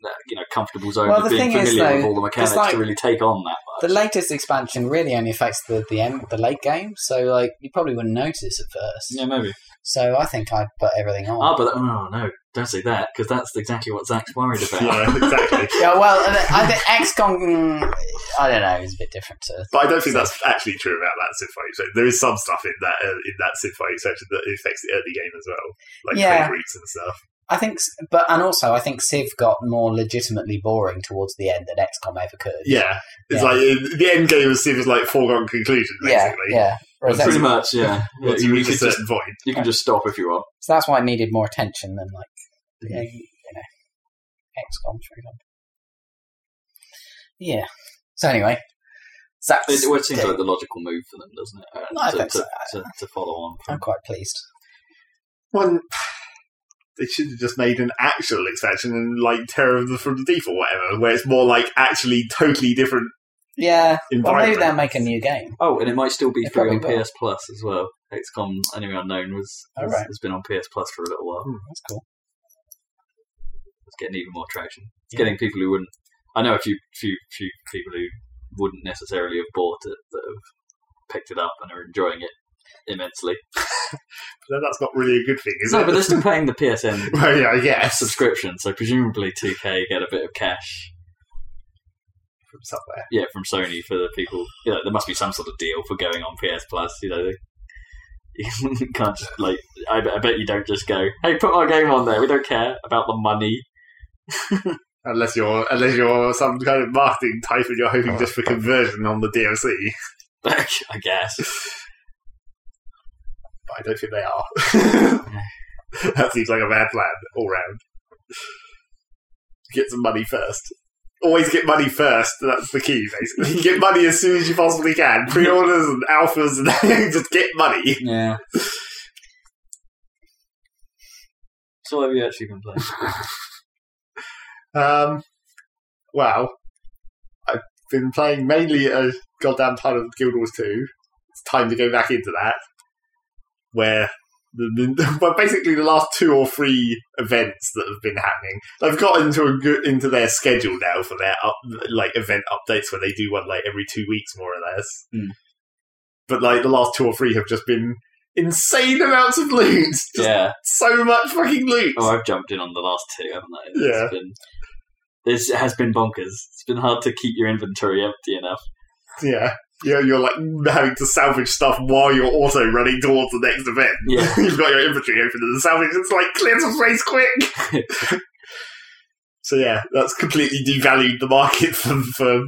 Speaker 1: That, you know, comfortable zone of
Speaker 2: Well, the
Speaker 1: being
Speaker 2: thing is,
Speaker 1: familiar with
Speaker 2: though,
Speaker 1: all the mechanics
Speaker 2: like-
Speaker 1: to really take on that
Speaker 2: The
Speaker 1: much.
Speaker 2: latest expansion really only affects the the end, the late game, so like you probably wouldn't notice at first.
Speaker 1: yeah, maybe.
Speaker 2: So I think I'd put everything on.
Speaker 1: Ah, but oh no, don't say that because that's exactly what Zach's worried about.
Speaker 3: yeah, exactly.
Speaker 2: yeah, well, I think- I think XCOM. mm, I don't know. It's a bit different to.
Speaker 3: But I don't think that's actually true about that symphonic section. There is some stuff in that uh, in that symphonic section that affects the early game as well, like
Speaker 2: Yeah.
Speaker 3: trade routes and stuff.
Speaker 2: I think, s- but and also I think Civ got more legitimately boring towards the end than XCOM ever could.
Speaker 3: Yeah, it's
Speaker 2: Yeah.
Speaker 3: like it, the end game of Civ is like foregone conclusion,
Speaker 2: yeah,
Speaker 3: basically.
Speaker 2: yeah. Whereas
Speaker 1: Pretty
Speaker 2: XCOM
Speaker 1: much, yeah. Yeah,
Speaker 3: Once
Speaker 1: you,
Speaker 3: you
Speaker 1: you
Speaker 3: reach a
Speaker 1: could just
Speaker 3: certain point,
Speaker 1: you can just stop if you want.
Speaker 2: so that's why it needed more attention than like you know, you know, XCOM, for example. Yeah. So anyway, that's
Speaker 1: It, it seems like the logical move for them, doesn't it? Aaron,
Speaker 2: I
Speaker 1: to,
Speaker 2: think so.
Speaker 1: to, to, to follow on.
Speaker 2: I'm
Speaker 1: From.
Speaker 2: quite pleased.
Speaker 3: one they should have just made an actual expansion and like Terror of the from the Deep or whatever, where it's more like actually totally different
Speaker 2: Yeah. Well, maybe
Speaker 3: environment.
Speaker 2: they'll make a new game.
Speaker 1: Oh, and it might still be
Speaker 2: It
Speaker 1: free on
Speaker 2: probably will.
Speaker 1: PS Plus as well. XCOM: Enemy Unknown was has,
Speaker 2: Alright.
Speaker 1: has been on PS Plus for a little while.
Speaker 2: That's cool.
Speaker 1: It's getting even more traction. It's getting people who wouldn't. I know a few few few people who wouldn't necessarily have bought it that have picked it up and are enjoying it immensely.
Speaker 3: Then that's not really a good thing, is
Speaker 1: No,
Speaker 3: it?
Speaker 1: but they're still paying the PSN
Speaker 3: well, yeah, I guess
Speaker 1: subscription, so presumably 2K get a bit of cash.
Speaker 3: from somewhere.
Speaker 1: Yeah, from Sony for the people. You know, there must be some sort of deal for going on PS Plus. You know, you can't just like. I, I bet you don't just go, "Hey, put our game on there." We don't care about the money.
Speaker 3: Unless you're unless you're some kind of marketing type and you're hoping just for conversion on the DLC.
Speaker 1: I guess.
Speaker 3: But I don't think they are. that seems like a bad plan all round. Get some money first. Always get money first. That's the key, basically. get money as soon as you possibly can. Pre-orders and alphas, and just get money.
Speaker 2: Yeah.
Speaker 1: So have you actually been playing?
Speaker 3: Um, well, I've been playing mainly a goddamn ton of Guild Wars 2. It's time to go back into that. Where, the, the, well, basically the last two or three events that have been happening. I've got into a good, into their schedule now for their up, like event updates where they do one like every two weeks more or less.
Speaker 1: Hmm.
Speaker 3: But like the last two or three have just been insane amounts of loot. Just
Speaker 1: yeah.
Speaker 3: so much fucking loot.
Speaker 1: Oh, I've jumped in on the last two, haven't I? It's
Speaker 3: Yeah.
Speaker 1: Been, this has been bonkers. It's been hard to keep your inventory empty enough.
Speaker 3: Yeah. You're, you're like having to salvage stuff while you're also running towards the next event.
Speaker 1: Yeah.
Speaker 3: You've got your inventory open and the salvage is like, clear some space quick! so yeah, that's completely devalued the market for. for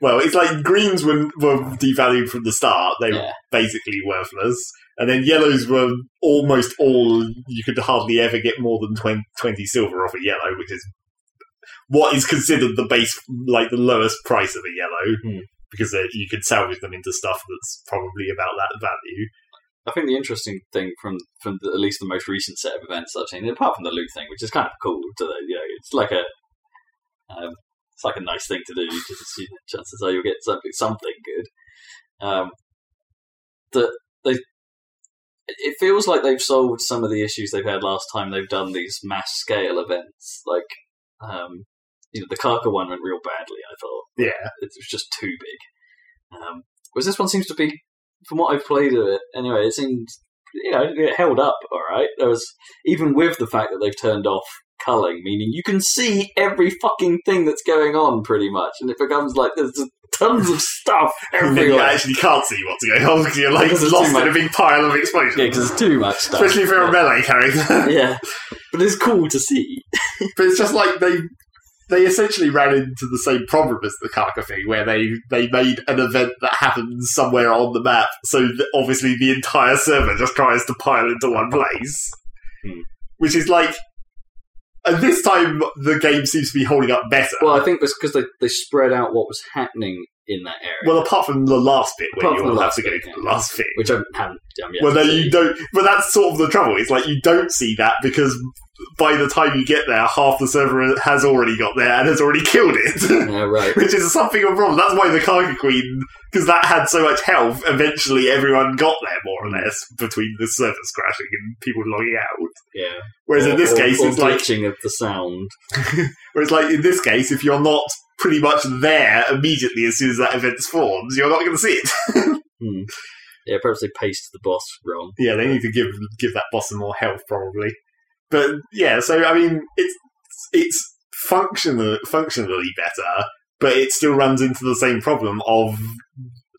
Speaker 3: well, it's like greens were, were devalued from the start. They were
Speaker 1: Yeah.
Speaker 3: basically worthless. And then yellows were almost all, you could hardly ever get more than 20, 20 silver off a yellow, which is what is considered the base, like the lowest price of a yellow,
Speaker 1: Hmm.
Speaker 3: because uh, you could salvage them into stuff that's probably about that value.
Speaker 1: I think the interesting thing from from the, at least the most recent set of events I've seen, apart from the loot thing, which is kind of cool, to, you know, it's like a um, it's like a nice thing to do because it's, you know, chances are you'll get something something good. Um, that they it feels like they've solved some of the issues they've had last time they've done these mass scale events, like um, you know the Karka one went real badly. I thought
Speaker 3: Yeah.
Speaker 1: it was just too big. Um, whereas this one seems to be, from what I've played of it, anyway, it seemed you know it held up all right. There was even with the fact that they've turned off culling, meaning you can see every fucking thing that's going on pretty much, and it becomes like there's just tons of stuff
Speaker 3: And then you
Speaker 1: everywhere.
Speaker 3: actually can't see what's going on because you're like
Speaker 1: Because it's
Speaker 3: lost
Speaker 1: too
Speaker 3: in a
Speaker 1: much-
Speaker 3: big pile of explosions.
Speaker 1: Yeah, because there's too much stuff,
Speaker 3: Especially for a
Speaker 1: yeah.
Speaker 3: melee character.
Speaker 1: yeah, but it's cool to see.
Speaker 3: but it's just like they they essentially ran into the same problem as the Karka thing, where they, they made an event that happens somewhere on the map, so that obviously the entire server just tries to pile into one place.
Speaker 1: Hmm.
Speaker 3: Which is like. And this time, the game seems to be holding up better.
Speaker 1: Well, I think it's because they they spread out what was happening in that area,
Speaker 3: Well, apart from the last bit, where
Speaker 1: Apart
Speaker 3: you
Speaker 1: from the
Speaker 3: all have
Speaker 1: last
Speaker 3: to go
Speaker 1: bit,
Speaker 3: to
Speaker 1: yeah.
Speaker 3: the last bit.
Speaker 1: which I haven't done yet.
Speaker 3: well, then you don't. But that's sort of the trouble. It's like you don't see that because by the time you get there, half the server has already got there and has already killed it.
Speaker 1: yeah, right.
Speaker 3: Which is something of a problem. That's why the Kaga Queen, because that had so much health, eventually everyone got there more or less between the servers crashing and people logging out.
Speaker 1: Yeah.
Speaker 3: Whereas
Speaker 1: Or-
Speaker 3: in this
Speaker 1: or-
Speaker 3: case,
Speaker 1: or
Speaker 3: it's like
Speaker 1: glitching of the sound.
Speaker 3: Whereas, like in this case, if you're not pretty much there immediately as soon as that event spawns, you're not going to see it.
Speaker 1: Yeah, perhaps they paced the boss wrong.
Speaker 3: Yeah, they need to give give that boss some more health, probably. But yeah, so I mean, it's it's functional, functionally better, but it still runs into the same problem of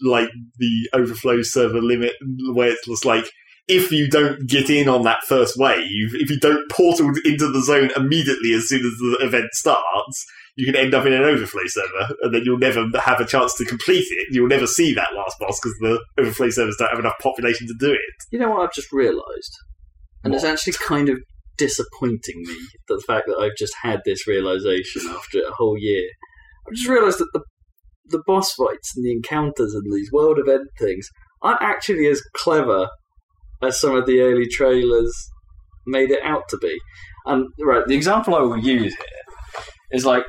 Speaker 3: like the overflow server limit, where it's just like if you don't get in on that first wave, if you don't portal into the zone immediately as soon as the event starts, you can end up in an overflow server, and then you'll never have a chance to complete it. You'll never see that last boss because the overflow servers don't have enough population to do it.
Speaker 1: You know what I've just realised? And it's actually kind of disappointing me that the fact that I've just had this realisation after a whole year. I've just realised that the the boss fights and the encounters and these world event things aren't actually as clever as some of the early trailers made it out to be. And right, the example I will use here is like,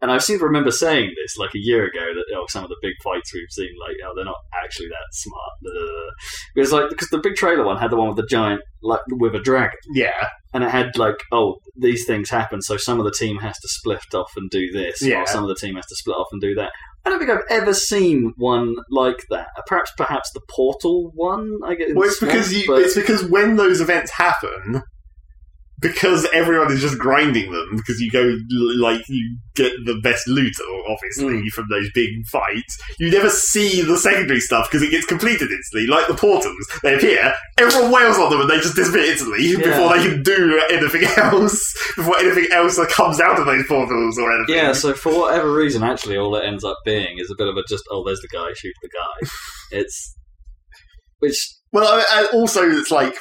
Speaker 1: and I seem to remember saying this like a year ago that oh, some of the big fights we've seen, like, oh, they're not actually that smart. Blah, blah, blah. It was like because the big trailer one had the one with the giant like with a dragon
Speaker 3: Yeah,
Speaker 1: and it had like, oh, these things happen, so some of the team has to split off and do this,
Speaker 3: Yeah.
Speaker 1: or some of the team has to split off and do that. I don't think I've ever seen one like that. Uh, Perhaps, perhaps the portal one. I guess. in
Speaker 3: well, it's
Speaker 1: the
Speaker 3: because
Speaker 1: swamp,
Speaker 3: you,
Speaker 1: but-
Speaker 3: it's because when those events happen, because everyone is just grinding them, because you go like you get the best loot, obviously,
Speaker 1: Mm.
Speaker 3: from those big fights. You never see the secondary stuff because it gets completed instantly, like the portals. They appear, everyone wails on them, and they just disappear instantly before they can do anything else. Before anything else comes out of those portals or anything.
Speaker 1: yeah. So for whatever reason, actually, all it ends up being is a bit of a just, oh, there's the guy, shoot the guy. it's which
Speaker 3: Well, I, I also it's like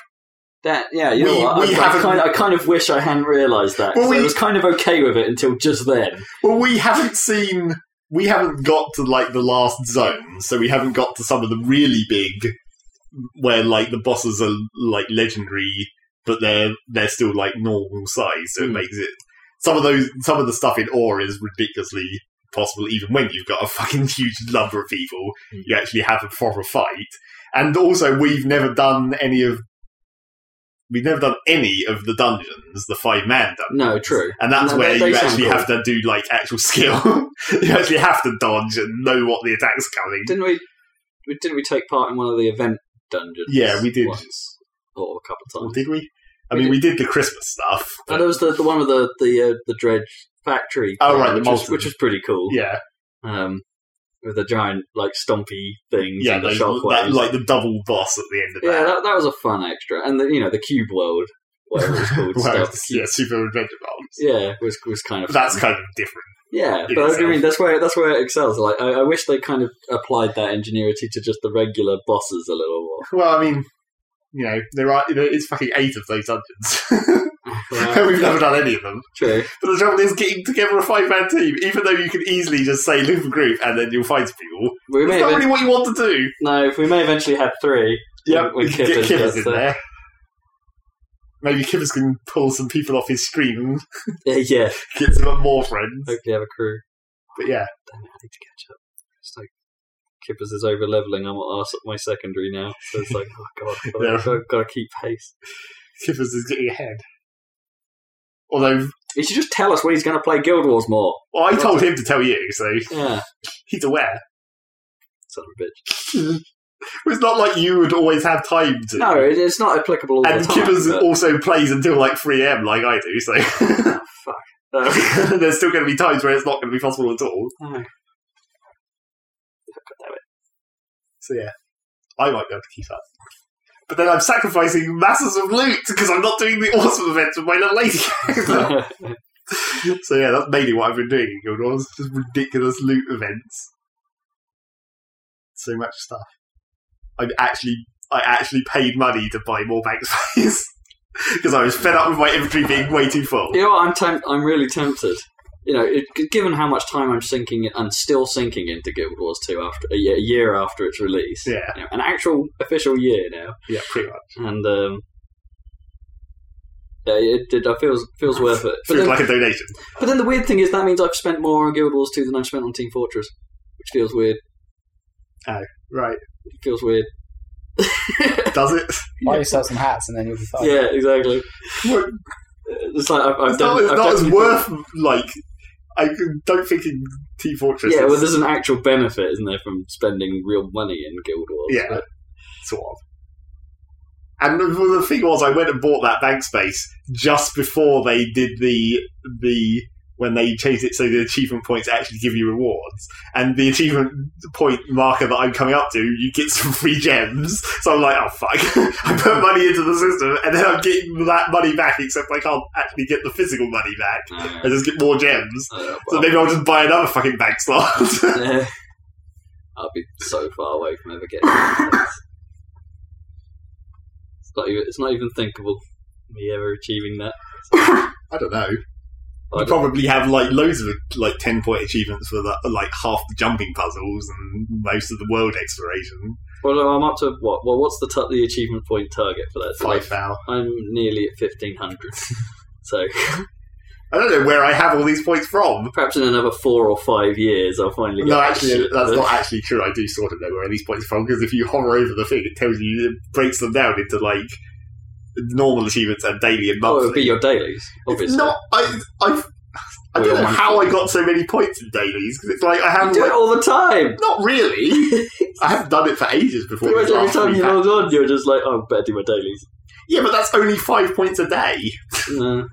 Speaker 1: that yeah, you know
Speaker 3: We-
Speaker 1: what?
Speaker 3: we
Speaker 1: I, I,
Speaker 3: haven't-
Speaker 1: kind of, I kind of wish I hadn't realised that. 'cause
Speaker 3: Well, we-
Speaker 1: I was kind of okay with it until just then.
Speaker 3: Well, we haven't seen. We haven't got to like the last zone, so we haven't got to some of the really big, where like the bosses are like legendary, but they're they're still like normal size. So it
Speaker 1: Hmm.
Speaker 3: makes it some of those some of the stuff in awe is ridiculously possible, even when you've got a fucking huge number of people.
Speaker 1: Hmm.
Speaker 3: You actually have a proper fight, and also we've never done any of we've never done any of the dungeons, the five man dungeons.
Speaker 1: No, true.
Speaker 3: And that's
Speaker 1: No,
Speaker 3: where
Speaker 1: they- they
Speaker 3: you
Speaker 1: sound
Speaker 3: actually
Speaker 1: cool.
Speaker 3: have to do like actual skill. you actually have to dodge and know what the attack's coming.
Speaker 1: Didn't we? we- Didn't we take part in one of the event dungeons?
Speaker 3: Yeah, we did.
Speaker 1: Once, or a couple of
Speaker 3: Or
Speaker 1: times.
Speaker 3: did we? I
Speaker 1: We
Speaker 3: mean, we did the Christmas stuff.
Speaker 1: And there was the, the one with the the, uh, the dredge factory.
Speaker 3: Oh,
Speaker 1: thing,
Speaker 3: right, the
Speaker 1: which was,
Speaker 3: Molten.
Speaker 1: which was pretty cool.
Speaker 3: yeah,
Speaker 1: Um, with the giant like stompy things.
Speaker 3: yeah,
Speaker 1: and the
Speaker 3: those- that,
Speaker 1: shockwaves.
Speaker 3: like the double boss at the end of
Speaker 1: yeah,
Speaker 3: that.
Speaker 1: that, that was a fun extra. And the you know the cube world, whatever it's called.
Speaker 3: Where
Speaker 1: stuff.
Speaker 3: it's- yeah, Super Adventure Bombs.
Speaker 1: Yeah, was was kind of
Speaker 3: That's
Speaker 1: fun.
Speaker 3: kind of different.
Speaker 1: yeah,
Speaker 3: in
Speaker 1: but I
Speaker 3: itself.
Speaker 1: mean that's where that's where it excels. Like I, I wish they kind of applied that ingenuity to just the regular bosses a little more.
Speaker 3: Well, I mean, you know, there are you know, it's fucking eight of those dungeons.
Speaker 1: Yeah,
Speaker 3: We've never done any of them.
Speaker 1: true.
Speaker 3: But the trouble is getting together a five man team, even though you can easily just say leave a group and then you'll find people.
Speaker 1: We
Speaker 3: It's
Speaker 1: may
Speaker 3: not
Speaker 1: have
Speaker 3: really what you want to do.
Speaker 1: No, if we may eventually have three.
Speaker 3: Yep,
Speaker 1: When
Speaker 3: we can get
Speaker 1: Kippers
Speaker 3: Kippers
Speaker 1: gets
Speaker 3: in
Speaker 1: there.
Speaker 3: there. Maybe Kippers can pull some people off his stream and
Speaker 1: Yeah, yeah.
Speaker 3: get some more friends.
Speaker 1: Hopefully have a crew.
Speaker 3: But yeah,
Speaker 1: Damn it, I need to catch up. It's like Kippers is over leveling. I'm at arse- my secondary now, so it's like, oh god, I've
Speaker 3: Yeah.
Speaker 1: gotta, gotta, gotta keep pace.
Speaker 3: Kippers is getting ahead. Although,
Speaker 1: He should just tell us when he's going to play Guild Wars more.
Speaker 3: well, I told him to tell you, so
Speaker 1: Yeah,
Speaker 3: he's aware.
Speaker 1: son of a bitch.
Speaker 3: It's not like you would always have time to.
Speaker 1: No, it, it's not applicable all
Speaker 3: and
Speaker 1: the time.
Speaker 3: Kippers
Speaker 1: but-
Speaker 3: also plays until like 3am, like I do, so
Speaker 1: uh,
Speaker 3: there's still going to be times where it's not going to be possible at all.
Speaker 1: No. God
Speaker 3: So yeah, I might be able to keep up. But then I'm sacrificing masses of loot because I'm not doing the awesome events with my little lady character.
Speaker 1: uh,
Speaker 3: so yeah, that's mainly what I've been doing in Guild Wars, just ridiculous loot events. So much stuff. I'm actually, I actually paid money to buy more bank space because I was fed up with my inventory being way too full.
Speaker 1: you know what? I'm temp- I'm really tempted. You know, it, given how much time I'm sinking and still sinking into Guild Wars 2 after a year, a year after its release,
Speaker 3: Yeah.
Speaker 1: you know, an actual official year now,
Speaker 3: Yeah, pretty much.
Speaker 1: and um, yeah, it, it, it feels feels worth it. But
Speaker 3: Feels
Speaker 1: then,
Speaker 3: like a donation.
Speaker 1: but then the weird thing is that means I've spent more on Guild Wars 2 than I've spent on Team Fortress, which feels weird.
Speaker 3: Right.
Speaker 1: It feels weird.
Speaker 3: Does it?
Speaker 2: Buy yourself some hats and then you'll be fine.
Speaker 1: Yeah, exactly.
Speaker 3: Well,
Speaker 1: It's like I've, I've
Speaker 3: Oh. it's
Speaker 1: done.
Speaker 3: not, it's
Speaker 1: I've
Speaker 3: not
Speaker 1: done
Speaker 3: as worth like I don't think in Team Fortress.
Speaker 1: Yeah, well,
Speaker 3: it's
Speaker 1: there's an actual benefit, isn't there, from spending real money in Guild Wars?
Speaker 3: Yeah.
Speaker 1: but-
Speaker 3: sort of. And the, the thing was, I went and bought that bank space just before they did the the when they changed it so the achievement points actually give you rewards. And the achievement point marker that I'm coming up to, you get some free gems. So I'm like, oh fuck! I put money into the system, and then I'm getting that money back. Except I can't actually get the physical money back.
Speaker 1: Uh,
Speaker 3: I just get more gems.
Speaker 1: uh,
Speaker 3: So
Speaker 1: well,
Speaker 3: maybe I'll just buy another fucking bank slot.
Speaker 1: yeah. I'll be so far away from ever getting it. It's not even, it's not even thinkable, me ever achieving that.
Speaker 3: I don't know.
Speaker 1: I
Speaker 3: you
Speaker 1: don't-
Speaker 3: probably have like loads of like ten point achievements for the, like half the jumping puzzles and most of the world exploration.
Speaker 1: Well, I'm up to what? Well, what's the, t- the achievement point target for that?
Speaker 3: Five foul.
Speaker 1: I'm nearly at 1500. so
Speaker 3: I don't know where I have all these points from.
Speaker 1: perhaps in another four or five years, I'll finally get
Speaker 3: No,
Speaker 1: that
Speaker 3: actually,
Speaker 1: shit,
Speaker 3: that's
Speaker 1: but-
Speaker 3: not actually true. I do sort of know where these points are from because if you hover over the thing, it tells you it breaks them down into like normal achievements and daily and
Speaker 1: Oh, it
Speaker 3: monthly.
Speaker 1: would be your dailies,
Speaker 3: it's
Speaker 1: obviously.
Speaker 3: not. I. I. I
Speaker 1: Or
Speaker 3: don't
Speaker 1: your
Speaker 3: know how I
Speaker 1: monthly.
Speaker 3: got so many points in dailies because it's like I
Speaker 1: You
Speaker 3: haven't.
Speaker 1: do
Speaker 3: like-
Speaker 1: it all the time!
Speaker 3: not really. I haven't done it for ages before.
Speaker 1: Pretty much
Speaker 3: these
Speaker 1: every
Speaker 3: last
Speaker 1: time
Speaker 3: three
Speaker 1: you
Speaker 3: packs.
Speaker 1: log on, you're just like, oh, I better do my dailies.
Speaker 3: Yeah, but that's only five points a day.
Speaker 1: No,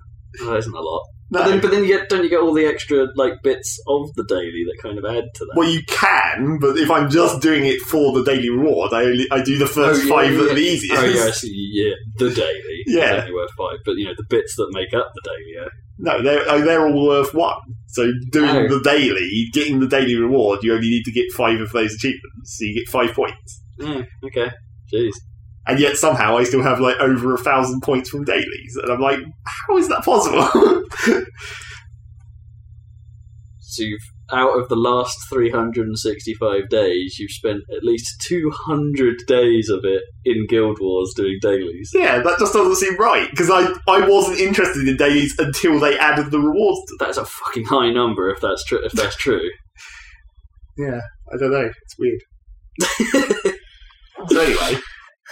Speaker 1: that isn't a lot. But,
Speaker 3: No.
Speaker 1: then, but then you get, don't you get all the extra like bits of the daily that kind of add to that?
Speaker 3: well, you can, but if I'm just doing it for the daily reward, I only I do the first
Speaker 1: Oh, yeah,
Speaker 3: five that
Speaker 1: yeah.
Speaker 3: are the easiest.
Speaker 1: Oh yeah, I see. Yeah, the daily.
Speaker 3: Yeah.
Speaker 1: is only worth five, but you know the bits that make up the daily. Are
Speaker 3: No, they're oh, they're all worth one. So doing
Speaker 1: Oh.
Speaker 3: the daily, getting the daily reward, you only need to get five of those achievements, so you get five points.
Speaker 1: Mm, okay. Jeez.
Speaker 3: And yet somehow I still have like over a thousand points from dailies, and I'm like, how is that possible?
Speaker 1: So you've out of the last 365 days, you've spent at least 200 days of it in Guild Wars doing dailies.
Speaker 3: yeah, that just doesn't seem right because I I wasn't interested in dailies until they added the rewards to
Speaker 1: That's a fucking high number if that's true. If that's true,
Speaker 3: Yeah, I don't know. It's weird. so anyway,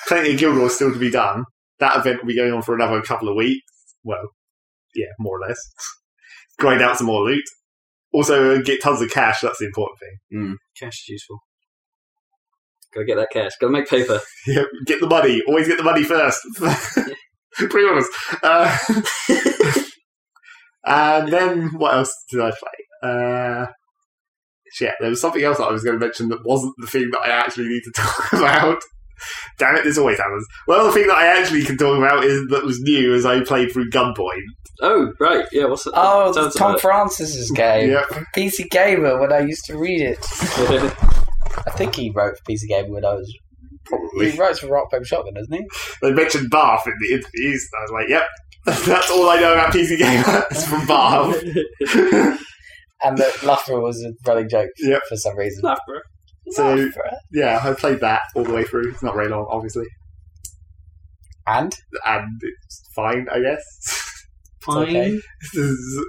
Speaker 3: plenty of Guild Wars still to be done. That event will be going on for another couple of weeks. Well, yeah, more or less. Grind out some more loot. Also, uh, get tons of cash. That's the important thing.
Speaker 5: Cash is useful.
Speaker 1: gotta get that cash. Gotta make paper.
Speaker 3: Yeah, get the money. Always get the money first. Pretty honest. Uh, and then what else did I play? Uh, yeah, there was something else that I was going to mention that wasn't the thing that I actually need to talk about. Damn it, this always happens. Well, the thing that I actually can talk about is that was new as I played through Gunpoint.
Speaker 1: Oh right, yeah. What's that?
Speaker 2: Oh,
Speaker 1: Sounds
Speaker 2: it's Tom
Speaker 1: about it.
Speaker 2: Francis's game.
Speaker 3: Yep.
Speaker 2: PC Gamer, when I used to read it.
Speaker 3: Oh.
Speaker 2: I think he wrote for PC Gamer when I was. He
Speaker 3: Probably.
Speaker 2: writes for Rock Paper Shotgun, doesn't he?
Speaker 3: They mentioned Bath in the interviews. and I was like, yep, that's all I know about PC Gamer. It's from Bath.
Speaker 2: And that laughter was a running joke
Speaker 3: Yep.
Speaker 2: for some reason.
Speaker 1: Loughborough.
Speaker 3: So-
Speaker 2: Loughborough.
Speaker 3: yeah, I played that all the way through. It's not very long, obviously.
Speaker 2: and
Speaker 3: And it's fine, I guess.
Speaker 2: it's okay.
Speaker 3: This is-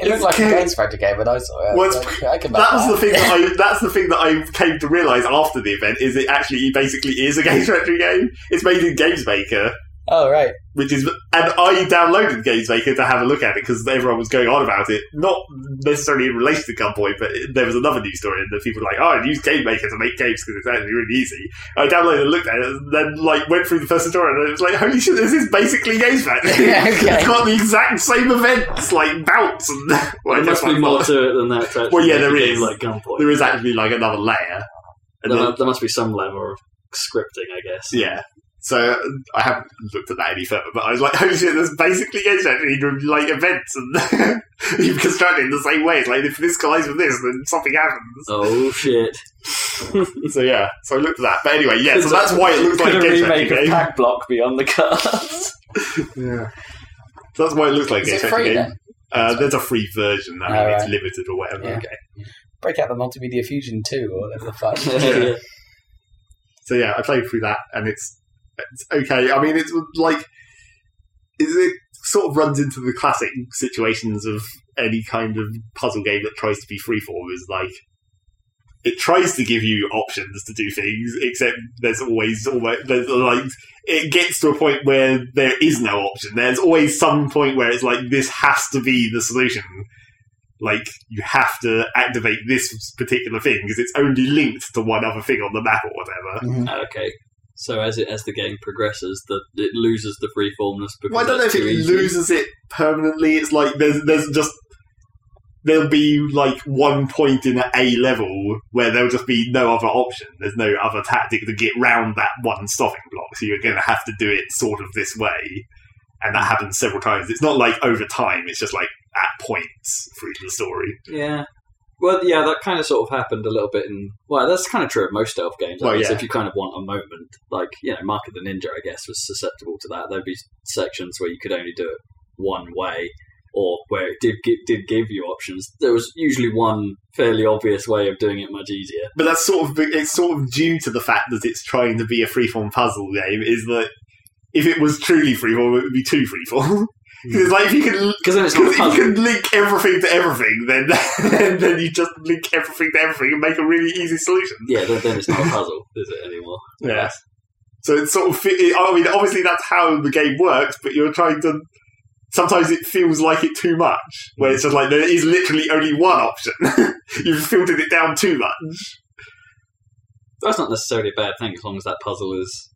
Speaker 2: It looked
Speaker 3: It's
Speaker 2: like
Speaker 3: okay.
Speaker 2: a Games Factor game when I saw it.
Speaker 3: Well, it's-
Speaker 2: Like, I can
Speaker 3: that
Speaker 2: back
Speaker 3: was the thing that I that's the thing that I came to realise after the event is it actually basically is a games factory game. It's made in Games Maker,
Speaker 2: Oh right.
Speaker 3: which is and I downloaded Games Maker to have a look at it because everyone was going on about it. Not necessarily in relation to Gunpoint, but it, there was another news story and the people were like, "Oh, I use Game Maker to make games because it's actually really easy." I downloaded and looked at it, and then like went through the first tutorial and it was like, "Holy shit, this is basically Games Factory."
Speaker 2: Yeah, okay.
Speaker 3: It's got the exact same events like bounce and well, I
Speaker 1: there
Speaker 3: guess
Speaker 1: must be
Speaker 3: like-
Speaker 1: more to it than that. To actually
Speaker 3: Well, yeah,
Speaker 1: make a
Speaker 3: there
Speaker 1: game
Speaker 3: is.
Speaker 1: Like gunpoint.
Speaker 3: there is actually like another layer. And
Speaker 1: There
Speaker 3: then-
Speaker 1: mu- there must be some level of scripting, I guess.
Speaker 3: yeah. So I haven't looked at that any further, but I was like, holy shit, there's basically games actually doing, like events and you construct it in the same way. It's like if this collides with this, then something happens.
Speaker 1: Oh shit!
Speaker 3: So yeah, so I looked at that. But anyway, yeah, so that's why it looks like
Speaker 5: Could
Speaker 3: a
Speaker 5: a
Speaker 3: games
Speaker 5: remake
Speaker 3: factory
Speaker 5: of
Speaker 3: game.
Speaker 5: Pack Block be on the cards?
Speaker 3: Yeah. So that's why it looks like a
Speaker 2: Is
Speaker 3: games
Speaker 2: it
Speaker 3: factory
Speaker 2: free
Speaker 3: game.
Speaker 2: then?
Speaker 3: Uh, there's a free version. I mean,
Speaker 2: Oh,
Speaker 3: it's
Speaker 2: right.
Speaker 3: limited or whatever.
Speaker 2: Yeah. Break out the Multimedia Fusion 2 or whatever the fuck.
Speaker 1: Yeah.
Speaker 3: So yeah, I played through that, and it's it's okay. I mean, it's like it, it sort of runs into the classic situations of any kind of puzzle game that tries to be freeform. Is like it tries to give you options to do things, except there's always almost there's like it gets to a point where there is no option. There's always some point where it's like this has to be the solution. like you have to activate this particular thing because it's only linked to one other thing on the map or whatever.
Speaker 6: Okay. So as it as the game progresses, the it loses the freeformness. because
Speaker 3: Well, I don't know
Speaker 6: that's
Speaker 3: if it
Speaker 6: too easy.
Speaker 3: loses it permanently. It's like there's there's just there'll be like one point in an A level where there'll just be no other option. There's no other tactic to get round that one stopping block. So you're going to have to do it sort of this way, and that happens several times. It's not like over time. It's just like at points through the story.
Speaker 6: Yeah. Well, yeah, that kind of sort of happened a little bit in. Well, that's kind of true of most stealth games. I
Speaker 3: Well,
Speaker 6: guess
Speaker 3: yeah.
Speaker 6: if you kind of want a moment, like you know, Mark of the Ninja, I guess, was susceptible to that. There'd be sections where you could only do it one way, or where it did gi- did give you options. There was usually one fairly obvious way of doing it much easier.
Speaker 3: But that's sort of it's sort of due to the fact that it's trying to be a freeform puzzle game. Is that if it was truly freeform, it would be too freeform. 'Cause it's like if you could
Speaker 6: Because then it's not a
Speaker 3: Because if you
Speaker 6: puzzle.
Speaker 3: can link everything to everything, then then you just link everything to everything and make a really easy solution.
Speaker 6: Yeah, then, then it's not a puzzle, is it anymore?
Speaker 3: Yeah. So it's sort of. fe- I mean, obviously that's how the game works, but you're trying to. Sometimes it feels like it too much, where it's just like there is literally only one option. You've filtered it down too much.
Speaker 6: That's not necessarily a bad thing as long as that puzzle is.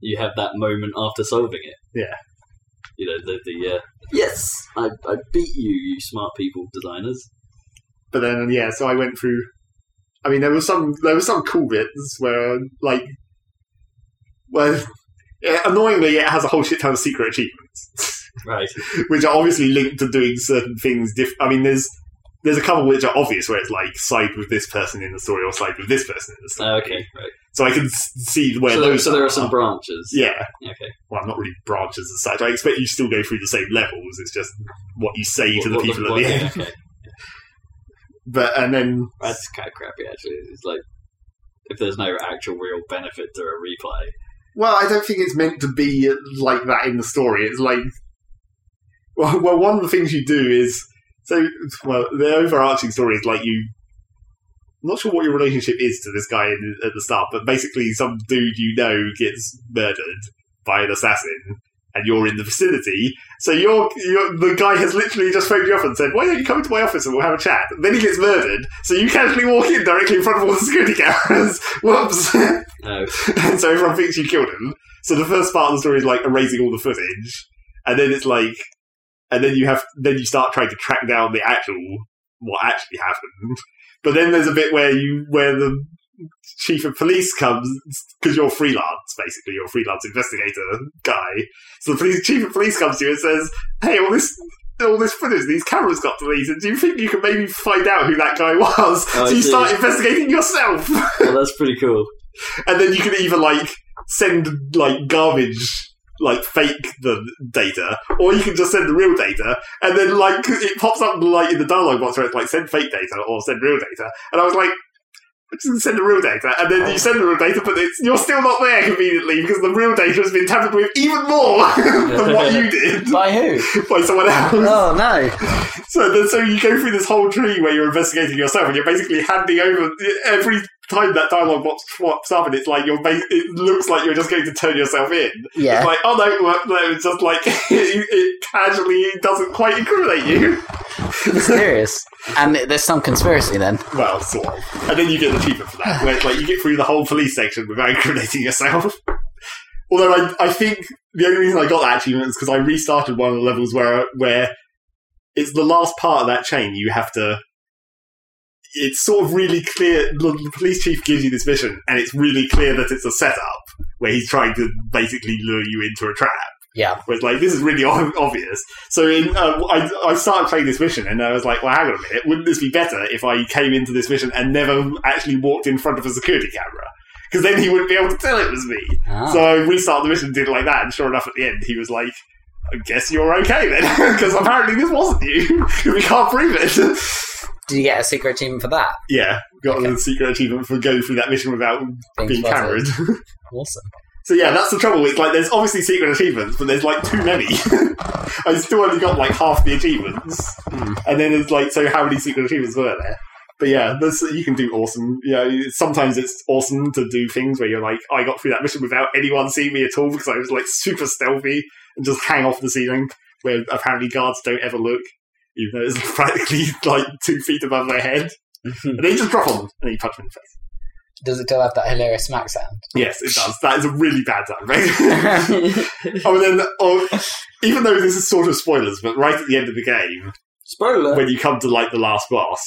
Speaker 6: You have that moment after solving it.
Speaker 3: Yeah.
Speaker 6: You know the the uh, yes, I I beat you, you smart people designers.
Speaker 3: But then, yeah, so I went through. I mean, there were some there were some cool bits where, like, well, yeah, annoyingly, it has a whole shit ton of secret achievements.
Speaker 6: Right.
Speaker 3: which are obviously linked to doing certain things. Diff- I mean, there's there's a couple which are obvious where it's like side with this person in the story or side with this person in the story.
Speaker 6: Oh, Okay. Right.
Speaker 3: So I can s- see where
Speaker 6: Uh, so, there,
Speaker 3: those.
Speaker 6: so there are some branches.
Speaker 3: Yeah,
Speaker 6: Okay.
Speaker 3: well, not really branches as such. I expect you still go through the same levels. It's just what you say to the
Speaker 6: What- what
Speaker 3: people
Speaker 6: what-
Speaker 3: at the end.
Speaker 6: Okay.
Speaker 3: But and then
Speaker 6: That's kind of crappy, actually. It's like if there's no actual real benefit to a replay.
Speaker 3: Well, I don't think it's meant to be like that in the story. It's like, well, well, one of the things you do is so. Well, the overarching story is like you. I'm not sure what your relationship is to this guy in, at the start, but basically, some dude you know gets murdered by an assassin, and you're in the vicinity. So you're, you're the guy has literally just phoned you up and said, "Why don't you come to my office and we'll have a chat?" Then he gets murdered, so you casually walk in directly in front of all the security cameras. Whoops.
Speaker 6: No.
Speaker 3: and so everyone thinks you killed him. So the first part of the story is like erasing all the footage, and then it's like, and then you have, then you start trying to track down the actual what actually happened. But then there's a bit where you where the chief of police comes because you're freelance, basically you're a freelance investigator guy. So the police, chief of police comes to you and says, "Hey, all this." All this footage, these cameras got deleted. Do you think you can maybe find out who that guy was?
Speaker 6: Oh, I
Speaker 3: so you
Speaker 6: see.
Speaker 3: start investigating yourself
Speaker 6: Well, that's pretty cool.
Speaker 3: and then you can either like send like garbage like fake the data or you can just send the real data and then like it pops up like in the dialogue box where it's like send fake data or send real data and i was like I'm just gonna send the real data and then you send the real data but it's, you're still not there conveniently because the real data has been tampered with even more than what you did
Speaker 2: By who?
Speaker 3: by someone else
Speaker 2: Oh no!
Speaker 3: so, then, so you go through this whole tree where you're investigating yourself, and you're basically handing over every time that dialogue box pops up, and it's like you're. Ba- it looks like you're just going to turn yourself in. It's
Speaker 2: Yeah.
Speaker 3: like, oh no, well, no, it's just like it, it casually doesn't quite incriminate you.
Speaker 2: Mysterious. And there's some conspiracy then.
Speaker 3: Well, sort of. And then you get the cheaper for that, where it's like you get through the whole police section without incriminating yourself. Although I, I think the only reason I got that achievement is because I restarted one of the levels where where it's the last part of that chain you have to. It's sort of really clear. The the police chief gives you this mission, and it's really clear that it's a setup where he's trying to basically lure you into a trap.
Speaker 2: Yeah.
Speaker 3: Whereas, like, this is really ob- obvious. So, in, uh, I, I started playing this mission, and I was like, well, hang on a minute. Wouldn't this be better if I came into this mission and never actually walked in front of a security camera? Because then he wouldn't be able to tell it was me.
Speaker 2: Ah.
Speaker 3: So I restarted the mission and did it like that, and sure enough, at the end, he was like, I guess you're okay then, because apparently this wasn't you. we can't prove it.
Speaker 2: Did you get a secret achievement for that?
Speaker 3: yeah, got the secret achievement for going through that mission without
Speaker 2: Things
Speaker 3: being
Speaker 2: buzzed.
Speaker 3: cameraed.
Speaker 2: Awesome.
Speaker 3: So yeah, that's the trouble. It's like there's obviously secret achievements, but there's like too many. I still only got like half the achievements, and then it's like, so how many secret achievements were there? But yeah, this, you can do awesome. Yeah, sometimes it's awesome to do things where you're like, I got through that mission without anyone seeing me at all because I was like super stealthy and just hang off the ceiling where apparently guards don't ever look. even though it's practically like two feet above their head. and then you just drop on them and then you punch them in the face.
Speaker 2: Does it still have that hilarious smack sound?
Speaker 3: Yes, it does. That is a really bad sound effect. oh, and then, oh, even though this is sort of spoilers, but right at the end of the game,
Speaker 6: Spoiler.
Speaker 3: when you come to like the last boss,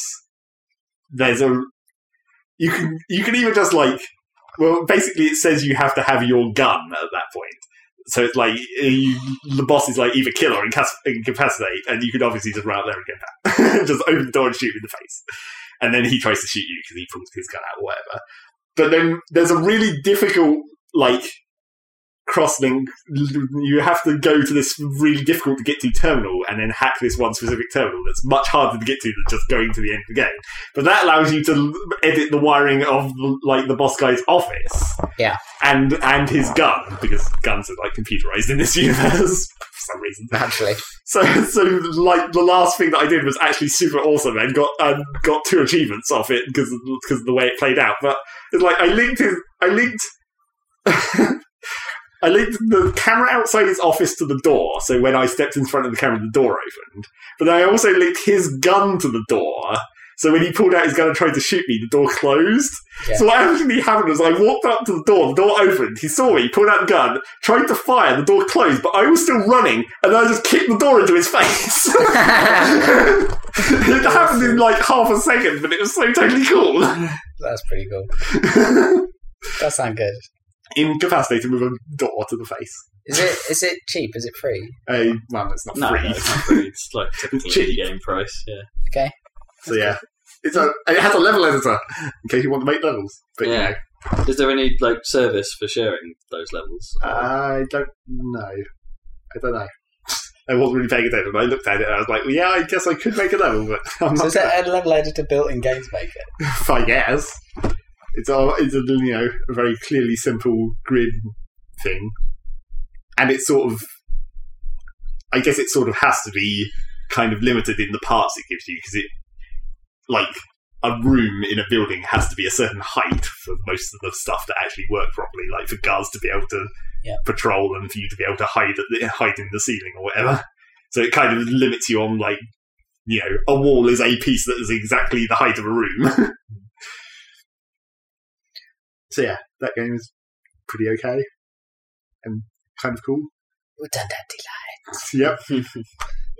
Speaker 3: there's a you can you can even just like well, basically it says you have to have your gun at that point. So it's like you, the boss is like either kill or incas- incapacitate, and you can obviously just run out there and get that, just open the door and shoot him in the face, and then he tries to shoot you because he pulls his gun out or whatever. But then there's a really difficult like crossing. You have to go to this really difficult to get to terminal and then hack this one specific terminal that's much harder to get to than just going to the end of the game. But that allows you to l- edit the wiring of like the boss guy's office.
Speaker 2: Yeah.
Speaker 3: And and his gun because guns are like computerized in this universe for some reason.
Speaker 2: Naturally.
Speaker 3: So, so like the last thing that I did was actually super awesome and got and got two achievements off it because because of the way it played out. But it's like I linked his, I linked, I linked the camera outside his office to the door. So when I stepped in front of the camera, the door opened. But then I also linked his gun to the door. So when he pulled out his gun and tried to shoot me, the door closed.
Speaker 2: Yeah.
Speaker 3: So what actually happened was I walked up to the door, the door opened, he saw me, pulled out the gun, tried to fire, the door closed, but I was still running, and then I just kicked the door into his face. it happened in like half a second, but it was so totally cool.
Speaker 2: That's pretty cool. That sound good.
Speaker 3: Incapacitated with a door to the face.
Speaker 2: Is it is it cheap? Is it free?
Speaker 3: Uh, well, it's not
Speaker 1: No,
Speaker 3: free.
Speaker 1: no, it's not free. It's like typical
Speaker 3: Cheap.
Speaker 1: indie game price. Yeah.
Speaker 2: Okay.
Speaker 3: So yeah. It's a, and it has a level editor in case you want to make levels. But
Speaker 1: Yeah.
Speaker 3: yeah. you
Speaker 1: Is there any like service for sharing those levels?
Speaker 3: know, I don't know. I don't know. I wasn't really paying attention. I looked at it and I was like, well, yeah, I guess I could make a level, but I'm
Speaker 2: So
Speaker 3: not
Speaker 2: is that a level editor built in Games Maker?
Speaker 3: I guess. It's a, it's a you know a very clearly simple grid thing, and it's sort of, I guess it sort of has to be kind of limited in the parts it gives you because it, like a room in a building has to be a certain height for most of the stuff to actually work properly, like for guards to be able to
Speaker 2: Yeah.
Speaker 3: patrol and for you to be able to hide at the, hide in the ceiling or whatever. So it kind of limits you on like you know a wall is a piece that is exactly the height of a room. So yeah, that game is pretty okay and kind of cool.
Speaker 2: We've done that
Speaker 3: Yep.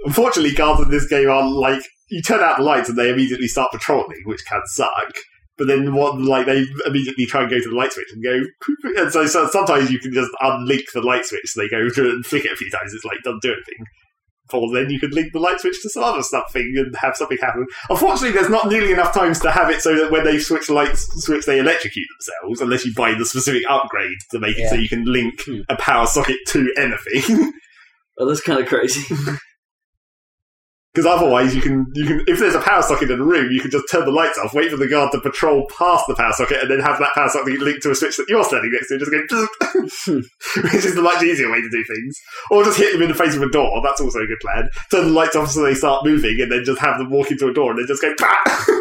Speaker 3: Unfortunately, guards in this game are like you turn out the lights and they immediately start patrolling, which can suck. But then what? Like they immediately try and go to the light switch and go. "Creep-" And so, so sometimes you can just unlink the light switch. So they go through and flick it a few times. It's like doesn't do anything. Or then you could link the light switch to some other something and have something happen. Unfortunately, there's not nearly enough times to have it so that when they switch the light switch, they electrocute themselves, unless you buy the specific upgrade to make it so
Speaker 2: Yeah.
Speaker 3: you can link a power socket to anything.
Speaker 1: Oh, that's kind of crazy.
Speaker 3: Because otherwise, you can you can if there's a power socket in a room, you can just turn the lights off, wait for the guard to patrol past the power socket, and then have that power socket linked to a switch that you're standing next to, and just go, which is the much easier way to do things. Or just hit them in the face with a door. That's also a good plan. Turn the lights off so they start moving, and then just have them walk into a door, and then just go, bah!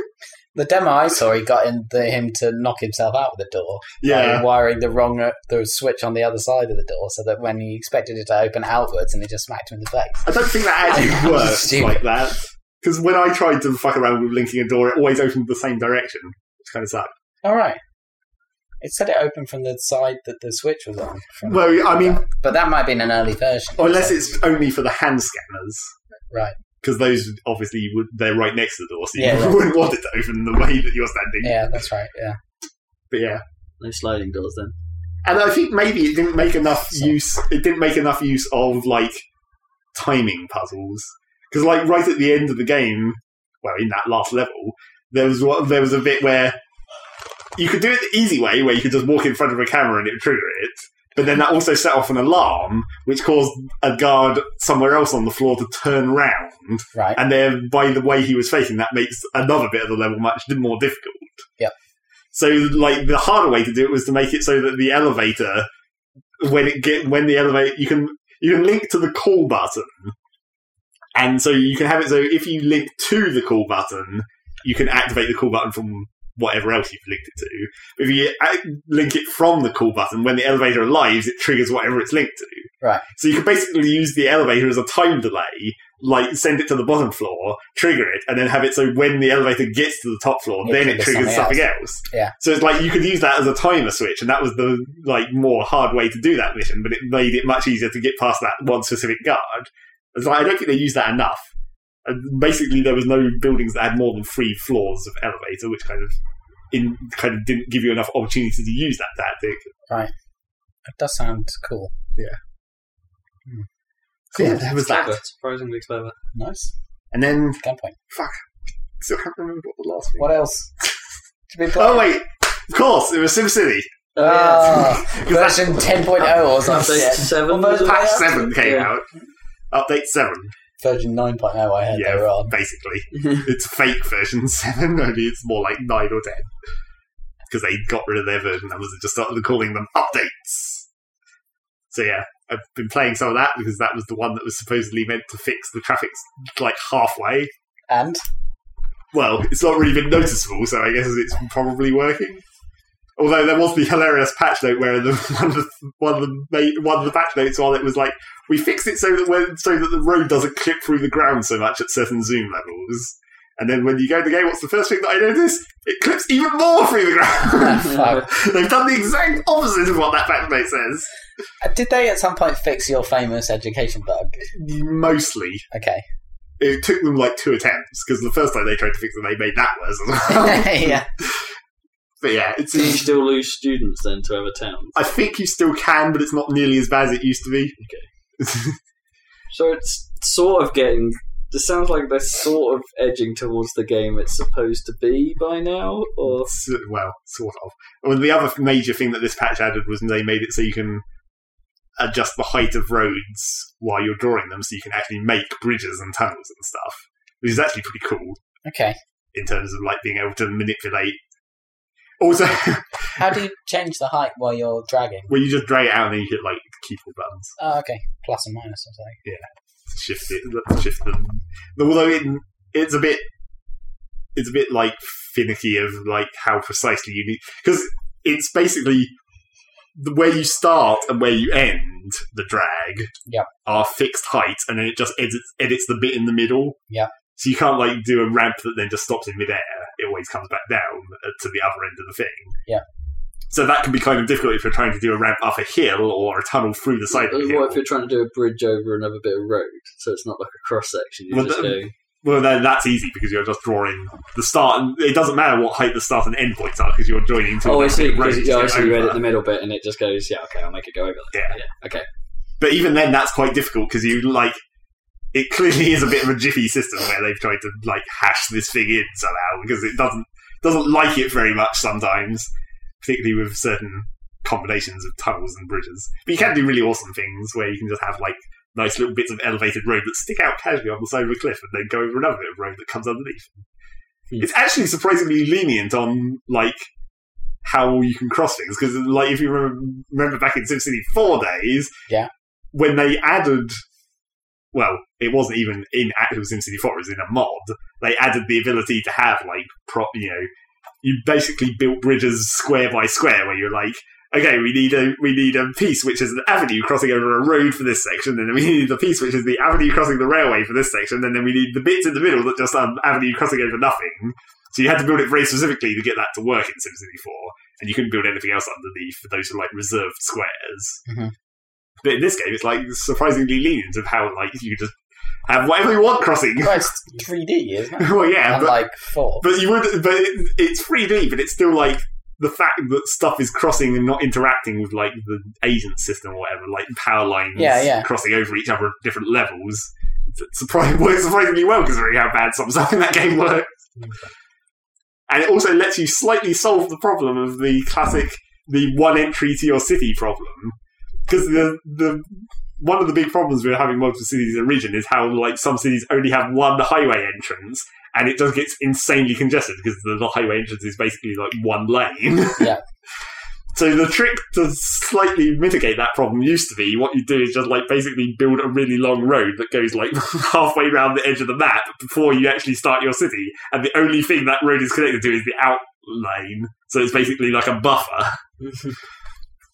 Speaker 2: The demo I saw, he got in the, him to knock himself out with the door
Speaker 3: yeah.
Speaker 2: by wiring the wrong uh, the switch on the other side of the door, so that when he expected it to open outwards, and it just smacked him in the face.
Speaker 3: I don't think that
Speaker 2: That's
Speaker 3: actually works
Speaker 2: stupid.
Speaker 3: like that. Because when I tried to fuck around with linking a door, it always opened the same direction, which kind of sucked.
Speaker 2: All right. It said it opened from the side that the switch was on. From-
Speaker 3: Well, I mean,
Speaker 2: but that might have been an early version.
Speaker 3: Or unless it's only for the hand scanners.
Speaker 2: Right.
Speaker 3: Because those obviously you would, they're right next to the door, so you
Speaker 2: Yeah, right.
Speaker 3: wouldn't want it to open the way that you're standing.
Speaker 2: Yeah, that's right. Yeah.
Speaker 3: But yeah,
Speaker 1: no sliding doors then.
Speaker 3: and I think maybe it didn't make enough use. It didn't make enough use of like timing puzzles because, like, right at the end of the game, well, in that last level, there was what there was a bit where you could do it the easy way, where you could just walk in front of a camera and it would trigger it. But then that also set off an alarm, which caused a guard somewhere else on the floor to turn round.
Speaker 2: Right.
Speaker 3: And then by the way he was facing, that makes another bit of the level much more difficult.
Speaker 2: Yep.
Speaker 3: So like the harder way to do it was to make it so that the elevator when it get when the elevator you can you can link to the call button. And so you can have it so if you link to the call button, you can activate the call button from whatever else you've linked it to. But if you ac- link it from the call button, when the elevator arrives, it triggers whatever it's linked to.
Speaker 2: Right.
Speaker 3: So you can basically use the elevator as a time delay like send it to the bottom floor, trigger it, and then have it so when the elevator gets to the top floor,
Speaker 2: It
Speaker 3: then it
Speaker 2: triggers
Speaker 3: triggers
Speaker 2: something
Speaker 3: something else.
Speaker 2: Yeah.
Speaker 3: So it's like you could use that as a timer switch, and that was the like more hard way to do that mission, but it made it much easier to get past that one specific guard. It's like I don't think they used that enough. And basically, there was no buildings that had more than three floors of elevator, which kind of in kind of didn't give you enough opportunity to use that tactic.
Speaker 2: That does sound cool.
Speaker 3: So yeah, there was that.
Speaker 6: Clever, surprisingly clever.
Speaker 2: Nice.
Speaker 3: And then
Speaker 2: Gunpoint.
Speaker 3: still can't remember what the last one.
Speaker 2: What else? Did we play?
Speaker 3: Oh wait, of course, it was SimCity.
Speaker 2: Ah,
Speaker 3: that's-
Speaker 2: version 10.0 or some
Speaker 6: Update
Speaker 2: shit.
Speaker 6: seven.
Speaker 2: Well, those
Speaker 6: was it?
Speaker 3: Patch seven came
Speaker 6: Yeah.
Speaker 3: out. Update seven,
Speaker 2: Version 9.0, I heard
Speaker 3: Yeah.
Speaker 2: they were on.
Speaker 3: basically.
Speaker 6: Uh,
Speaker 3: it's fake version seven, only it's more like nine or ten. Because they got rid of their version numbers and just started calling them updates. So yeah, I've been playing some of that because that was the one that was supposedly meant to fix the traffic like halfway.
Speaker 2: And?
Speaker 3: Well, it's not really been noticeable, so I guess it's probably working. Although there was the hilarious patch note where the, one of the one of the ma- one of the patch notes on it was like, "We fixed it so that when so that the road doesn't clip through the ground so much at certain zoom levels." And then when you go to the game, what's the first thing that I notice? It clips even more through the ground.
Speaker 2: Fuck.
Speaker 3: They've done the exact opposite of what that patch note says.
Speaker 2: Uh, Did they at some point fix your famous education bug?
Speaker 3: Mostly,
Speaker 2: Okay.
Speaker 3: it took them like two attempts because the first time they tried to fix it, they made that worse as well.
Speaker 2: yeah.
Speaker 3: but yeah, it's
Speaker 6: Do you still lose students then to other towns?
Speaker 3: I think you still can, but it's not nearly as bad as it used to be.
Speaker 6: So it's sort of getting. This sounds like they're sort of edging towards the game it's supposed to be by now, or
Speaker 3: So- well, sort of. Well, the other major thing that this patch added was they made it so you can adjust the height of roads while you're drawing them, so you can actually make bridges and tunnels and stuff, which is actually pretty cool
Speaker 2: Okay.
Speaker 3: in terms of like being able to manipulate. Also,
Speaker 2: How do you change the height while you're dragging?
Speaker 3: where you just drag it out and then you hit like keyboard buttons.
Speaker 2: Oh, okay. Plus and minus or something.
Speaker 3: shift it, let's shift them. Although it, it's a bit, it's a bit like finicky of like how precisely you need because it's basically the where you start and where you end the drag
Speaker 2: Yep.
Speaker 3: are fixed heights, and then it just edits edits the bit in the middle.
Speaker 2: Yep.
Speaker 3: So you can't like do a ramp that then just stops in midair. It always comes back down uh, to the other end of the thing.
Speaker 2: Yep.
Speaker 3: So that can be kind of difficult if you're trying to do a ramp up a hill or a tunnel through the side of the hill.
Speaker 6: what if you're trying to do a bridge over another bit of road? So it's not like a cross section. You're
Speaker 3: Well,
Speaker 6: just
Speaker 3: that-
Speaker 6: doing.
Speaker 3: Well, then that's easy because you're just drawing the start. and It doesn't matter what height the start and end points are because you're joining two.
Speaker 6: Oh, I
Speaker 3: different
Speaker 6: see.
Speaker 3: roads
Speaker 6: Because
Speaker 3: to
Speaker 6: yeah, I
Speaker 3: go
Speaker 6: see. You
Speaker 3: over.
Speaker 6: edit the middle bit, and it just goes, yeah, okay, I'll make it go over. that.
Speaker 3: Yeah.
Speaker 6: yeah, okay.
Speaker 3: But even then, that's quite difficult because you like it. Clearly, is a bit of a jiffy system where they've tried to like hash this thing in somehow because it doesn't doesn't like it very much sometimes, particularly with certain combinations of tunnels and bridges. But you can do really awesome things where you can just have like nice little bits of elevated road that stick out casually on the side of a cliff and then go over another bit of road that comes underneath.
Speaker 6: Hmm.
Speaker 3: It's actually surprisingly lenient on like how you can cross things because like if you remember, remember back in SimCity Four days,
Speaker 2: Yeah.
Speaker 3: when they added. Well, it wasn't even in actual SimCity 4, it was in a mod. They added the ability to have, like, prop, you know, you basically built bridges square by square where you're like okay we need a we need a piece which is an avenue crossing over a road for this section and then we need the piece which is the avenue crossing the railway for this section and then we need the bits in the middle that just are avenue crossing over nothing so you had to build it very specifically to get that to work in SimCity 4 and you couldn't build anything else underneath for those who like reserved squares
Speaker 2: Mhm.
Speaker 3: but in this game it's like surprisingly lenient of how like you just have whatever you want crossing
Speaker 2: Well, it's 3D, isn't it?
Speaker 3: well yeah
Speaker 2: And
Speaker 3: but
Speaker 2: like 4.
Speaker 3: but you would, but it, it's 3D, but it's still like the fact that stuff is crossing and not interacting with like the agent system or whatever, like power lines
Speaker 2: Yeah, yeah.
Speaker 3: crossing over each other at different levels. It's surprising, works surprisingly well considering how bad some stuff in that game works. And it also lets you slightly solve the problem of the classic the one entry to your city problem because the the one of the big problems with having multiple cities in a region is how like some cities only have one highway entrance and it just gets insanely congested because the, the highway entrance is basically like one lane.
Speaker 2: Yeah.
Speaker 3: so the trick to slightly mitigate that problem used to be what you do is just like basically build a really long road that goes like halfway around the edge of the map before you actually start your city, and the only thing that road is connected to is the out lane. So it's basically like a buffer.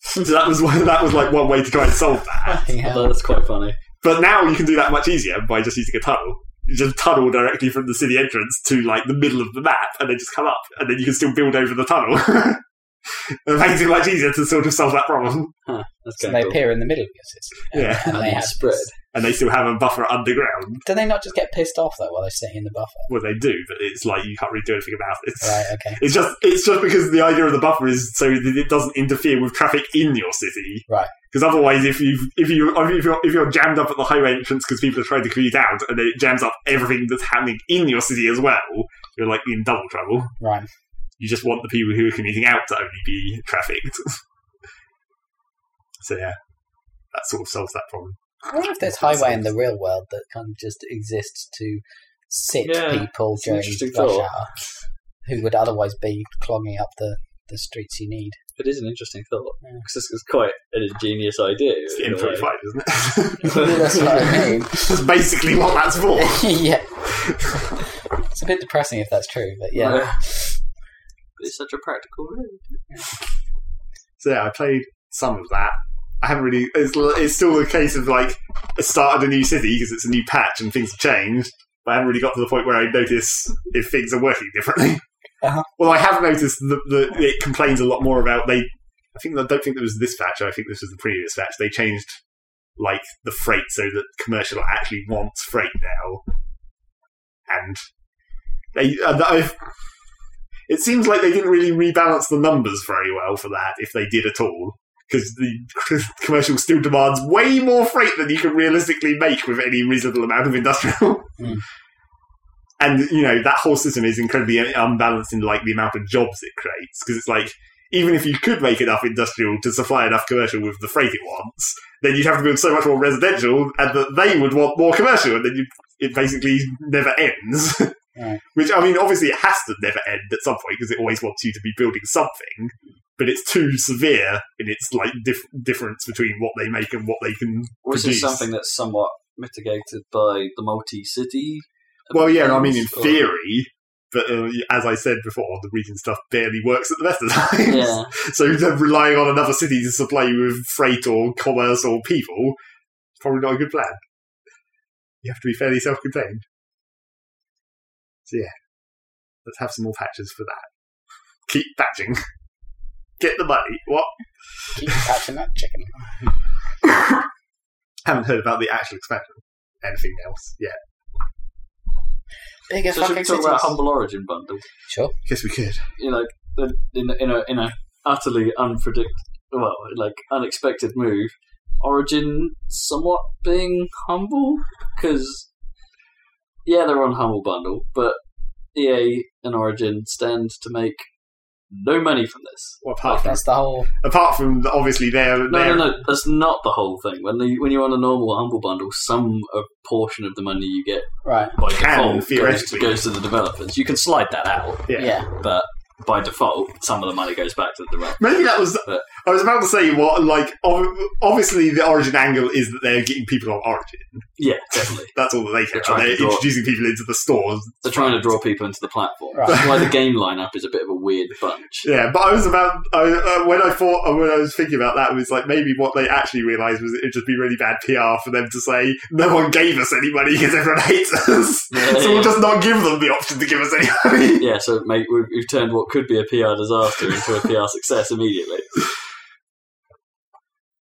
Speaker 3: so that was one, that was like one way to try and solve that.
Speaker 2: Fucking hell.
Speaker 6: Although that's quite funny.
Speaker 3: But now you can do that much easier by just using a tunnel. You just tunnel directly from the city entrance to like the middle of the map, and then just come up, and then you can still build over the tunnel. it makes it much easier to sort of solve that problem.
Speaker 1: That's
Speaker 2: So
Speaker 1: kind
Speaker 2: they
Speaker 1: of cool.
Speaker 2: appear in the middle of your city.
Speaker 3: Yeah.
Speaker 2: And they have
Speaker 1: spread.
Speaker 3: And they still have a buffer underground.
Speaker 2: Do they not just get pissed off though while they're sitting in the buffer?
Speaker 3: Well, they do, but it's like you can't really do anything about it.
Speaker 2: Right. Okay.
Speaker 3: It's just it's just because the idea of the buffer is so that it doesn't interfere with traffic in your city.
Speaker 2: Right.
Speaker 3: Because otherwise, if you if you if you're if you're jammed up at the highway entrance because people are trying to commute out, and then it jams up everything that's happening in your city as well, you're like in double trouble.
Speaker 2: Right.
Speaker 3: You just want the people who are commuting out to only be trafficked. so yeah, that sort of solves that problem.
Speaker 2: I wonder if there's highway in the real world that kind of just exists to sit
Speaker 1: Yeah,
Speaker 2: people
Speaker 1: an
Speaker 2: during
Speaker 1: interesting
Speaker 2: rush
Speaker 1: thought.
Speaker 2: hour who would otherwise be clogging up the, the streets you need.
Speaker 1: It is an interesting thought
Speaker 2: Yeah.
Speaker 1: because this is quite an ingenious idea.
Speaker 3: It's the
Speaker 1: in a way.
Speaker 3: M25, isn't it?
Speaker 2: That's what I mean.
Speaker 3: that's basically what that's for.
Speaker 2: yeah. It's a bit depressing if that's true, but yeah.
Speaker 1: It's such a practical route.
Speaker 3: So yeah, I played some of that. I haven't really. It's, it's still a case of like I started a new city because it's a new patch and things have changed. But I haven't really got to the point where I notice if things are working differently.
Speaker 2: Uh-huh.
Speaker 3: Well, I have noticed that the, it complains a lot more about they. I think I don't think there was this patch. I think this was the previous patch. They changed like the freight so that commercial actually wants freight now, and they. uh, And I've it seems like they didn't really rebalance the numbers very well for that, if they did at all. Because the commercial still demands way more freight than you can realistically make with any reasonable amount of industrial.
Speaker 2: Hmm.
Speaker 3: And you know that whole system is incredibly unbalanced in like the amount of jobs it creates. Because it's like even if you could make enough industrial to supply enough commercial with the freight it wants, then you'd have to build so much more residential, and that they would want more commercial, and then you, it basically never ends. Which I mean, obviously, it has to never end at some point because it always wants you to be building something. But it's too severe in its like dif- difference between what they make and what they can
Speaker 1: Which
Speaker 3: produce.
Speaker 1: is something that's somewhat mitigated by the multi-city.
Speaker 3: well, yeah, I mean, in
Speaker 1: Or-
Speaker 3: theory. But uh, as I said before, the region stuff barely works at the best of times.
Speaker 1: Yeah,
Speaker 3: So they're relying on another city to supply you with freight or commerce or people, it's probably not a good plan. You have to be fairly self-contained. So yeah, let's have some more patches for that. Keep patching. Get the money. What?
Speaker 2: Keep catching that chicken.
Speaker 3: Haven't heard about the actual expansion. Anything else yet?
Speaker 2: Bigger
Speaker 1: so should we
Speaker 2: fucking
Speaker 1: talk
Speaker 2: cities.
Speaker 1: about humble origin bundle?
Speaker 2: Sure.
Speaker 3: Guess we could.
Speaker 1: you know, in in a in a utterly unpredict, well, like unexpected move. Origin somewhat being humble because yeah, they're on humble bundle, but EA and Origin stand to make no money from this.
Speaker 3: Well, apart from
Speaker 2: That's the whole.
Speaker 3: apart from the- obviously their
Speaker 1: No,
Speaker 3: their
Speaker 1: no, no. That's not the whole thing. When the, when you're on a normal humble bundle, some uh, portion of the money you get
Speaker 2: Right.
Speaker 1: by
Speaker 3: Can,
Speaker 1: default goes to,
Speaker 3: theoretically.
Speaker 1: goes to the developers. You can slide that out,
Speaker 3: Yeah.
Speaker 2: Yeah.
Speaker 1: but by default, some of the money goes back to the developers.
Speaker 3: Maybe that was.
Speaker 1: But-
Speaker 3: I was about to say what like ob- obviously the origin angle is that they're getting people on origin.
Speaker 1: Yeah, definitely.
Speaker 3: That's all that they
Speaker 1: They're
Speaker 3: care about.
Speaker 1: trying to
Speaker 3: They're
Speaker 1: draw-
Speaker 3: introducing people into the stores.
Speaker 1: They're trying to draw people into the platform.
Speaker 2: Right.
Speaker 1: That's why the game lineup is a bit of a weird bunch.
Speaker 3: Yeah, but I was about I, uh, when I thought uh, when I was thinking about that it was like maybe what they actually realised was it'd just be really bad PR for them to say no one gave us any money because everyone hates us,
Speaker 1: Yeah.
Speaker 3: so we'll just not give them the option to give us any money.
Speaker 1: Yeah, so mate, we've, we've turned what could be a PR disaster into a PR success immediately.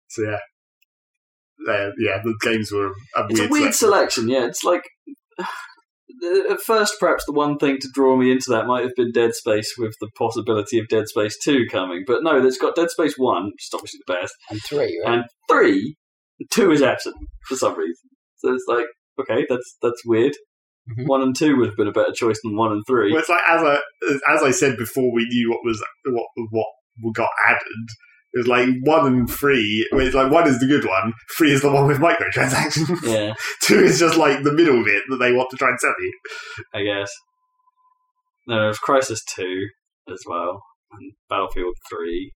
Speaker 3: So yeah, uh, yeah, the games were a
Speaker 1: It's
Speaker 3: weird.
Speaker 1: a weird
Speaker 3: selection.
Speaker 1: selection, yeah. It's like the- at first, perhaps the one thing to draw me into that might have been Dead Space, with the possibility of Dead Space Two coming. But no, it's got Dead Space One, which is obviously the best,
Speaker 2: And three, right?
Speaker 1: and three, two is absent for some reason. So it's like, okay, that's that's weird.
Speaker 2: Mhm.
Speaker 1: One and two would have been a better choice than one and three.
Speaker 3: Mm-hmm. Well, it's like as I as I said before, we knew what was what what got added. It was like one and three. well, It's like one is the good one, three is the one with microtransactions.
Speaker 1: yeah,
Speaker 3: Two is just like the middle bit that they want to try and sell you.
Speaker 1: I guess. Then there was Crisis 2 as well, and Battlefield 3,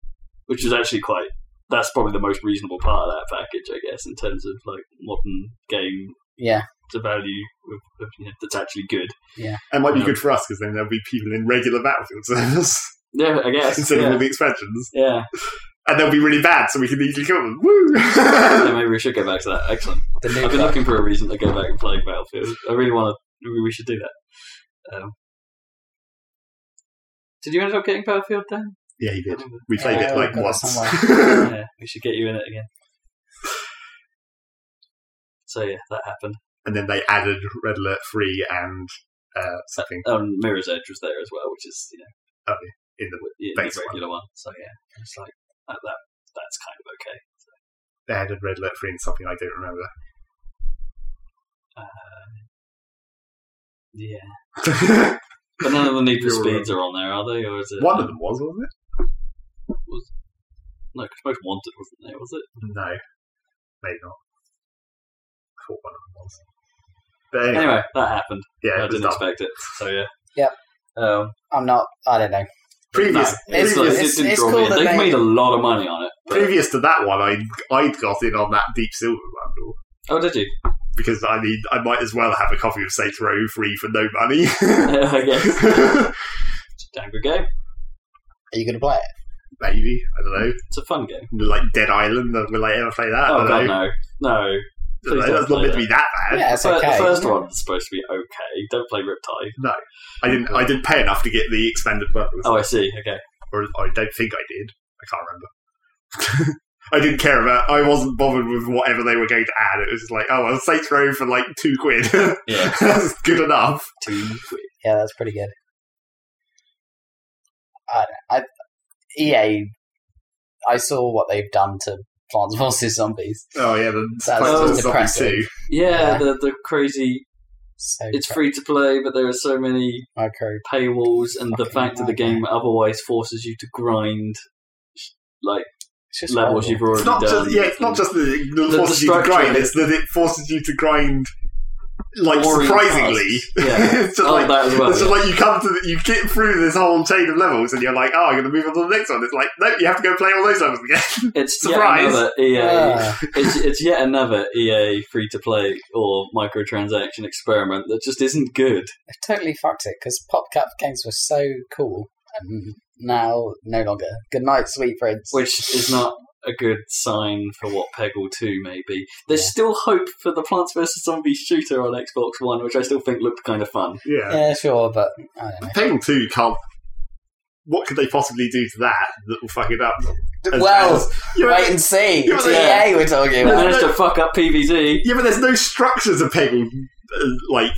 Speaker 1: which is actually quite. That's probably the most reasonable part of that package, I guess, in terms of like modern game
Speaker 2: Yeah.
Speaker 1: to value of, of, you know, that's actually good.
Speaker 3: That might be
Speaker 1: Yeah.
Speaker 3: good for us because then there'll be people in regular Battlefield servers
Speaker 1: Yeah, I guess.
Speaker 3: instead of all
Speaker 1: Yeah.
Speaker 3: the expansions.
Speaker 1: yeah.
Speaker 3: and they'll be really bad, so we can easily kill them. Woo!
Speaker 1: So maybe we should go back to that. Excellent.
Speaker 2: The
Speaker 1: I've
Speaker 2: new
Speaker 1: been
Speaker 2: club.
Speaker 1: looking for a reason to go back and play Battlefield. I really want to. We should do that. Um, did you end up getting Battlefield then?
Speaker 3: yeah, he did. We played
Speaker 2: Yeah,
Speaker 3: it like
Speaker 2: I've got it
Speaker 3: once.
Speaker 1: yeah, we should get you in it again. So yeah, that happened.
Speaker 3: and then they added Red Alert 3 and uh, something
Speaker 1: Um, Mirror's Edge was there as well, which is you know
Speaker 3: in the.
Speaker 1: the, the
Speaker 3: Base one.
Speaker 1: regular one. So yeah, it's like that, that. That's kind of okay.
Speaker 3: They added Red Alert 3 and something I don't remember.
Speaker 1: Yeah, but none of the Need for
Speaker 3: You're
Speaker 1: Speeds are on there, are they? Or is it
Speaker 3: One of them was, wasn't it?
Speaker 1: No, 'cause most Wanted wasn't there, was it?
Speaker 3: No, maybe not. I thought one of them was. But anyway,
Speaker 1: Anyway, that happened.
Speaker 3: yeah,
Speaker 1: I
Speaker 3: it was
Speaker 1: didn't
Speaker 3: dumb.
Speaker 1: expect it. So yeah.
Speaker 2: Yep.
Speaker 1: Um,
Speaker 2: I'm not. I don't know.
Speaker 3: Previous,
Speaker 2: It's-
Speaker 1: it's,
Speaker 3: previous,
Speaker 2: it's-
Speaker 1: it didn't
Speaker 2: it's
Speaker 1: draw
Speaker 2: cool
Speaker 1: me in.
Speaker 2: that
Speaker 1: They've
Speaker 2: they-
Speaker 1: made a lot of money on it. but-
Speaker 3: previous to that one, I I got in on that Deep Silver bundle
Speaker 1: oh, did you?
Speaker 3: because I mean I might as well have a copy of Saints Row free for no money.
Speaker 1: I guess. It's a damn good game.
Speaker 2: Are you going to play it?
Speaker 3: Maybe I don't know,
Speaker 1: It's a fun game.
Speaker 3: like Dead Island. Will I ever play that? I
Speaker 1: Oh, God,
Speaker 3: don't know.
Speaker 1: no. No.
Speaker 3: I don't
Speaker 1: Please
Speaker 3: know.
Speaker 1: don't
Speaker 3: That's not
Speaker 1: play
Speaker 3: meant to be that bad.
Speaker 2: Yeah, it's
Speaker 1: But
Speaker 2: okay.
Speaker 1: The first one's supposed to be okay. Don't play Riptide.
Speaker 3: I didn't. I didn't pay enough to get the expanded bundle,
Speaker 1: Oh, I see. Okay.
Speaker 3: or I don't think I did. I can't remember. I didn't care about. I wasn't bothered with whatever they were going to add. It was just like, oh, well, Saints Row for like two quid.
Speaker 1: Yeah.
Speaker 3: That's good enough.
Speaker 1: Too quick.
Speaker 2: Yeah, that's pretty good. I, I EA. I saw what they've done to Plants vs Zombies.
Speaker 3: Oh yeah, the
Speaker 2: That's
Speaker 3: Plants
Speaker 1: just
Speaker 3: vs Zombies
Speaker 2: depressing.
Speaker 3: 2.
Speaker 1: Yeah,
Speaker 2: Yeah.
Speaker 1: The, the crazy.
Speaker 2: So
Speaker 1: It's
Speaker 2: cra-
Speaker 1: free to play, but there are so many
Speaker 2: micro.
Speaker 1: paywalls, and the
Speaker 2: Fucking
Speaker 1: fact that the game otherwise forces you to grind like
Speaker 2: It's just
Speaker 1: levels
Speaker 2: horrible.
Speaker 1: you've already
Speaker 3: It's not
Speaker 1: done.
Speaker 3: just yeah. It's not
Speaker 1: and-
Speaker 3: just that it
Speaker 1: the
Speaker 3: forces you to
Speaker 1: structure
Speaker 3: grind.
Speaker 1: is-
Speaker 3: It's that it forces you to grind like
Speaker 1: Boring
Speaker 3: surprisingly.
Speaker 1: tasks. Yeah.
Speaker 3: it's just
Speaker 1: oh,
Speaker 3: like.
Speaker 1: that as well.
Speaker 3: it's just like you come to the, you get through this whole chain of levels and you're like, oh, I'm going to move on to the next one. It's like, no, you have to go play all those levels again.
Speaker 1: It's
Speaker 3: Surprise.
Speaker 1: yet another EA.
Speaker 2: Ah,
Speaker 1: It's, it's yet another EA free to play or microtransaction experiment that just isn't good.
Speaker 2: they've totally fucked it because PopCap games were so cool, and now no longer. Good night, sweet prince.
Speaker 1: which is not a good sign for what Peggle 2 may be. There's
Speaker 2: Yeah.
Speaker 1: still hope for the Plants vs. Zombies shooter on Xbox One, which I still think looked kind of fun.
Speaker 3: yeah.
Speaker 2: yeah, sure, but I don't know.
Speaker 3: Peggle 2 can't. What could they possibly do to that that will fuck it up? As-
Speaker 2: well,
Speaker 3: as- yeah, but-
Speaker 2: wait and see.
Speaker 3: Yeah,
Speaker 2: It's
Speaker 3: but-
Speaker 2: EA we're talking
Speaker 1: They
Speaker 2: about.
Speaker 1: managed to fuck up PvZ.
Speaker 3: yeah, but there's no structure to Peggle. uh, Like,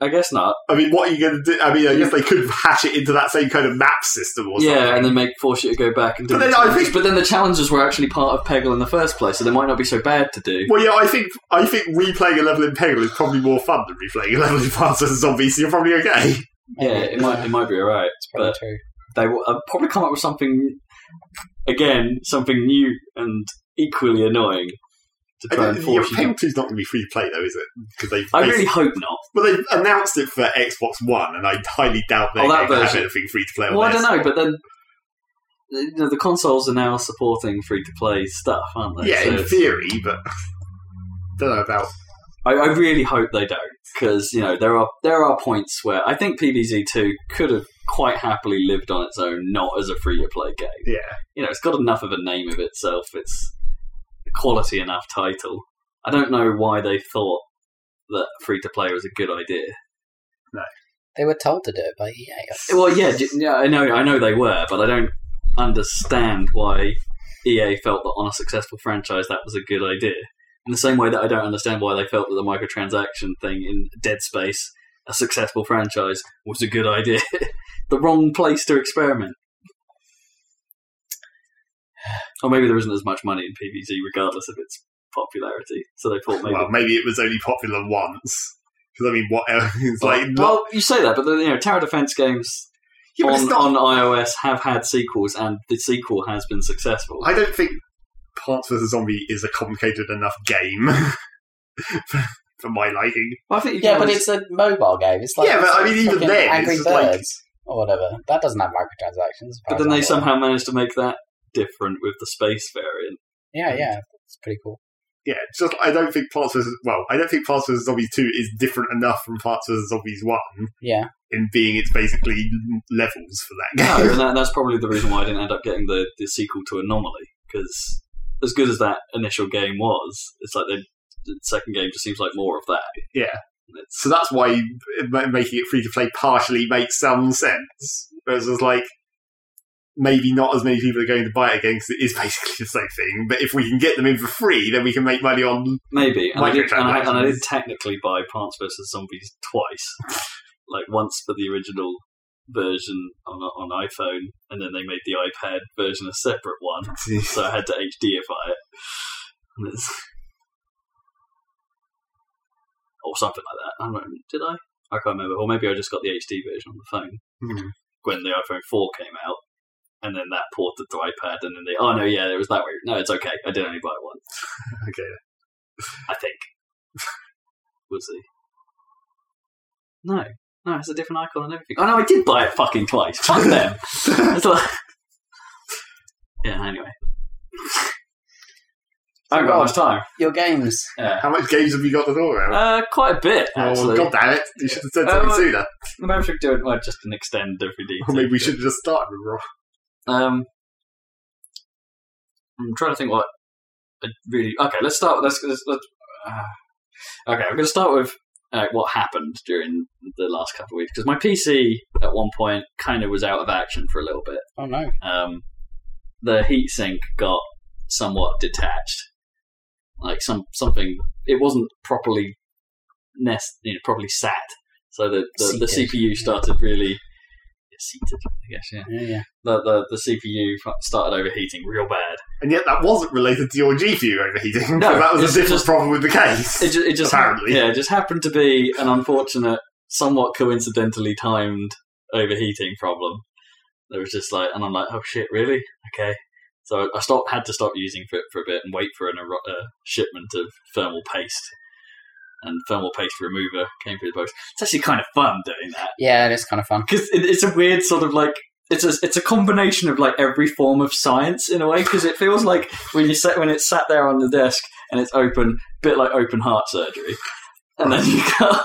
Speaker 1: I guess not.
Speaker 3: I mean, what are you going to do? I mean, I guess they could hash it into that same kind of map system or something.
Speaker 1: Yeah, and then make force you to go back and do
Speaker 3: But
Speaker 1: the
Speaker 3: then I
Speaker 1: challenges.
Speaker 3: think-
Speaker 1: But then the challenges were actually part of Peggle in the first place, so they might not be so bad to do.
Speaker 3: Well, yeah, I think I think replaying a level in Peggle is probably more fun than replaying a level in Plants vs Zombies. So you're probably okay.
Speaker 1: Yeah,
Speaker 2: Maybe.
Speaker 1: it might it might be alright.
Speaker 2: It's probably
Speaker 1: but-
Speaker 2: true.
Speaker 1: They will uh, probably come up with something again, something new and equally annoying to
Speaker 3: I
Speaker 1: try
Speaker 3: don't,
Speaker 1: and
Speaker 3: yeah,
Speaker 1: force you.
Speaker 3: Peggle
Speaker 1: to-
Speaker 3: 2's not going to be free to play though, is it? Because they
Speaker 1: I really hope not.
Speaker 3: well they announced it for Xbox One, and I highly doubt they're
Speaker 1: Oh, that
Speaker 3: going to have
Speaker 1: version.
Speaker 3: anything free to play on
Speaker 1: Well, I
Speaker 3: theirs.
Speaker 1: don't know, but then you know, the consoles are now supporting free to play stuff, aren't they?
Speaker 3: Yeah,
Speaker 1: So
Speaker 3: in
Speaker 1: it's-
Speaker 3: theory, but don't know about.
Speaker 1: I, I really hope they don't, because you know there are there are points where I think PBZ two could have quite happily lived on its own, not as a free to play game.
Speaker 3: Yeah.
Speaker 1: You know, it's got enough of a name of itself. It's a quality enough title. I don't know why they thought that free to play was a good idea.
Speaker 2: They were told to do it by
Speaker 1: E
Speaker 2: EA.
Speaker 1: Well, yeah, d- yeah, I know, I know they were, but I don't understand why EA felt that on a successful franchise that was a good idea. In the same way that I don't understand why they felt that the microtransaction thing in Dead Space, a successful franchise, was a good idea. the wrong place to experiment. Or maybe there isn't as much money in PVZ, regardless of its popularity. So they thought maybe.
Speaker 3: Well, maybe it was only popular once. Because I mean, what else? It's like not.
Speaker 1: well, you say that, but then, you know, tower defense games
Speaker 3: Yeah, but
Speaker 1: on,
Speaker 3: it's not.
Speaker 1: on iOS have had sequels, and the sequel has been successful.
Speaker 3: I don't think Plants vs Zombie is a complicated enough game for- for my liking.
Speaker 1: Well, I think you
Speaker 2: Yeah,
Speaker 1: can
Speaker 2: but
Speaker 1: always-
Speaker 2: it's a mobile game. It's like
Speaker 3: Yeah, but
Speaker 2: it's
Speaker 3: I mean, even
Speaker 2: fucking
Speaker 3: then,
Speaker 2: Angry
Speaker 3: it's
Speaker 2: Birds
Speaker 3: just like-
Speaker 2: or whatever. That doesn't have microtransactions. as far
Speaker 1: but then
Speaker 2: as I'm
Speaker 1: they
Speaker 2: aware.
Speaker 1: somehow managed to make that different with the space variant.
Speaker 2: Yeah, yeah, it's pretty cool.
Speaker 3: Yeah, it's just I don't think Plants vs. Well, I don't think Plants vs Zombies Two is different enough from Plants vs Zombies One
Speaker 2: Yeah,
Speaker 3: in being it's basically levels for
Speaker 1: No,
Speaker 3: that game.
Speaker 1: and that, that's probably the reason why I didn't end up getting the, the sequel to Anomaly because as good as that initial game was, it's like they, the second game just seems like more of that.
Speaker 3: Yeah.
Speaker 1: And It's
Speaker 3: So that's why ma- making it free to play partially makes some sense. Whereas it's like maybe not as many people are going to buy it again because it is basically the same thing. But if we can get them in for free, then we can make money on.
Speaker 1: maybe, and I, did, and, I, and I did
Speaker 3: Microtransactions.
Speaker 1: technically buy Plants vs Zombies twice, like once for the original version on on iPhone, and then they made the iPad version a separate one, so I had to HDify it, and it's, or something like that. I don't know, did I? I can't remember. Or maybe I just got the HD version on the phone when the iPhone 4 came out, and then that ported to iPad, and then they, oh no, yeah, it was that way. No, it's okay. I did only buy one.
Speaker 3: Okay.
Speaker 1: I think. we'll see. No. No, it's a different icon and everything. Oh no, I did buy it fucking twice. Fuck them. It's like- yeah, anyway. I haven't got
Speaker 3: um,
Speaker 1: much time.
Speaker 2: Your games.
Speaker 1: Yeah.
Speaker 3: How much games have you got to talk about?
Speaker 1: Uh, quite a bit,
Speaker 3: oh,
Speaker 1: actually.
Speaker 3: God damn it! You should have said
Speaker 1: Uh,
Speaker 3: something
Speaker 1: well-
Speaker 3: sooner.
Speaker 1: Maybe we should do it like, just an extend every detail.
Speaker 3: Or maybe we should have just started with Raw.
Speaker 1: Um, I'm trying to think what I really. Okay, let's start. Let's. let's, let's uh, okay, I'm going to start with uh, what happened during the last couple of weeks because my PC at one point kind of was out of action for a little bit.
Speaker 2: Oh no.
Speaker 1: Um, the heatsink got somewhat detached, like some something. It wasn't properly nest, you know, properly sat. So the the, the
Speaker 2: Seated.
Speaker 1: CPU started really seated, I guess. Yeah
Speaker 2: Yeah, yeah.
Speaker 1: the, the, the CPU fu- started overheating real bad.
Speaker 3: And yet that wasn't related to your GPU overheating.
Speaker 1: No,
Speaker 3: that was a
Speaker 1: it's
Speaker 3: different
Speaker 1: just-
Speaker 3: problem with the case.
Speaker 1: It just, it just
Speaker 3: Apparently.
Speaker 1: yeah, it just happened to be an unfortunate, somewhat coincidentally timed overheating problem. There was just like, and I'm like, oh shit, really? Okay. So I stopped, had to stop using it for a bit and wait for an, ero- a shipment of thermal paste. And thermal paste remover came through the post. It's actually kind of fun doing that.
Speaker 2: Yeah, it is kind of fun.
Speaker 1: because it, it's a weird sort of like it's a it's a combination of like every form of science in a way because it feels like when you set when it's sat there on the desk and it's open, bit like open heart surgery, and then you got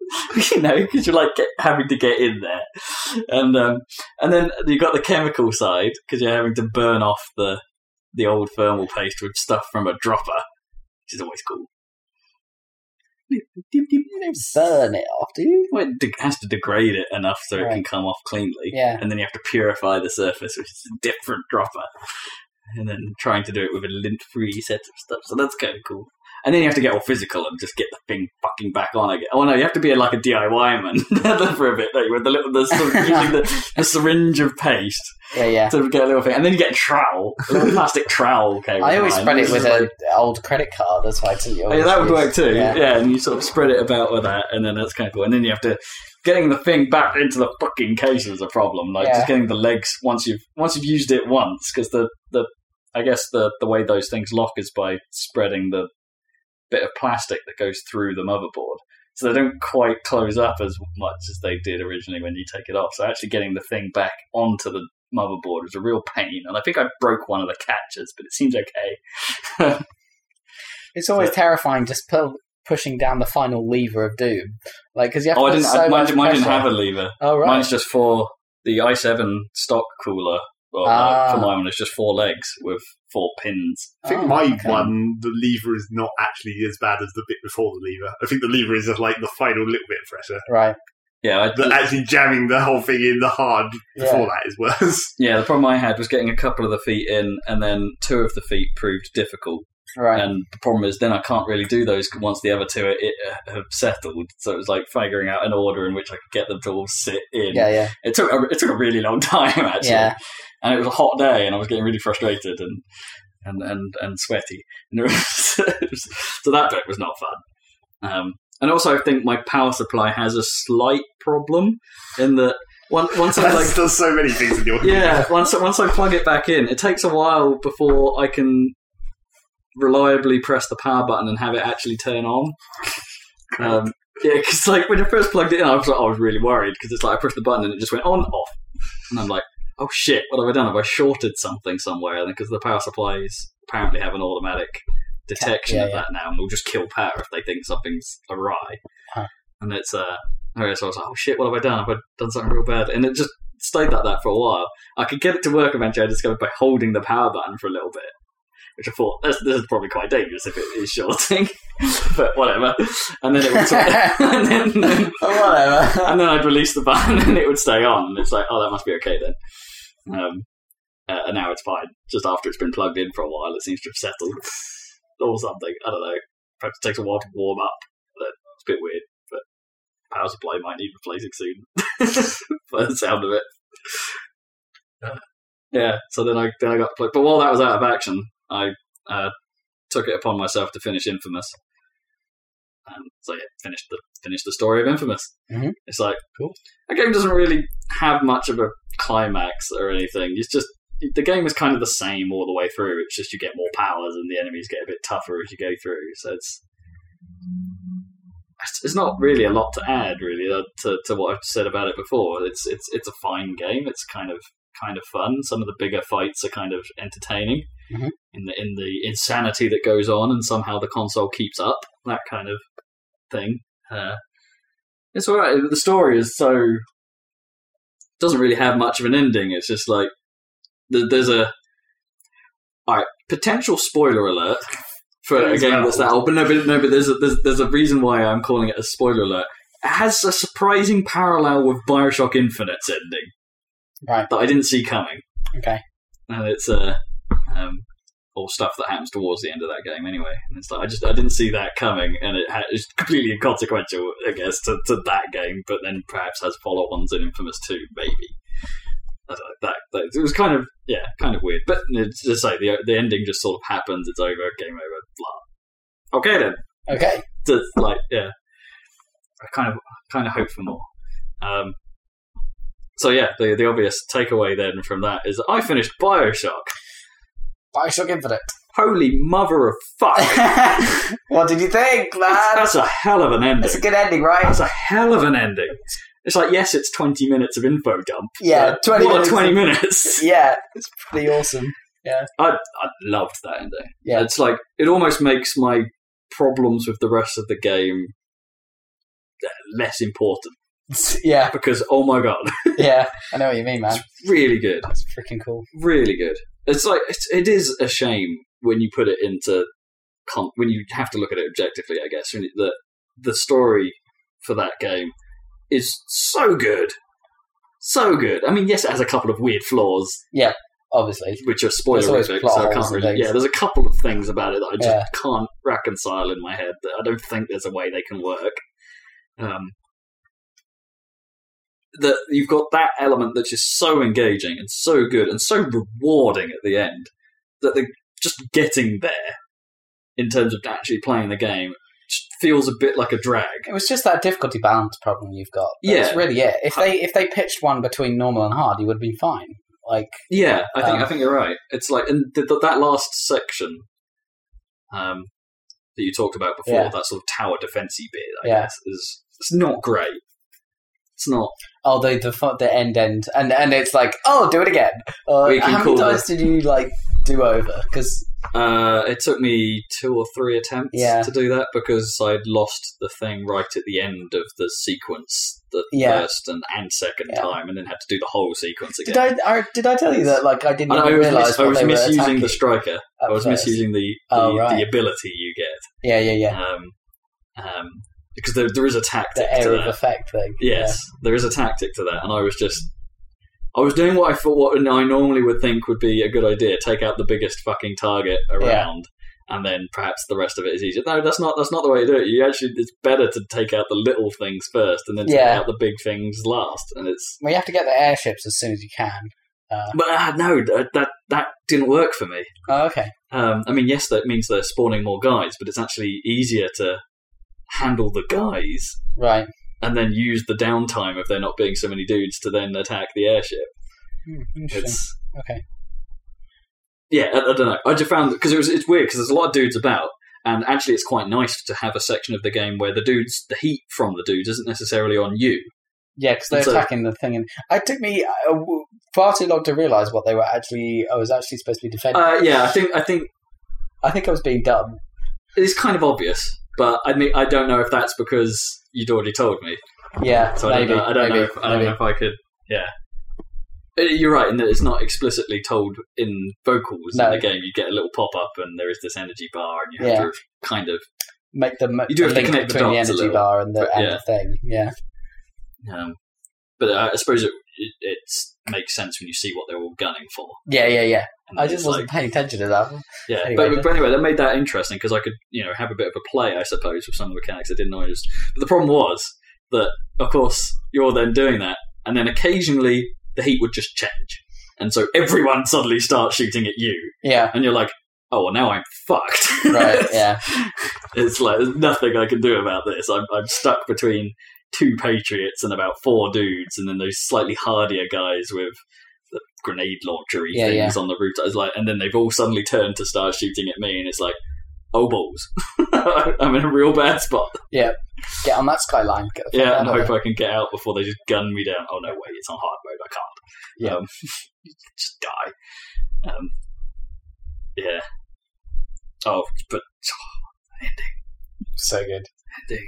Speaker 1: you know because you're like get, having to get in there, and um, and then you got the chemical side because you're having to burn off the the old thermal paste with stuff from a dropper, which is always cool.
Speaker 2: You don't burn it off, do you?
Speaker 1: Well, it de- has to degrade it enough so it
Speaker 2: Right.
Speaker 1: can come off cleanly.
Speaker 2: Yeah.
Speaker 1: And then you have to purify the surface, which is a different dropper. And then trying to do it with a lint free set of stuff. So that's kind of cool. And then you have to get all physical and just get the thing fucking back on again. Oh no, you have to be like a DIY man for a bit, don't you? With the little, the, sort of using the, the syringe of paste
Speaker 2: Yeah, yeah.
Speaker 1: to get a little thing. And then you get a trowel, a little plastic trowel. Came
Speaker 2: I always spread it with
Speaker 1: a.
Speaker 2: an old credit card. That's why I took
Speaker 1: Oh, yeah, that would work too. Yeah. and you sort of spread it about with that, and then that's kind of cool. And then you have to getting the thing back into the fucking case is a problem. Like
Speaker 2: Yeah.
Speaker 1: just getting the legs once you've once you've used it once, because the the I guess the the way those things lock is by spreading the bit of plastic that goes through the motherboard. So they don't quite close up as much as they did originally when you take it off. So actually getting the thing back onto the motherboard is a real pain. And I think I broke one of the catches, but it seems okay.
Speaker 2: It's always terrifying just pull, pushing down the final lever of doom. Like, because you have
Speaker 1: Oh,
Speaker 2: to
Speaker 1: I
Speaker 2: put
Speaker 1: didn't.
Speaker 2: so
Speaker 1: I, mine,
Speaker 2: much
Speaker 1: mine didn't
Speaker 2: pressure.
Speaker 1: have a lever.
Speaker 2: Oh, right.
Speaker 1: Mine's just for the i7 stock cooler. Well,
Speaker 2: Ah.
Speaker 1: no, for mine, it's just four legs with four pins.
Speaker 3: I think
Speaker 2: Oh,
Speaker 3: my
Speaker 2: okay.
Speaker 3: one, the lever is not actually as bad as the bit before the lever. I think the lever is just like the final little bit of pressure.
Speaker 2: Right.
Speaker 1: Yeah, I,
Speaker 3: But actually jamming the whole thing in the hard before that is worse.
Speaker 1: yeah. The problem I had was getting a couple of the feet in, and then two of the feet proved difficult.
Speaker 2: Right.
Speaker 1: And the problem is, then I can't really do those once the other two are, it, have settled. So it was like figuring out an order in which I could get them to all sit in.
Speaker 2: yeah, yeah.
Speaker 1: It took a, it took a really long time actually,
Speaker 2: Yeah.
Speaker 1: and it was a hot day, and I was getting really frustrated and and and, and sweaty. And it was- it was- so that bit was not fun. Um, and also, I think my power supply has a slight problem in that one, once I
Speaker 3: That
Speaker 1: like
Speaker 3: does so many things in your
Speaker 1: yeah once once I plug it back in, it takes a while before I can reliably press the power button and have it actually turn on. Um, yeah, because like when I first plugged it in, I was like, I was really worried because it's like I pushed the button and it just went on off, and I'm like, oh shit, what have I done? Have I shorted something somewhere? And because the power supplies apparently have an automatic detection
Speaker 2: Yeah,
Speaker 1: of
Speaker 2: yeah.
Speaker 1: that now, and will just kill power if they think something's awry.
Speaker 2: Huh.
Speaker 1: And it's uh, okay, so I was like, oh shit, what have I done? Have I done something real bad? And it just stayed like that for a while. I could get it to work eventually. I discovered by holding the power button for a little bit which I thought this, this is probably quite dangerous if it is shorting, but whatever. And then it would, and then, then-
Speaker 2: Oh, Whatever.
Speaker 1: and then I'd release the button and it would stay on, and it's like, oh, that must be okay then. Um, uh, and now it's fine. Just after it's been plugged in for a while, it seems to have settled or something. I don't know. Perhaps it takes a while to warm up. But it's a bit weird, but power supply might need replacing soon. By the sound of it. Yeah. So then I then I got to play. But while that was out of action, I uh, took it upon myself to finish Infamous. Um, so yeah, finished the finished the story of Infamous.
Speaker 2: Mhm.
Speaker 1: It's like
Speaker 3: Cool.
Speaker 1: that game doesn't really have much of a climax or anything. It's just the game is kind of the same all the way through. It's just you get more powers and the enemies get a bit tougher as you go through. So it's it's- it's not really a lot to add, really, uh, to, to what I've said about it before. It's it's it's a fine game. It's kind of kind of fun. Some of the bigger fights are kind of entertaining
Speaker 2: Mhm.
Speaker 1: in the in the insanity that goes on, and somehow the console keeps up that kind of thing. Uh, it's all right. The story is so doesn't really have much of an ending. It's just like there- there's a all right potential spoiler alert for a
Speaker 3: It's
Speaker 1: game
Speaker 3: about-
Speaker 1: that's that old. But no, but no, but there's a, there's there's a reason why I'm calling it a spoiler alert. It has a surprising parallel with Bioshock Infinite's ending
Speaker 2: Right.
Speaker 1: that I didn't see coming.
Speaker 2: Okay.
Speaker 1: And it's uh, um, all stuff that happens towards the end of that game, anyway. And it's like I just I didn't see that coming, and it ha- it's completely inconsequential, I guess, to, to that game. But then perhaps has follow ons in Infamous Two, maybe. I don't know, that, that it was kind of yeah, kind of weird. But it's just like the the ending just sort of happens. It's over, game over, blah. Okay then
Speaker 2: Okay.
Speaker 1: that's like yeah. I kind of kind of hope for more. Um, so yeah, the the obvious takeaway then from that is that I finished Bioshock.
Speaker 2: Bioshock Infinite.
Speaker 1: Holy mother of fuck!
Speaker 2: what did you think, man?
Speaker 1: That's a hell of an ending.
Speaker 2: It's a good ending, right?
Speaker 1: That's a hell of an ending. It's like yes, it's twenty minutes of info dump.
Speaker 2: Yeah,
Speaker 1: but
Speaker 2: 20
Speaker 1: what are
Speaker 2: minutes
Speaker 1: Twenty minutes.
Speaker 2: Yeah, it's pretty awesome.
Speaker 1: I I loved that ending.
Speaker 2: Yeah.
Speaker 1: it's like it almost makes my problems with the rest of the game uh, less important
Speaker 2: Yeah,
Speaker 1: because oh my god,
Speaker 2: yeah. I know what you mean, man.
Speaker 1: really good.
Speaker 2: That's freaking cool.
Speaker 1: really good. It's like it's, it is a shame when you put it into con- when you have to look at it objectively. I guess when you- that the story for that game is so good, so good. I mean, yes, it has a couple of weird flaws
Speaker 2: Obviously.
Speaker 1: which are
Speaker 2: There's always
Speaker 1: spoilerific,
Speaker 2: plot
Speaker 1: so I
Speaker 2: holes
Speaker 1: can't
Speaker 2: and
Speaker 1: really.
Speaker 2: things.
Speaker 1: Yeah, there's a couple of things about it that I just
Speaker 2: Yeah.
Speaker 1: can't reconcile in my head. That I don't think there's a way they can work. Um, that you've got that element that's just so engaging and so good and so rewarding at the end that the just getting there in terms of actually playing the game just feels a bit like a drag.
Speaker 2: It was just that difficulty balance problem you've got. That's
Speaker 1: Yeah.
Speaker 2: really it. If they if they pitched one between normal and hard, you would have been fine. Like,
Speaker 1: Yeah, I think
Speaker 2: Um,
Speaker 1: I think you're right. It's like and th- th- that last section, um, that you talked about before,
Speaker 2: Yeah.
Speaker 1: that sort of tower defensey bit. I
Speaker 2: Yeah.
Speaker 1: guess is it's not great. It's not.
Speaker 2: oh, the the fu- the end end, and and it's like, oh, do it again. Uh,
Speaker 1: We can
Speaker 2: how many
Speaker 1: call
Speaker 2: times did you like do over? Because
Speaker 1: Uh, it took me two or three attempts
Speaker 2: Yeah.
Speaker 1: to do that because I'd lost the thing right at the end of the sequence, the
Speaker 2: Yeah.
Speaker 1: first and, and second
Speaker 2: Yeah.
Speaker 1: time, and then had to do the whole sequence again.
Speaker 2: did I, I did I tell you that like I didn't
Speaker 1: And I
Speaker 2: even
Speaker 1: was, mis-
Speaker 2: realize
Speaker 1: I
Speaker 2: what
Speaker 1: was
Speaker 2: they were
Speaker 1: misusing
Speaker 2: attacking
Speaker 1: the striker. I
Speaker 2: at
Speaker 1: was
Speaker 2: first.
Speaker 1: misusing the the,
Speaker 2: Oh, right.
Speaker 1: the ability you get.
Speaker 2: Yeah, yeah, yeah.
Speaker 1: um, um, because there, there is a tactic
Speaker 2: The
Speaker 1: to
Speaker 2: air of
Speaker 1: that.
Speaker 2: effect thing.
Speaker 1: Yes, there is a tactic to that, and I was just, I was doing what I thought what I normally would think would be a good idea: take out the biggest fucking target around, and then perhaps the rest of it is easier. No, that's not that's not the way to do it. You actually, it's better to take out the little things first, and then take
Speaker 2: Yeah.
Speaker 1: out the big things last. And it's,
Speaker 2: Well, you have to get the airships as soon as you can.
Speaker 1: but uh, no, that that- that didn't work for me.
Speaker 2: Oh, okay.
Speaker 1: Um, I mean, yes, that means they're spawning more guys, but it's actually easier to handle the guys
Speaker 2: Right.
Speaker 1: and then use the downtime if they're not being so many dudes to then attack the airship.
Speaker 2: Hmm, interesting.
Speaker 1: It's
Speaker 2: Okay.
Speaker 1: yeah, I, I don't know. I just found because it was it's weird because there's a lot of dudes about, and actually it's quite nice to have a section of the game where the dudes, the heat from the dudes, isn't necessarily on you.
Speaker 2: Yeah, because they're
Speaker 1: So-
Speaker 2: attacking the thing, and it took me uh, w- far too long to realise what they were actually. I was actually supposed to be defending.
Speaker 1: Uh, yeah, I think I think
Speaker 2: I think I was being dumb.
Speaker 1: it's kind of obvious, but I mean I don't know if that's because you'd already told me,
Speaker 2: Yeah,
Speaker 1: so
Speaker 2: maybe.
Speaker 1: I don't know. I don't
Speaker 2: maybe,
Speaker 1: know. If, I don't
Speaker 2: maybe.
Speaker 1: know if I could. Yeah, Uh, You're right in that it's not explicitly told in vocals
Speaker 2: No.
Speaker 1: in the game. You get a little pop up, and there is this energy bar, and you
Speaker 2: Yeah.
Speaker 1: have to kind of.
Speaker 2: Make the mo-
Speaker 1: You do have to
Speaker 2: link
Speaker 1: connect the
Speaker 2: between the
Speaker 1: dots a
Speaker 2: energy
Speaker 1: little,
Speaker 2: bar and the,
Speaker 1: but
Speaker 2: and
Speaker 1: yeah.
Speaker 2: the thing. Yeah.
Speaker 1: Um, but I, I suppose it, it it's, makes sense when you see what they're all gunning for.
Speaker 2: Yeah, yeah, yeah.
Speaker 1: And
Speaker 2: I
Speaker 1: it's
Speaker 2: just
Speaker 1: like-
Speaker 2: wasn't paying attention to that.
Speaker 1: Yeah,
Speaker 2: Anyway,
Speaker 1: but, but anyway, that made that interesting because I could, you know, have a bit of a play, I suppose, with some of the mechanics I didn't know. Just, but the problem was that, of course, you're then doing that, and then occasionally the heat would just change, and so everyone suddenly starts shooting at you,
Speaker 2: Yeah.
Speaker 1: and you're like, "Oh, well, now I'm fucked."
Speaker 2: Right, yeah.
Speaker 1: it's like there's nothing I can do about this. I'm I'm stuck between two patriots and about four dudes, and then those slightly hardier guys with the grenade launchery
Speaker 2: Yeah, yeah.
Speaker 1: things on the roof. It's like, and then they've all suddenly turned to start shooting at me, and it's like, oh balls, I'm in a real bad spot.
Speaker 2: Get on that skyline. Get the fuck
Speaker 1: Yeah,
Speaker 2: out
Speaker 1: and
Speaker 2: of
Speaker 1: hope
Speaker 2: there.
Speaker 1: I can get out before they just gun me down. Oh no, wait, it's on hard mode. I can't.
Speaker 2: Yeah.
Speaker 1: Um, just die. Um, yeah. Oh, but
Speaker 2: So good.
Speaker 1: Indeed.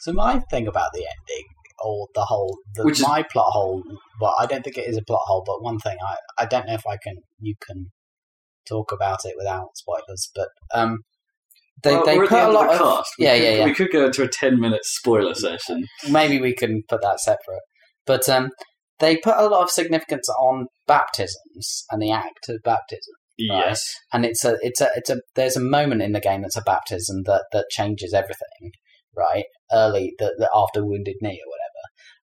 Speaker 2: So my thing about the ending, or the whole, the,
Speaker 1: Which is-
Speaker 2: my plot hole. Well, I don't think it is a plot hole, but one thing I I don't know if I can you can talk about it without spoilers, but um, they
Speaker 1: Well,
Speaker 2: they
Speaker 1: we're
Speaker 2: put
Speaker 1: at the
Speaker 2: a
Speaker 1: end
Speaker 2: lot
Speaker 1: of, the
Speaker 2: of
Speaker 1: cast. We
Speaker 2: yeah
Speaker 1: could-
Speaker 2: yeah yeah.
Speaker 1: We could go into a ten-minute spoiler session.
Speaker 2: maybe we can put that separate. But um, they put a lot of significance on baptisms and the act of baptism,
Speaker 1: Yes,
Speaker 2: and it's a it's a it's a there's a moment in the game that's a baptism that that changes everything, right? Early the, the after wounded knee or whatever.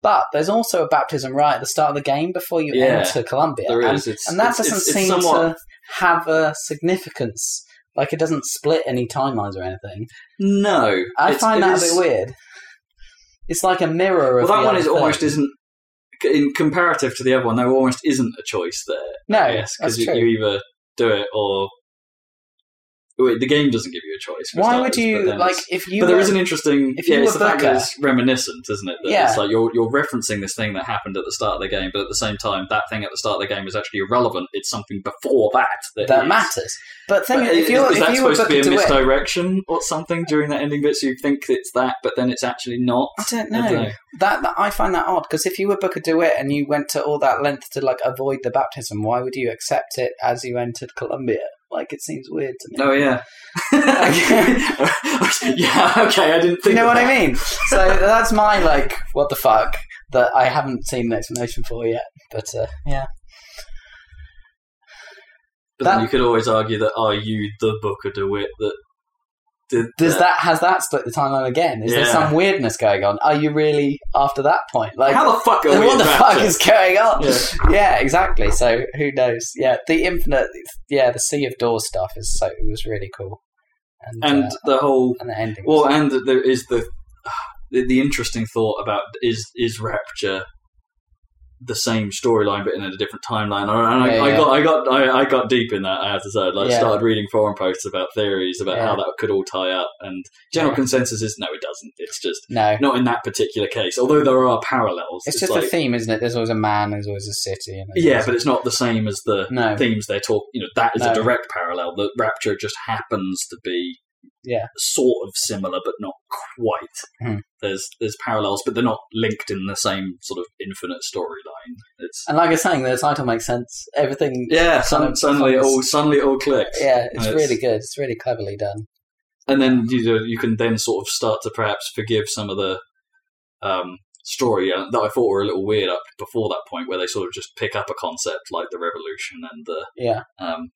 Speaker 2: But there's also a baptism right at the start of the game before you
Speaker 1: Yeah,
Speaker 2: enter Colombia,
Speaker 1: there
Speaker 2: and,
Speaker 1: is. It's,
Speaker 2: and that
Speaker 1: it's-
Speaker 2: doesn't
Speaker 1: it's- it's
Speaker 2: seem
Speaker 1: somewhat-
Speaker 2: to have a significance. Like it doesn't split any timelines or anything.
Speaker 1: No,
Speaker 2: I
Speaker 1: It's-
Speaker 2: find
Speaker 1: it
Speaker 2: that
Speaker 1: is-
Speaker 2: a bit weird. It's like a mirror
Speaker 1: Well,
Speaker 2: of
Speaker 1: that
Speaker 2: the
Speaker 1: one
Speaker 2: other
Speaker 1: is almost
Speaker 2: thing.
Speaker 1: isn't in comparative to the other one. There almost isn't a choice there.
Speaker 2: no,
Speaker 1: yes, because
Speaker 2: that's
Speaker 1: you,
Speaker 2: true.
Speaker 1: you either do it or wait, the game doesn't give you a choice. for
Speaker 2: Why would
Speaker 1: starters, but
Speaker 2: you
Speaker 1: then
Speaker 2: like
Speaker 1: it's-
Speaker 2: if you?
Speaker 1: but there
Speaker 2: were-
Speaker 1: is an interesting.
Speaker 2: if
Speaker 1: yeah,
Speaker 2: you
Speaker 1: it's
Speaker 2: were
Speaker 1: the fact
Speaker 2: Booker-
Speaker 1: that it's reminiscent, isn't it? That
Speaker 2: Yeah.
Speaker 1: It's like you're you're referencing this thing that happened at the start of the game, but at the same time, that thing at the start of the game is actually irrelevant. It's something before that that,
Speaker 2: that
Speaker 1: is.
Speaker 2: matters. But thing
Speaker 1: But
Speaker 2: is, if
Speaker 1: is-
Speaker 2: you
Speaker 1: is
Speaker 2: if
Speaker 1: that
Speaker 2: you were
Speaker 1: supposed to be
Speaker 2: Booker
Speaker 1: a
Speaker 2: DeWitt,
Speaker 1: misdirection or something during that ending bit? So you think it's that, but then it's actually not.
Speaker 2: I don't
Speaker 1: I
Speaker 2: know.
Speaker 1: dunno.
Speaker 2: That, that I find that odd because if you were Booker DeWitt and you went to all that length to like avoid the baptism, why would you accept it as you entered Colombia? Like it seems weird to me.
Speaker 1: Oh yeah. yeah. Okay. I didn't think.
Speaker 2: you know
Speaker 1: of
Speaker 2: what
Speaker 1: that.
Speaker 2: I mean? So that's my like, what the fuck that I haven't seen an explanation for yet. But uh, yeah,
Speaker 1: But then
Speaker 2: That-
Speaker 1: you could always argue that are you the Booker DeWitt that did
Speaker 2: does
Speaker 1: that?
Speaker 2: that has that split the timeline again? Is there
Speaker 1: Yeah.
Speaker 2: some weirdness going on? Are you really after that point? Like
Speaker 1: How the fuck are
Speaker 2: Then
Speaker 1: we?
Speaker 2: what the
Speaker 1: in
Speaker 2: fuck
Speaker 1: Rapture?
Speaker 2: is going on? Yeah.
Speaker 1: Yeah.
Speaker 2: exactly. So who knows? Yeah, the infinite. Yeah, the sea of doors stuff is so it was really cool, and
Speaker 1: And
Speaker 2: uh,
Speaker 1: the whole
Speaker 2: and the ending. was-
Speaker 1: well, and there is the, the the interesting thought about is is Rapture the same storyline but in a different timeline. And I,
Speaker 2: Yeah,
Speaker 1: I
Speaker 2: yeah.
Speaker 1: got I got I, I got deep in that. I have to say, like
Speaker 2: Yeah.
Speaker 1: started reading forum posts about theories about
Speaker 2: Yeah.
Speaker 1: how that could all tie up. And general
Speaker 2: Yeah.
Speaker 1: consensus is no, it doesn't. It's just
Speaker 2: no,
Speaker 1: not in that particular case. Although there are parallels.
Speaker 2: it's, just
Speaker 1: like,
Speaker 2: a theme, isn't it? There's always a man, there's always a city, and there's
Speaker 1: yeah,
Speaker 2: always-
Speaker 1: but it's not the same as the
Speaker 2: no,
Speaker 1: themes they're talking. You know, that is
Speaker 2: No.
Speaker 1: a direct parallel. The Rapture just happens to be
Speaker 2: Yeah.
Speaker 1: sort of similar, but not quite.
Speaker 2: Hmm.
Speaker 1: There's there's parallels, but they're not linked in the same sort of infinite storyline. It's
Speaker 2: and like I was saying, the title makes sense. Everything.
Speaker 1: yeah,
Speaker 2: Kind
Speaker 1: sun,
Speaker 2: Uh, of
Speaker 1: suddenly it
Speaker 2: becomes-
Speaker 1: all suddenly it all clicks.
Speaker 2: Yeah, it's
Speaker 1: It's-
Speaker 2: really good. It's really cleverly done.
Speaker 1: and then you know, you can then sort of start to perhaps forgive some of the um, story uh, that I thought were a little weird up before that point, where they sort of just pick up a concept like the revolution and the
Speaker 2: Yeah,
Speaker 1: um,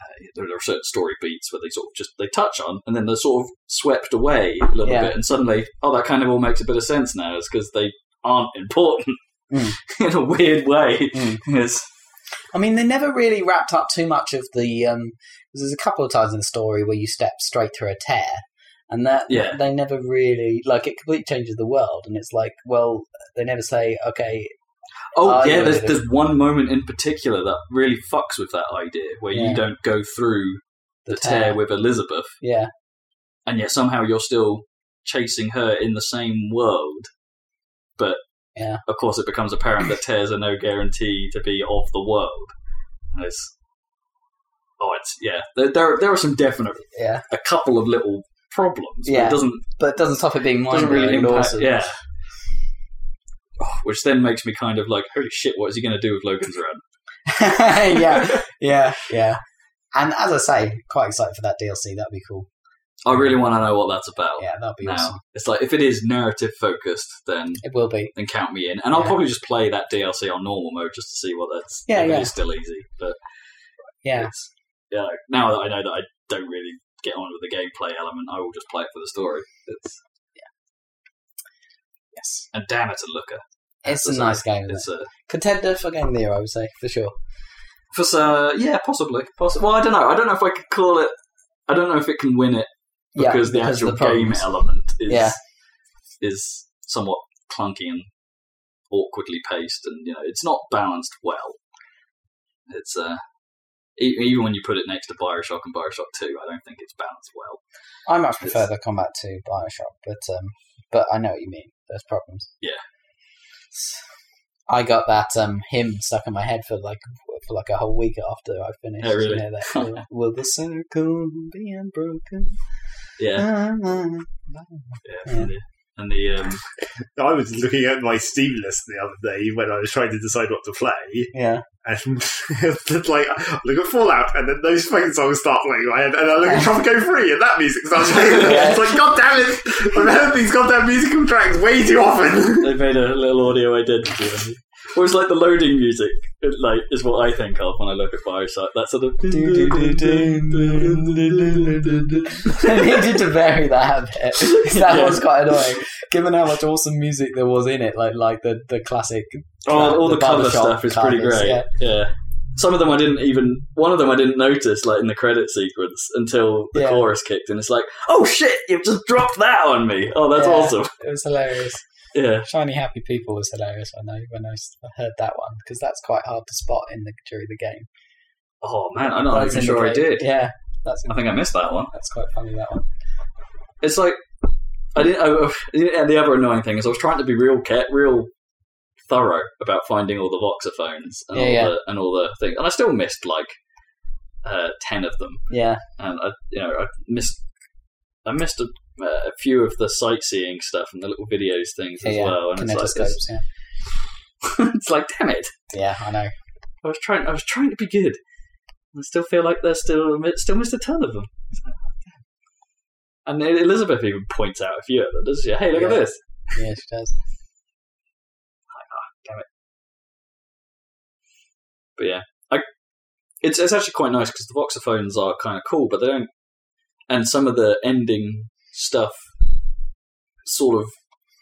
Speaker 1: uh, there are certain story beats where they sort of just they touch on and then they're sort of swept away a little
Speaker 2: Yeah.
Speaker 1: bit and suddenly oh that kind of all makes a bit of sense now is because they aren't important
Speaker 2: Mm.
Speaker 1: in a weird way
Speaker 2: Mm.
Speaker 1: Yes.
Speaker 2: I mean, they never really wrapped up too much of the. Um, 'cause there's a couple of times in the story where you step straight through a tear, and that
Speaker 1: Yeah.
Speaker 2: they never really like it. Completely changes the world, and it's like, well, they never say, okay,
Speaker 1: oh
Speaker 2: I
Speaker 1: yeah there's,
Speaker 2: know.
Speaker 1: there's one moment in particular that really fucks with that idea where
Speaker 2: Yeah.
Speaker 1: you don't go through the,
Speaker 2: the,
Speaker 1: tear. with Elizabeth
Speaker 2: yeah,
Speaker 1: and yet somehow you're still chasing her in the same world but
Speaker 2: Yeah.
Speaker 1: of course it becomes apparent that tears are no guarantee to be of the world And it's oh it's yeah there there, there are some definite
Speaker 2: yeah,
Speaker 1: a couple of little problems but
Speaker 2: Yeah.
Speaker 1: it doesn't
Speaker 2: but it doesn't stop it being mind
Speaker 1: doesn't really
Speaker 2: blowing.
Speaker 1: impact
Speaker 2: Awesome.
Speaker 1: yeah which then makes me kind of like, holy shit, what is he going to do with Logan's Run?
Speaker 2: yeah, yeah, yeah. And as I say, quite excited for that DLC. That'd be cool.
Speaker 1: I really want to know what that's about.
Speaker 2: Yeah, that'd be
Speaker 1: Now
Speaker 2: awesome.
Speaker 1: it's like if it is narrative focused, then
Speaker 2: It will be.
Speaker 1: then count me in, and I'll
Speaker 2: Yeah.
Speaker 1: probably just play that DLC on normal mode just to see what that's.
Speaker 2: Yeah,
Speaker 1: if
Speaker 2: yeah.
Speaker 1: It is still easy, but
Speaker 2: Yeah,
Speaker 1: it's yeah. Now that I know that I don't really get on with the gameplay element, I will just play it for the story. It's
Speaker 2: yes.
Speaker 1: and damn it, a looker.
Speaker 2: It's
Speaker 1: That's
Speaker 2: a nice game. Isn't it?
Speaker 1: It's a
Speaker 2: Contender for Game of the Year, I would say, for sure.
Speaker 1: For uh, yeah, possibly, possibly. Well, I don't know. I don't know if I could call it. I don't know if it can win it
Speaker 2: Yeah,
Speaker 1: because the
Speaker 2: because of
Speaker 1: actual
Speaker 2: the
Speaker 1: game
Speaker 2: problems.
Speaker 1: element is
Speaker 2: Yeah.
Speaker 1: is somewhat clunky and awkwardly paced, and you know it's not balanced well. It's uh, e- even when you put it next to Bioshock and Bioshock Two, I don't think it's balanced well.
Speaker 2: I much
Speaker 1: It's-
Speaker 2: prefer the combat to Bioshock, but um, but I know what you mean. There's problems.
Speaker 1: Yeah.
Speaker 2: I got that um hymn stuck in my head for like for like a whole week after I finished.
Speaker 1: Oh, really?
Speaker 2: You know, that, will the circle be unbroken?
Speaker 1: Yeah,
Speaker 2: Na, na, na.
Speaker 1: yeah. And the, and the um,
Speaker 3: I was looking at my Steam list the other day when I was trying to decide what to play,
Speaker 2: Yeah.
Speaker 3: and it's like I look at Fallout, and then those fucking songs start playing in my head, and I look at Tropico Free, and that music starts playing.
Speaker 2: Yeah.
Speaker 3: It's like, God damn it! I've heard these goddamn musical tracks way too often.
Speaker 1: they made a little audio identity. of it. Well, it's like the loading music, it, like is what I think of when I look at Bioshock. That sort of
Speaker 2: I needed to vary that a bit. 'cause That was quite annoying, given how much awesome music there was in it. Like like the the classic.
Speaker 1: Oh, all
Speaker 2: the
Speaker 1: the, cover
Speaker 2: barbershop
Speaker 1: stuff is pretty
Speaker 2: covers,
Speaker 1: great.
Speaker 2: yeah.
Speaker 1: Yeah. Some of them I didn't even. One of them I didn't notice, like in the credit sequence, until the
Speaker 2: Yeah.
Speaker 1: chorus kicked, and it's like, "Oh shit, you've just dropped that on me! Oh, that's
Speaker 2: Yeah.
Speaker 1: awesome!
Speaker 2: It was hilarious.
Speaker 1: Yeah,
Speaker 2: Shiny Happy People was hilarious when I when I s- heard that one because that's quite hard to spot in the during the game.
Speaker 1: Oh man, I'm not
Speaker 2: That's
Speaker 1: even
Speaker 2: in
Speaker 1: sure
Speaker 2: the
Speaker 1: I
Speaker 2: game.
Speaker 1: did.
Speaker 2: Yeah, that's in-
Speaker 1: I think I missed that one.
Speaker 2: that's quite funny that one.
Speaker 1: It's like I didn't. I, and the other annoying thing is, I was trying to be real, care, real thorough about finding all the voxophones and
Speaker 2: Yeah,
Speaker 1: all
Speaker 2: yeah.
Speaker 1: the and all the things, and I still missed like uh, ten of them.
Speaker 2: Yeah,
Speaker 1: and I, you know, I missed, I missed a, a few of the sightseeing stuff and the little videos things as
Speaker 2: Yeah, yeah.
Speaker 1: well. And it's like,
Speaker 2: kinetoscopes. Yeah,
Speaker 1: it's, it's like, damn it!
Speaker 2: yeah, I know.
Speaker 1: I was trying, I was trying to be good. I still feel like there's still still missed a ton of them. It's like, oh, damn. And Elizabeth even points out a few of them, doesn't she? Hey, look at
Speaker 2: Yeah.
Speaker 1: this.
Speaker 2: Yeah, she does.
Speaker 1: But yeah, I, it's it's actually quite nice because the voxophones are kind of cool, but they don't. And some of the ending stuff sort of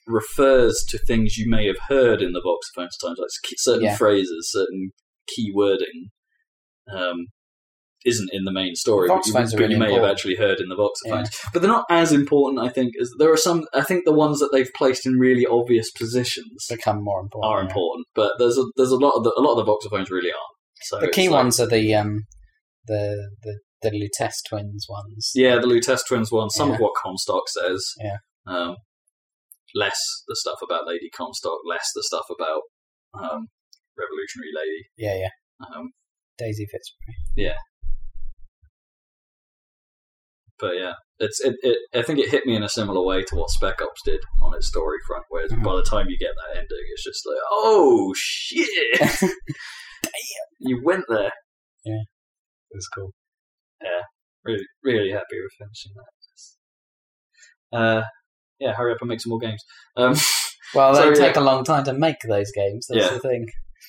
Speaker 1: refers to things you may have heard in the voxophone sometimes, like s- certain
Speaker 2: Yeah.
Speaker 1: phrases, certain key wording. Um, isn't in the main story, but you,
Speaker 2: Voxophones are
Speaker 1: but
Speaker 2: really
Speaker 1: you may have
Speaker 2: important.
Speaker 1: actually heard in the voxophones. But they're not as important, I think, as there are some. I think the ones that they've placed in really obvious positions
Speaker 2: Become more important.
Speaker 1: are
Speaker 2: yeah.
Speaker 1: important, but there's a, there's a lot of the, a lot of the voxophones really aren't. So
Speaker 2: The
Speaker 1: it's
Speaker 2: key
Speaker 1: like-
Speaker 2: ones are the um the the the Lutece twins ones.
Speaker 1: yeah, the Lutece twins one. Some of
Speaker 2: Yeah.
Speaker 1: what Comstock says,
Speaker 2: Yeah.
Speaker 1: um, less the stuff about Lady Comstock, less the stuff about um, Revolutionary Lady.
Speaker 2: yeah, yeah.
Speaker 1: Um,
Speaker 2: Daisy Fitzroy.
Speaker 1: but yeah, it's it, it. I think it hit me in a similar way to what Spec Ops did on its story front. Whereas
Speaker 2: Mhm.
Speaker 1: by the time you get that ending, it's just like, oh shit, damn, you went there.
Speaker 2: It was cool.
Speaker 1: really, really happy with finishing that. Uh, yeah, hurry up and make some more games. Um,
Speaker 2: Well,
Speaker 1: So,
Speaker 2: they
Speaker 1: yeah.
Speaker 2: take a long time to make those games. That's
Speaker 1: Yeah.
Speaker 2: the thing.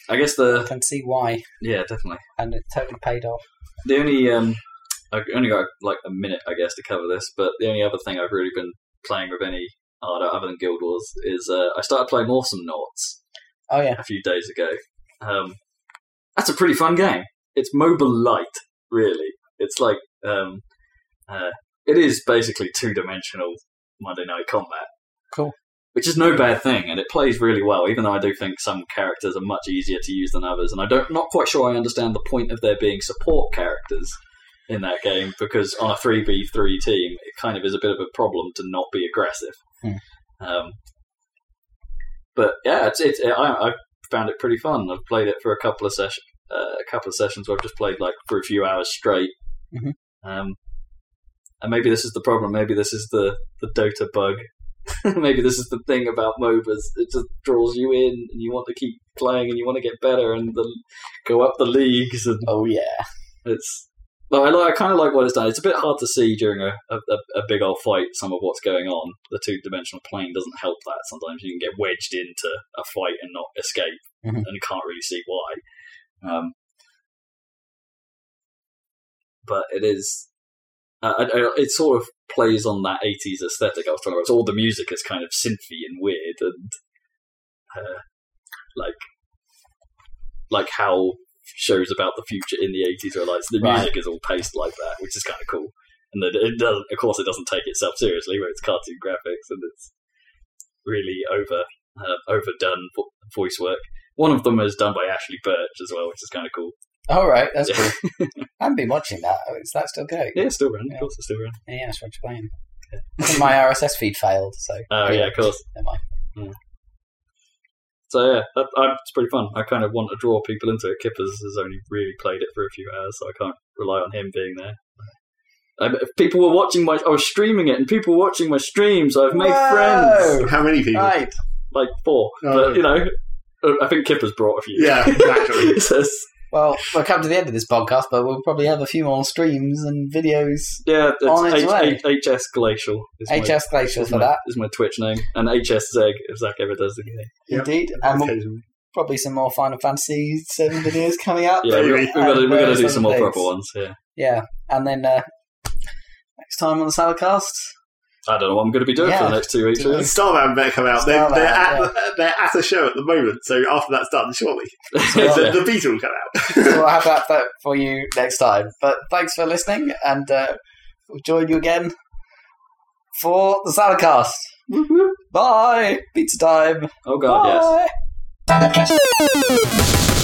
Speaker 1: I guess
Speaker 2: I
Speaker 1: the
Speaker 2: can see why,
Speaker 1: yeah, definitely
Speaker 2: and it totally paid off.
Speaker 1: the only um, I only got like a minute, I guess, to cover this. But the only other thing I've really been playing with any art other than Guild Wars is uh, I started playing Awesome Noughts
Speaker 2: Oh yeah,
Speaker 1: a few days ago. Um, that's a pretty fun game. It's mobile light, really. It's like um, uh, it is basically two dimensional Monday Night Combat.
Speaker 2: Cool.
Speaker 1: Which is no bad thing, and it plays really well. Even though I do think some characters are much easier to use than others, and I don't not quite sure I understand the point of there being support characters in that game because on a three v three team, it kind of is a bit of a problem to not be aggressive. Um, but yeah, it's, it's I, I found it pretty fun. I've played it for a couple of sessions, uh, a couple of sessions where I've just played like for a few hours straight.
Speaker 2: Mhm.
Speaker 1: Um, and maybe this is the problem. Maybe this is the the Dota bug Maybe this is the thing about MOBAs. It just draws you in and you want to keep playing and you want to get better and the, go up the leagues. And
Speaker 2: Oh yeah.
Speaker 1: it's. But I, like, I kind of like what it's done. It's a bit hard to see during a, a, a- a big old fight some of what's going on. The two dimensional plane doesn't help that. Sometimes you can get wedged into a fight and not escape,
Speaker 2: Mhm.
Speaker 1: and you can't really see why. Um, but it is. Uh, I, I, it sort of plays on that 80s aesthetic I was talking about. So all the music is kind of synthy and weird, and uh, like like how shows about the future in the 80s are like. So the
Speaker 2: Right.
Speaker 1: music is all paced like that, which is kind of cool. And that it doesn't, of course, it doesn't take itself seriously, where it's cartoon graphics and it's really over uh, overdone vo- voice work. One of them is done by Ashley Birch as well, which is kind of cool.
Speaker 2: All right, that's
Speaker 1: Yeah.
Speaker 2: cool. I've been watching that. Oh, Is that still going?
Speaker 1: Yeah, it's still running.
Speaker 2: Yeah.
Speaker 1: Of course, it's still running.
Speaker 2: Yeah, that's what you're playing. My RSS feed failed, so
Speaker 1: Oh yeah, of course. Hmm.
Speaker 2: never mind.
Speaker 1: So yeah, that, I, it's pretty fun. I kind of want to draw people into it. Kippers has only really played it for a few hours, so I can't rely on him being there. Um, if people were watching my, I was streaming it, and people were watching my streams. I've made friends,
Speaker 2: Whoa!
Speaker 3: How many people?
Speaker 2: Right.
Speaker 1: like four.
Speaker 3: Oh.
Speaker 1: But you know, I think Kippers brought a few.
Speaker 3: Yeah, naturally.
Speaker 1: It says,
Speaker 2: Well, we'll come to the end of this podcast, but we'll probably have a few more streams and videos.
Speaker 1: yeah, it's
Speaker 2: On its
Speaker 1: H-
Speaker 2: way.
Speaker 1: H- HS Glacial. Is my-
Speaker 2: HS Glacial
Speaker 1: is
Speaker 2: for
Speaker 1: my-
Speaker 2: that,
Speaker 1: is my Twitch name, and HS Zeg if Zach ever does anything.
Speaker 3: Yep.
Speaker 2: indeed. And we'll
Speaker 3: Occasionally.
Speaker 2: probably some more Final Fantasy 7 videos coming out.
Speaker 1: Yeah,
Speaker 3: Maybe.
Speaker 1: we're, we're gonna
Speaker 2: And
Speaker 1: we're gonna
Speaker 2: various
Speaker 1: do
Speaker 2: other
Speaker 1: some more
Speaker 2: things.
Speaker 1: proper ones. Yeah,
Speaker 2: Yeah, and then uh, next time on the Saddlecast.
Speaker 1: I don't know what I'm gonna be doing for
Speaker 2: Yeah.
Speaker 1: the next two weeks.
Speaker 2: Do
Speaker 1: really.
Speaker 3: Starman better come out.
Speaker 2: Starman,
Speaker 3: they're, they're, at,
Speaker 2: yeah.
Speaker 3: the- they're at a show at the moment, so after that's done, surely.
Speaker 1: Yeah.
Speaker 3: the, the beat will come
Speaker 2: So
Speaker 3: out.
Speaker 2: we'll have that for- for you next time. But thanks for listening, and uh, we'll join you again for the Saddlecast. Bye! Pizza time!
Speaker 1: Oh god, yes.
Speaker 2: Bye.